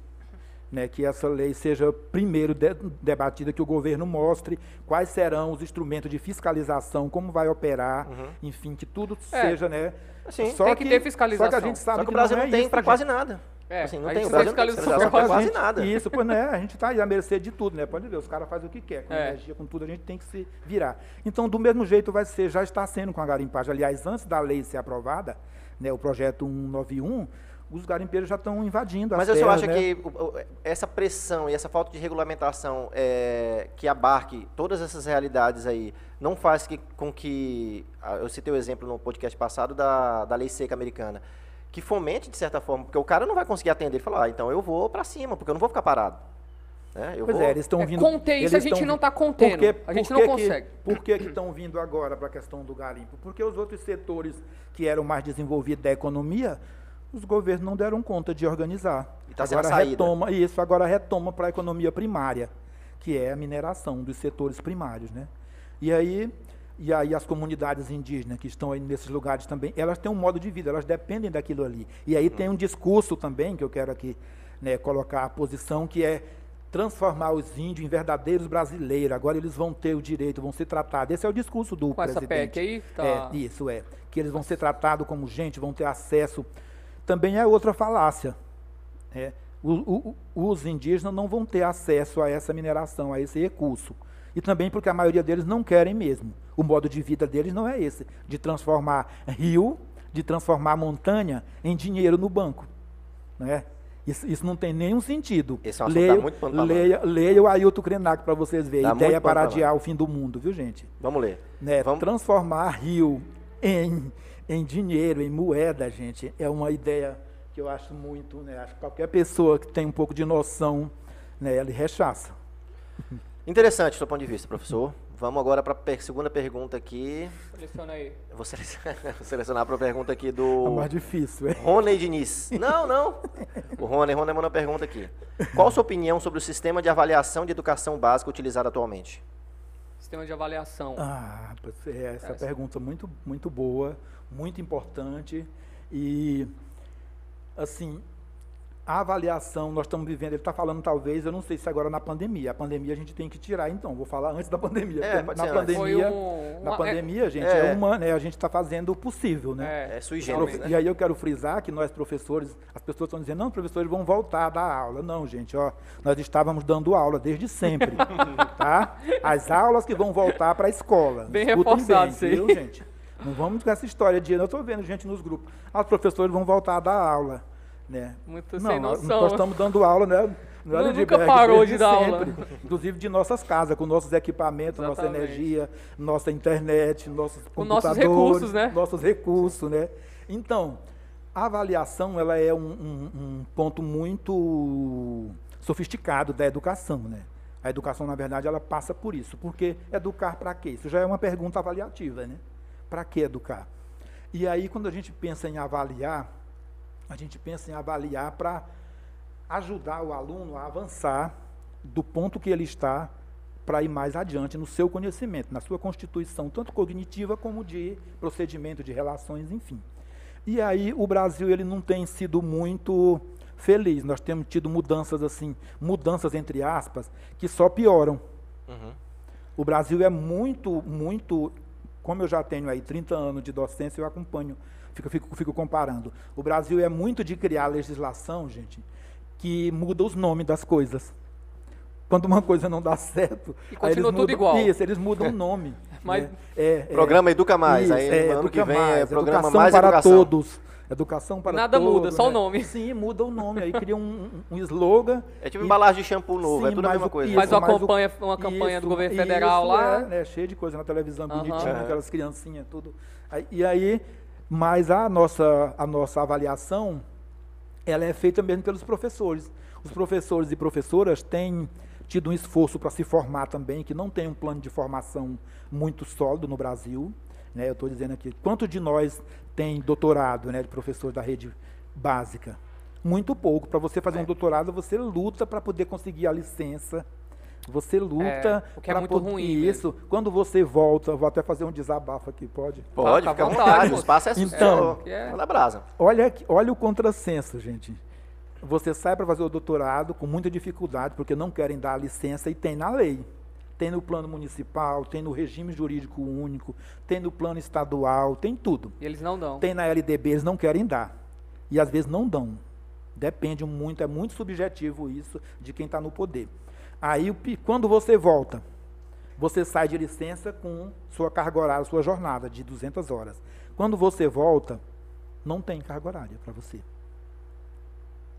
né, que essa lei seja primeiro de- debatida, que o governo mostre quais serão os instrumentos de fiscalização, como vai operar, Uhum. enfim, que tudo É. seja, né, Sim. só Tem que ter fiscalização. Só que a gente sabe Só que que o Brasil não, não, é tem isso, para gente. quase nada. É, Assim, a não tem, gente o Brasil não tem fiscaliza- fiscalização para a quase gente- nada. Isso, pois né, a gente está aí à mercê de tudo, né? Pode ver, os caras fazem o que quer, com É. energia, com tudo, a gente tem que se virar. Então, do mesmo jeito vai ser, já está sendo com a garimpagem. Aliás, antes da lei ser aprovada, né, o projeto 191, os garimpeiros já estão invadindo as Mas eu só terras, acho né? que o- o- essa pressão e essa falta de regulamentação é, que abarque todas essas realidades aí não faz que- com que. ah, Eu citei o exemplo no podcast passado da, da lei seca americana, que fomente de certa forma, porque o cara não vai conseguir atender. Ele fala, ah, então eu vou para cima, porque eu não vou ficar parado. Né? Eu Pois vou- é, eles estão É, vindo... conter isso eles a gente estão não vi- tá contendo. Por quê? A gente Por não que que- consegue. Por que que estão vindo agora para a questão do garimpo? Porque os outros setores que eram mais desenvolvidos da economia, os governos não deram conta de organizar. E tá sendo agora a saída. retoma isso, agora retoma para a economia primária, que é a mineração dos setores primários, né? E aí e aí as comunidades indígenas que estão aí nesses lugares também, elas têm um modo de vida, elas dependem daquilo ali. E aí tem um discurso também que eu quero aqui né, colocar a posição que é transformar os índios em verdadeiros brasileiros. Agora eles vão ter o direito, vão ser tratados. Esse é o discurso do Com essa presidente. PEC aí, tá- É, isso é. Que eles vão ser tratados como gente, vão ter acesso. Também é outra falácia. né? O- o- o- os indígenas não vão ter acesso a essa mineração, a esse recurso. E também porque a maioria deles não querem mesmo. O modo de vida deles não é esse, de transformar rio, de transformar a montanha em dinheiro no banco. Né? Isso, isso não tem nenhum sentido. Esse é um assunto que dá leia, muito pano pra manga. leia, leia o Ailton Krenak para vocês verem. Dá muito Ideia pano pra para adiar o fim do mundo, viu, gente? Vamos ler. né, Vamos- transformar Rio em, em dinheiro, em moeda, gente, é uma ideia que eu acho muito, né, acho que qualquer pessoa que tem um pouco de noção, né, ele rechaça. Interessante o seu ponto de vista, professor. Vamos agora para a segunda pergunta aqui. Seleciona aí. Eu vou selecionar- vou selecionar para a pergunta aqui É do mais difícil, é. Rony Diniz. Não, não. O Rony, Rony mandou uma pergunta aqui. Qual a sua opinião sobre o sistema de avaliação de educação básica utilizado atualmente? Sistema de avaliação. Ah, pois é, essa Essa. pergunta muito, muito boa, muito importante e assim a avaliação nós estamos vivendo. Ele está falando talvez, eu não sei se agora na pandemia. A pandemia a gente tem que tirar, então vou falar antes da pandemia. É, porque pode na ser antes. Foi pandemia, um- Na uma- é- pandemia, gente, é. é, uma, né? A gente está fazendo o possível, né? É, É sui Quero- generis, né? E aí eu quero frisar que nós professores, as pessoas estão dizendo, não, professores vão voltar a dar aula. Não, gente, ó, nós estávamos dando aula desde sempre, tá? As aulas que vão voltar para a escola. Bem Escutem reforçado isso aí. viu, gente? Não vamos com essa história de, eu estou vendo gente nos grupos, ah, os professores vão voltar a dar aula, né? Muito sem nós- noção. Nós estamos dando aula, né? Nu- Nada de nunca Berg, parou desde de dar aula. Inclusive de nossas casas, com nossos equipamentos, nossa Exatamente. energia, nossa internet, nossos Com nossos computadores, recursos, né? Nossos recursos, né? Então, a avaliação ela é um, um- um ponto muito sofisticado da educação, né? A educação, na verdade, ela passa por isso. Porque educar para quê? Isso já é uma pergunta avaliativa, né? Para que educar? E aí, quando a gente pensa em avaliar, a gente pensa em avaliar para ajudar o aluno a avançar do ponto que ele está para ir mais adiante no seu conhecimento, na sua constituição, tanto cognitiva como de procedimento, de relações, enfim. E aí o Brasil ele não tem sido muito feliz. Nós temos tido mudanças assim, mudanças entre aspas, que só pioram. Uhum. O Brasil é muito, muito. Como eu já tenho aí 30 anos de docência, eu acompanho, fico, fico, fico comparando. O Brasil é muito de criar legislação, gente, que muda os nomes das coisas. Quando uma coisa não dá certo. E aí continua eles tudo mudam- igual. Isso, eles mudam o nome. Mas- né? É, é. Programa Educa Mais. aí Isso, é, ano que Educa vem é Mais, programa educação Mais para Educação. todos. Educação para Nada todos. né? muda, só o nome. Sim, muda o nome. Aí cria um, um um slogan. É tipo e- embalagem de shampoo novo, é Sim, tudo a mas mesma o- coisa. isso, Faz uma mas o- campanha, uma campanha do Isso, governo isso, federal lá. É, né, cheio de coisa na televisão Aham. bonitinha, É. aquelas criancinhas, tudo. Aí- E aí, mas a nossa, a nossa avaliação, ela é feita mesmo pelos professores. Os professores e professoras têm tido um esforço para se formar também, que não tem um plano de formação muito sólido no Brasil. Né? Eu estou dizendo aqui, quanto de nós tem doutorado né, de professores da rede básica? Muito pouco. Para você É. fazer um doutorado, você luta para poder conseguir a licença. Você luta. o que é pra muito poder- ruim Isso. Quando você volta, vou até fazer um desabafo aqui, pode? Pode, Tá à fica à vontade, vontade, o moço. espaço é seu. Então- É. Manda brasa. Olha, aqui- olha o contrassenso, gente. Você sai para fazer o doutorado com muita dificuldade, porque não querem dar a licença e tem na lei. Tem no plano municipal, tem no regime jurídico único, tem no plano estadual, tem tudo. E eles não dão. Tem na LDB, eles não querem dar. E às vezes não dão. Depende muito, é muito subjetivo isso de quem está no poder. Aí, o pi- quando você volta, você sai de licença com sua carga horária, sua jornada de 200 horas. Quando você volta, não tem carga horária para você.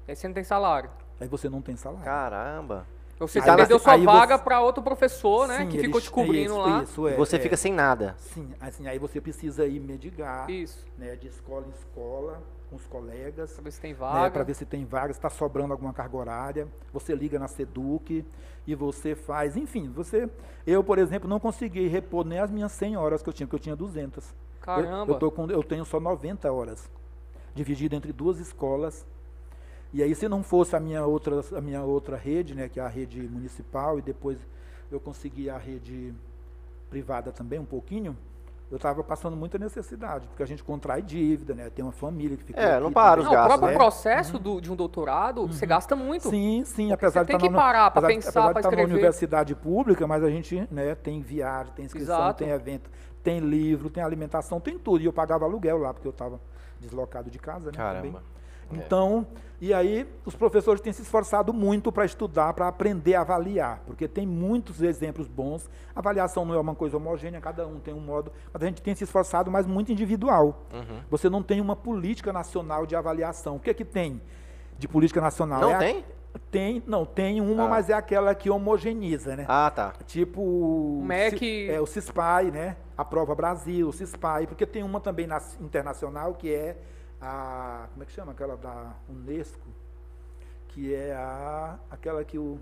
Aí você não tem salário. Aí você não tem salário. Caramba. Ou seja, Aí você perdeu você- sua aí você- vaga pra outro professor, né? Sim, que eles- ficou te cobrindo isso, lá. Isso, E é, você é. fica sem nada. Sim, assim, aí você precisa ir medigar, Isso. né, de escola em escola, com os colegas. Pra ver se tem né, vaga. para ver se tem vaga, se está sobrando alguma carga horária. Você liga na Seduc e você faz, enfim, você, eu por exemplo não consegui repor nem as minhas 100 horas que eu tinha, porque eu tinha 200. Eu- Caramba. Eu, tô com- eu tenho só 90 horas, dividido entre duas escolas. E aí, se não fosse a minha outra, a minha outra rede, né, que é a rede municipal, e depois eu consegui a rede privada também, um pouquinho, eu estava passando muita necessidade, porque a gente contrai dívida, né, tem uma família que fica. É, aqui não para os Não, o também. gastos, próprio né? processo do- de um doutorado, você gasta muito. Uhum. Sim, sim, Porque apesar você de tem estar que na- parar pra apesar de- pensar, apesar de pra estar na escrever. universidade pública, mas a gente né, tem viagem, tem inscrição, Exato. tem evento, tem livro, tem alimentação, tem tudo. E eu pagava aluguel lá, porque eu estava deslocado de casa, né? também. Caramba. é. Então, e aí os professores têm se esforçado muito para estudar, para aprender a avaliar, porque tem muitos exemplos bons. A avaliação não é uma coisa homogênea, cada um tem um modo, mas a gente tem se esforçado, mas muito individual. Uhum. Você não tem uma política nacional de avaliação. O que é que tem de política nacional? Não É a- tem? Tem, não, tem uma, Ah. mas é aquela que homogeniza, né? Ah, tá. Tipo o MEC. Ci- é, o CISPAI, né? A prova Brasil, o CISPAI, porque tem uma também nas- internacional que é a. Como é que chama? Aquela da Unesco, que é a. aquela que o.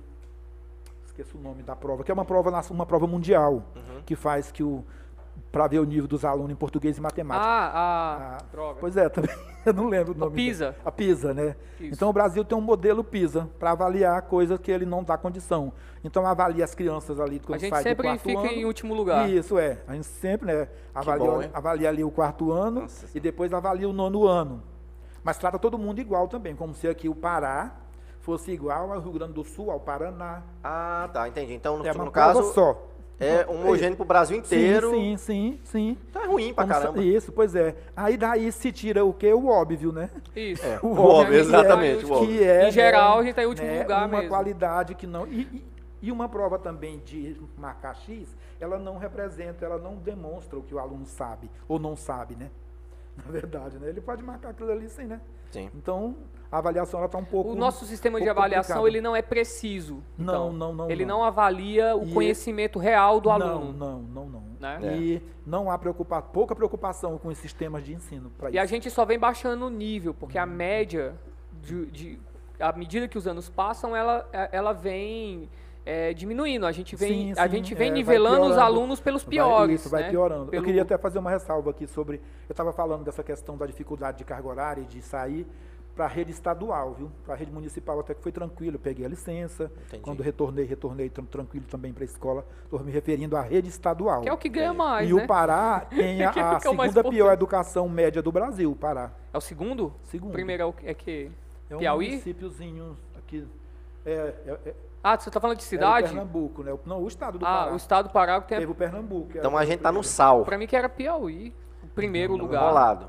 Esqueço o nome da prova, que é uma prova, nas- uma prova mundial, que faz que o. para ver o nível dos alunos em português e matemática. Ah, ah, Ah, droga. Então Pois é, também. Eu não lembro o nome. dele. PISA. A PISA, né? Isso. Então o Brasil tem um modelo PISA para avaliar coisas que ele não dá condição. Então avalia as crianças ali a quando gente sai do sempre quarto fica ano. em último lugar. Isso é. A gente sempre, né, avalia, bom, hein? avalia ali o quarto ano Nossa e depois avalia o nono ano. Mas trata todo mundo igual também, como se aqui o Pará fosse igual ao Rio Grande do Sul, ao Paraná. Ah, tá, entendi. Então, no, é uma no prova caso, só. é homogêneo pro Brasil inteiro. Sim, sim, sim, sim. Então é ruim pra Como se- caramba. Isso, pois é. Aí daí se tira o quê? O óbvio, né? Isso. É, o O óbvio, óbvio, exatamente. que o Bom, óbvio. que é, em geral, né, a gente tá em último né, lugar uma mesmo. qualidade que não. E, e- e uma prova também de marcar X, ela não representa, ela não demonstra o que o aluno sabe ou não sabe, né? Na verdade, né? Ele pode marcar aquilo ali sim, né? Sim. Então, a avaliação ela está um pouco. O nosso sistema de pouco avaliação complicado. ele não é preciso. Não, então. não, não, Ele não. não avalia o E- conhecimento real do aluno. Não, É. não, não, não. Né? E não há preocupa pouca preocupação com os sistemas de ensino para E isso. a gente só vem baixando o nível, porque a média, de, de- à medida que os anos passam, ela, é- ela vem é, diminuindo. A gente vem, Sim, a sim, gente é, vem vai nivelando os piorando. alunos pelos Vai, piores. isso, vai né? piorando. Pelo- Eu queria até fazer uma ressalva aqui sobre. Eu estava falando dessa questão da dificuldade de carga horária e de sair para a rede estadual, viu? Para a rede municipal até que foi tranquilo, eu peguei a licença. Entendi. Quando retornei, retornei tran- tranquilo também para a escola. Estou me referindo à rede estadual. Que é o que ganha mais, e né? o Pará tem a, Que é o a que é o mais segunda pior importante. educação média do Brasil, o Pará. É o segundo? O Segundo. primeiro é o que- é que... é um Piauí? municípiozinho aqui. É, é, é, Ah, você tá falando de é o cidade? Pernambuco, né? O- Não, o estado do ah, Pará. o estado do Pará que tem... Teve o Pernambuco. que era Então a o gente tá no primeiro. sal. Pra mim que era Piauí, o primeiro lugar. Enrolado.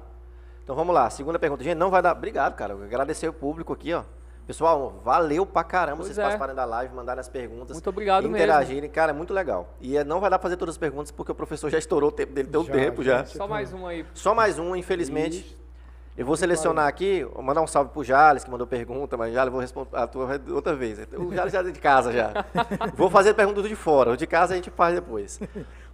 Então vamos lá, segunda pergunta. Gente, não vai dar. Obrigado, cara. Eu Agradecer o público aqui, ó. Pessoal, valeu pra caramba Pois vocês é. participarem da live, mandarem as perguntas. Muito obrigado mesmo. Interagirem, cara, é muito legal. E é, não vai dar pra fazer todas as perguntas porque o professor já estourou o tempo dele, deu Já, tempo já. gente. Só mais um aí. Só mais um, infelizmente. Eu vou selecionar aqui, vou mandar um salve pro Jales, que mandou pergunta, mas Jales, eu vou responder a tua outra vez. O Jales já é de casa já. vou fazer perguntas de fora, o de casa a gente faz depois.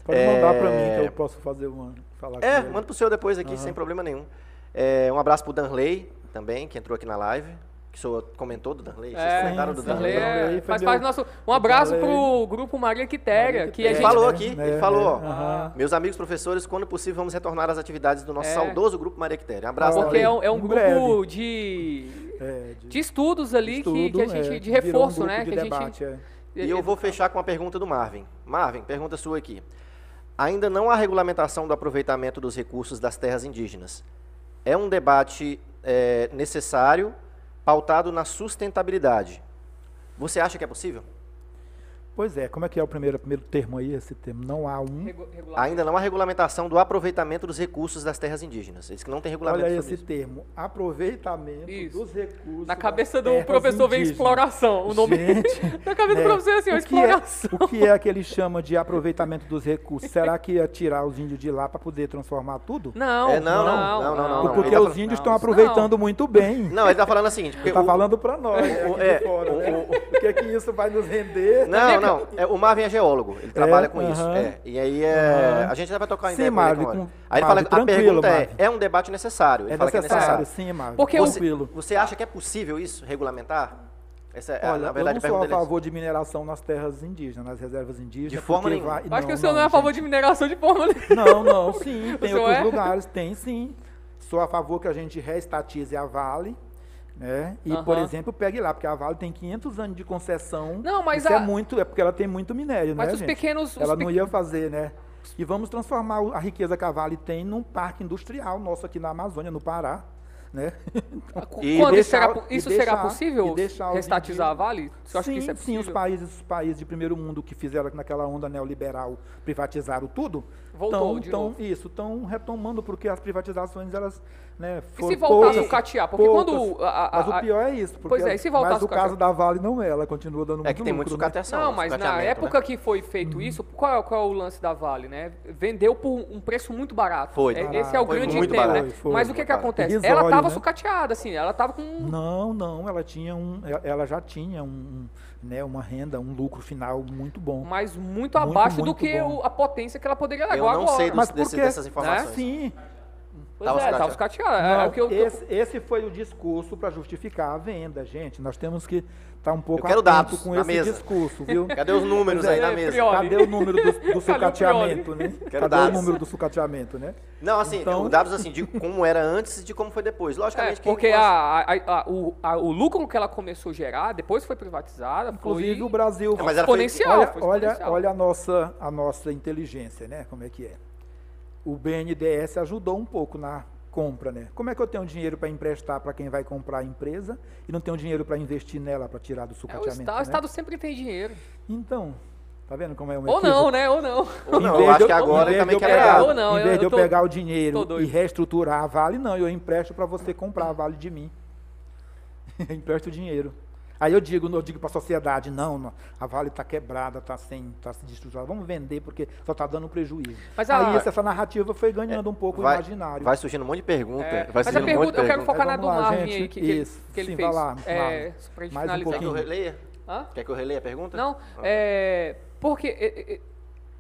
Pode É, mandar pra mim que eu posso fazer uma. Falar com É, né? ele. manda pro seu depois aqui, sem problema nenhum. É, um abraço pro Danley também, que entrou aqui na live. Que o senhor comentou do Danley? É, comentaram do sim, Darley Danley? Darley é- foi faz meu- parte do nosso. Um abraço Darley. pro grupo Maria Quitéria, que a Ele gente. Ah. falou aqui, né, ele falou, ó. né, aham. Meus amigos professores, quando possível, vamos retornar às atividades do nosso É. saudoso grupo Maria Quitéria. Um abraço, Porque Darley. é um, é um Em grupo breve. de, É, de, de estudos Tipo ali que, que a estudo, gente. é, de virou reforço, um grupo né? De que debate, a é. gente. E eu vou fechar com a pergunta do Marvin. Marvin, pergunta sua aqui. Ainda não há regulamentação do aproveitamento dos recursos das terras indígenas. É um debate é, necessário, pautado na sustentabilidade. Você acha que é possível? Pois é, como é que é o primeiro, primeiro termo aí, esse termo? Não há um. Regu- regular- Ainda não há regulamentação do aproveitamento dos recursos das terras indígenas. Eles que não têm regulamento Olha sobre esse isso. termo. Aproveitamento Isso. dos recursos. Na das cabeça do terras professor vem É, indígenas. exploração. O nome. Gente, Na cabeça do né, professor é assim, ó, o, que é, exploração. o que é que ele chama de aproveitamento dos recursos? Será que ia tirar os índios de lá para poder transformar tudo? Não, É, não, não, não, não, não. Porque ele tá os falando- índios não, estão isso não. aproveitando muito bem. Não, ele está falando o seguinte. porque Ele tá o- falando para nós, o- o, é, fora, o- né? o- O que é que isso vai nos render? Não, não. é, o Marvin é geólogo. Ele trabalha com isso. Tá aham. é. E aí é, a gente já vai tocar em Sim, ideia com ele Marvin, com ele. com- Aí ele fala Marvin, que a tranquilo, pergunta é: Marvin. é um debate necessário? Ele É fala que é necessário. necessário, sim, Marcos. Porque o- Você, tranquilo. você acha que é possível isso, regulamentar? Essa é, a- Olha, na verdade, a eu não sou pergunta a dele. favor de mineração nas terras indígenas, nas reservas indígenas. De forma porque nenhuma. vai- Acho que o senhor não é a favor de mineração de forma nenhuma. gente. Não, não, sim, tem senhor outros é? lugares, tem sim. Sou a favor que a gente reestatize a Vale, né? E, por Aham. exemplo, pegue lá, porque a Vale tem 500 anos de concessão. Não, mas isso a- é muito, é porque ela tem muito minério, Mas né, os gente? pequenos. os Ela pe- não ia fazer, né? E vamos transformar o- a riqueza que a Vale tem num parque industrial nosso aqui na Amazônia, no Pará. né? Ah, cu- E Quando isso deixar- será, po- e isso deixar- será possível? e deixar o Restatizar a dinheiro- Vale? Você acha sim, que isso é sim, possível? os países, os países de primeiro mundo que fizeram naquela onda neoliberal, privatizaram tudo, Voltou tão, de tão- novo. isso, estão retomando porque as privatizações elas, né, E se foram voltasse o poucas, catear? Porque quando. poucas. a- a- Mas a- o pior é isso, porque Pois é, e se voltasse mas o o caso cacau? da Vale não é, ela continua dando muito É que tem muito lucro, né? sucateação. Não, mas na sucateamento, né? época que foi feito Uhum. isso, qual é, qual é o lance da Vale, né? Vendeu por um preço muito barato. Foi. É, esse é o Foi grande muito tema, né? barato. Foi, foi, mas o que muito que barato. acontece? Irrisório, ela tava né? sucateada, assim, ela tava com... Não, não, ela tinha um, e- ela já tinha um, um, né, uma renda, um lucro final muito bom. Mas muito Muito, abaixo do muito que bom. o- a potência que ela poderia Eu agora. não sei dos- Mas por desse- quê? dessas informações. Sim, Pois Tava é, sucateada. tava sucateada. É, não, o que eu- que eu- esse, esse foi o discurso para justificar a venda, gente. Nós temos que estar um pouco Eu quero atento dados com na esse mesa. discurso, viu? Cadê os números aí na É, mesa? Prioli. Cadê o número do, do sucateamento, né? Quero Cadê dados. o número do sucateamento, né? Não, assim, Então- o dados assim, de como era antes e de como foi depois. É, Logicamente que porque nós- a, a- a- o, a- o lucro que ela começou a gerar, depois foi privatizada, Inclusive foi o Brasil. É, mas ela foi- exponencial. olha, foi olha, exponencial. olha a nossa a nossa inteligência, né? Como é que é? O BNDES ajudou um pouco na compra, né? Como é que eu tenho dinheiro para emprestar para quem vai comprar a empresa e não tenho dinheiro para investir nela para tirar do É, o, sucateamento? estado, o né? Estado sempre tem dinheiro. Então, tá vendo como é o Ou não, né? Ou não. Ou não, eu acho que agora também é quer pegar- pegar. ou não, em eu- vez de eu eu tô- pegar tô o dinheiro doido. e reestruturar a Vale, não, eu empresto para você comprar a Vale de mim. eu empresto o dinheiro. Aí eu digo, eu digo para a sociedade, não, não, a Vale está quebrada, está sem, tá se destruturada, vamos vender porque só está dando prejuízo. Mas ah, a- Aí essa, essa narrativa foi ganhando um pouco o vai, imaginário. vai surgindo um monte de pergunta. É, Vai mas a surgindo um monte de pergunta, eu quero pergunta. focar na Mas do vamos lá, Marvin aí, gente, que, que, isso, que ele sim, fez. vai lá, é, Marvin. só pra gente Mais finalizar. um Quer que eu pouquinho. releia? Hã? Quer que eu releia a pergunta? Não, é. Porque. é, é, é,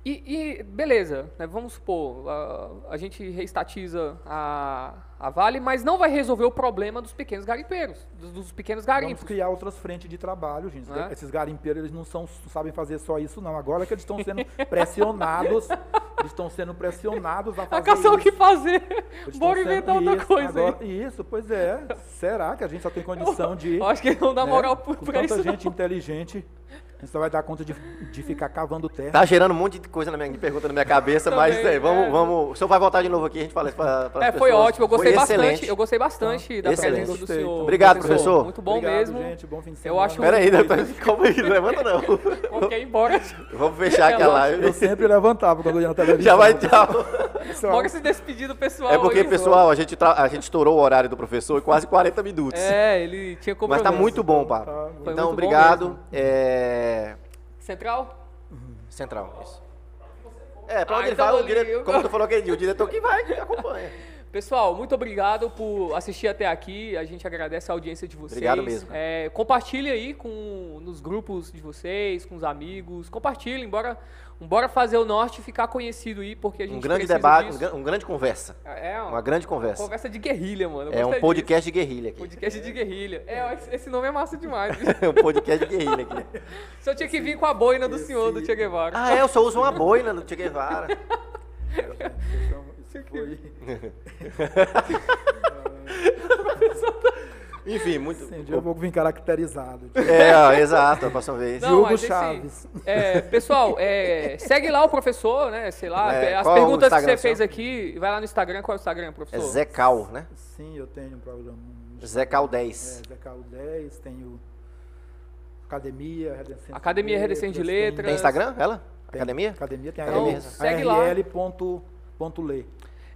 E, e beleza, né, vamos supor, a, a gente reestatiza a, a Vale, mas não vai resolver o problema dos pequenos garimpeiros, dos, dos pequenos Vamos garimpos. criar outras frentes de trabalho, gente. Né? Esses garimpeiros eles não são, sabem fazer só isso, não. Agora que eles estão sendo pressionados, eles estão sendo pressionados a A fazer cação o isso. que fazer, Eles estão bora sendo- inventar outra isso, coisa aí. agora- Isso, pois é. Será que a gente só tem condição de. Eu acho que não dá né, moral com pra- pra tanta isso. não. gente inteligente, a gente só vai dar conta de, de ficar cavando terra. Tá gerando um monte de coisa na minha, de pergunta na minha cabeça, mas Também, é, vamos, é. vamos. O senhor vai voltar de novo aqui, a gente fala isso para as É, foi pessoas. ótimo, eu gostei Foi bastante. excelente. Tá. Eu gostei bastante da Excelente. presença do Gostei, senhor. então. Obrigado, professor. Muito Tá bom Obrigado, mesmo. gente. Bom fim de Eu semana. acho Pera aí, doutor, calma aí, levanta não. Qualquer ir embora. Vamos fechar É aqui a Eu live. sempre levantava quando eu ia na televisão. é Já vai, tchau. pessoal. Bora se despedir do pessoal. É porque, aí. pessoal, a gente, tra- a gente estourou o horário do professor em quase 40 minutos. É, ele tinha Mas compromisso. tá muito bom, papo. Tá, Foi Então, muito bom obrigado. mesmo. É, Central? Central, isso. É, pra Ah, onde ele então vai, o ali, diretor, eu- como tu falou aquele dia, o diretor que vai, que acompanha. Pessoal, muito obrigado por assistir até aqui. A gente agradece a audiência de vocês. Obrigado mesmo. É, compartilhe aí com, nos grupos de vocês, com os amigos. Compartilhem, bora, bora fazer o Norte ficar conhecido aí, porque a gente Um grande precisa debate, um disso. gran- um grande conversa. É Uma uma grande conversa. conversa de guerrilha, mano. Eu É um gostei podcast de guerrilha disso. aqui. Podcast de guerrilha. É, ó, esse- esse nome é massa demais. bicho. É um podcast de guerrilha aqui. Se eu tinha que vir com a boina do senhor, do Che Guevara. Ah, é, eu só uso uma boina no Che Guevara. Então, isso foi- Enfim, muito. Sim, um dia eu vou vir caracterizado. É, ó, exato, a próxima vez. Não, Diogo mas esse- Chaves. é, pessoal, é, segue lá o professor, né? Sei lá, É, as qual é o perguntas que Instagram você do fez senhor? aqui, vai lá no Instagram, qual é o Instagram, professor? É Zé Cal, né? Sim, eu tenho um programa. Zé Cal É, 10. Zé Carlos 10, tenho Academia, Redescendente Academia Redescendente de Letras. Tem Instagram? Ela? tem- Academia? Academia tem Então, a segue lá. arl.lê.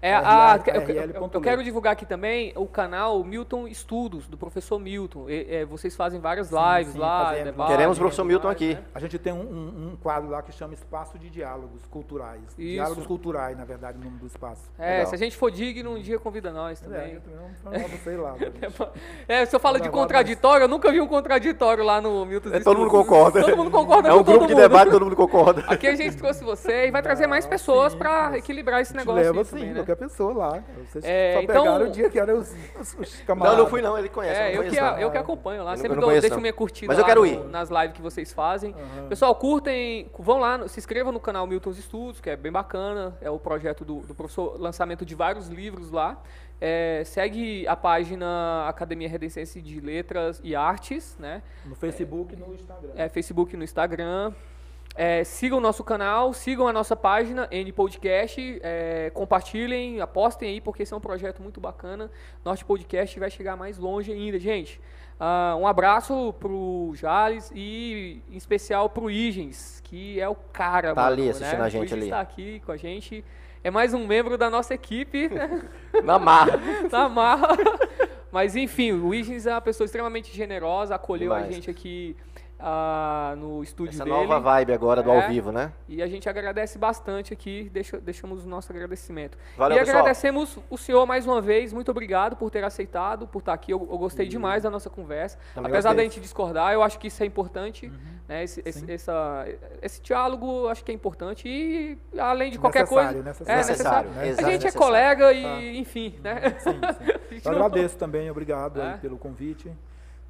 É, a- RL.lê. eu- eu, eu quero divulgar aqui também o canal Milton Estudos, do professor Milton. E- é, vocês fazem várias lives sim, lá. fazemos. debate, Queremos o tudo professor Milton mais, aqui. Ah, né? A gente tem um, um- um quadro lá que chama Espaço de Diálogos Culturais. Diálogos Culturais, na verdade, o nome do espaço. É, Legal. se a gente for digno, um dia convida nós É, também. eu também não falava, sei lá. gente. É, se eu falo de contraditório, eu nunca vi um contraditório lá no Milton É, todo Estudos. mundo concorda. Todo mundo concorda É com um grupo todo de mundo. debate, todo mundo concorda. Aqui a gente trouxe você e vai trazer mais Ah, pessoas sim, pra mas equilibrar esse A gente negócio. aí leva sim, também, né? assim, qualquer pessoa lá. Vocês É, só então- pegaram o dia que eram os, os, os Não, camaradas. não fui não, ele conhece, É, eu eu não que, conheço não. eu que acompanho lá, Eu não- sempre eu não dou, conheço, deixo não. minha curtida Mas eu lá quero no- ir. nas lives que vocês fazem. Pessoal, curtem, vão lá, no- se inscrevam no canal Milton's Estudos, que é bem bacana, é o projeto do, do professor, lançamento de vários livros lá. É, segue a página Academia Redencense de Letras e Artes, né? No Facebook e no Instagram. É, Facebook e no Instagram. É, sigam o nosso canal, sigam a nossa página, N Podcast, é, compartilhem, apostem aí, porque esse é um projeto muito bacana. Norte Podcast vai chegar mais longe ainda, gente. Ah, um abraço pro Jales e em especial pro Igens, que é o cara, Tá mano, ali assistindo né? a gente O Igens ali. tá aqui com a gente. É mais um membro da nossa equipe. Na marra. tá marra. Mas enfim, o Wiggins é uma pessoa extremamente generosa, acolheu a Demais. gente aqui ah, no estúdio Essa dele. nova vibe agora do É. ao vivo, né? E a gente agradece bastante aqui, deixa- deixamos o nosso agradecimento. Valeu, e pessoal. agradecemos o senhor mais uma vez, muito obrigado por ter aceitado, por estar aqui. Eu, eu gostei demais da nossa conversa. Hum. Também Apesar gostei. da gente discordar, eu acho que isso é importante. né? Esse, esse- Uhum. Sim. essa- esse diálogo eu acho que é importante. E além de qualquer Necessário, coisa. necessário. Tá. É necessário. Necessário, A exato, gente é necessário. colega e, enfim, né? A gente Eu não- agradeço também, obrigado aí É. pelo convite.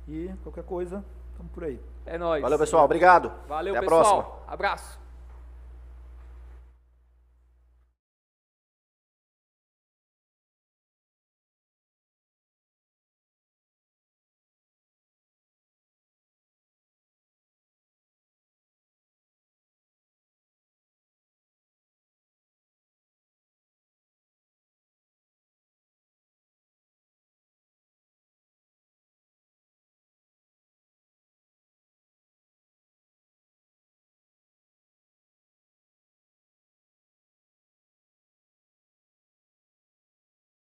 E qualquer coisa, estamos por aí. É nóis. Valeu, pessoal. Obrigado. Valeu, Até a pessoal. próxima. Abraço.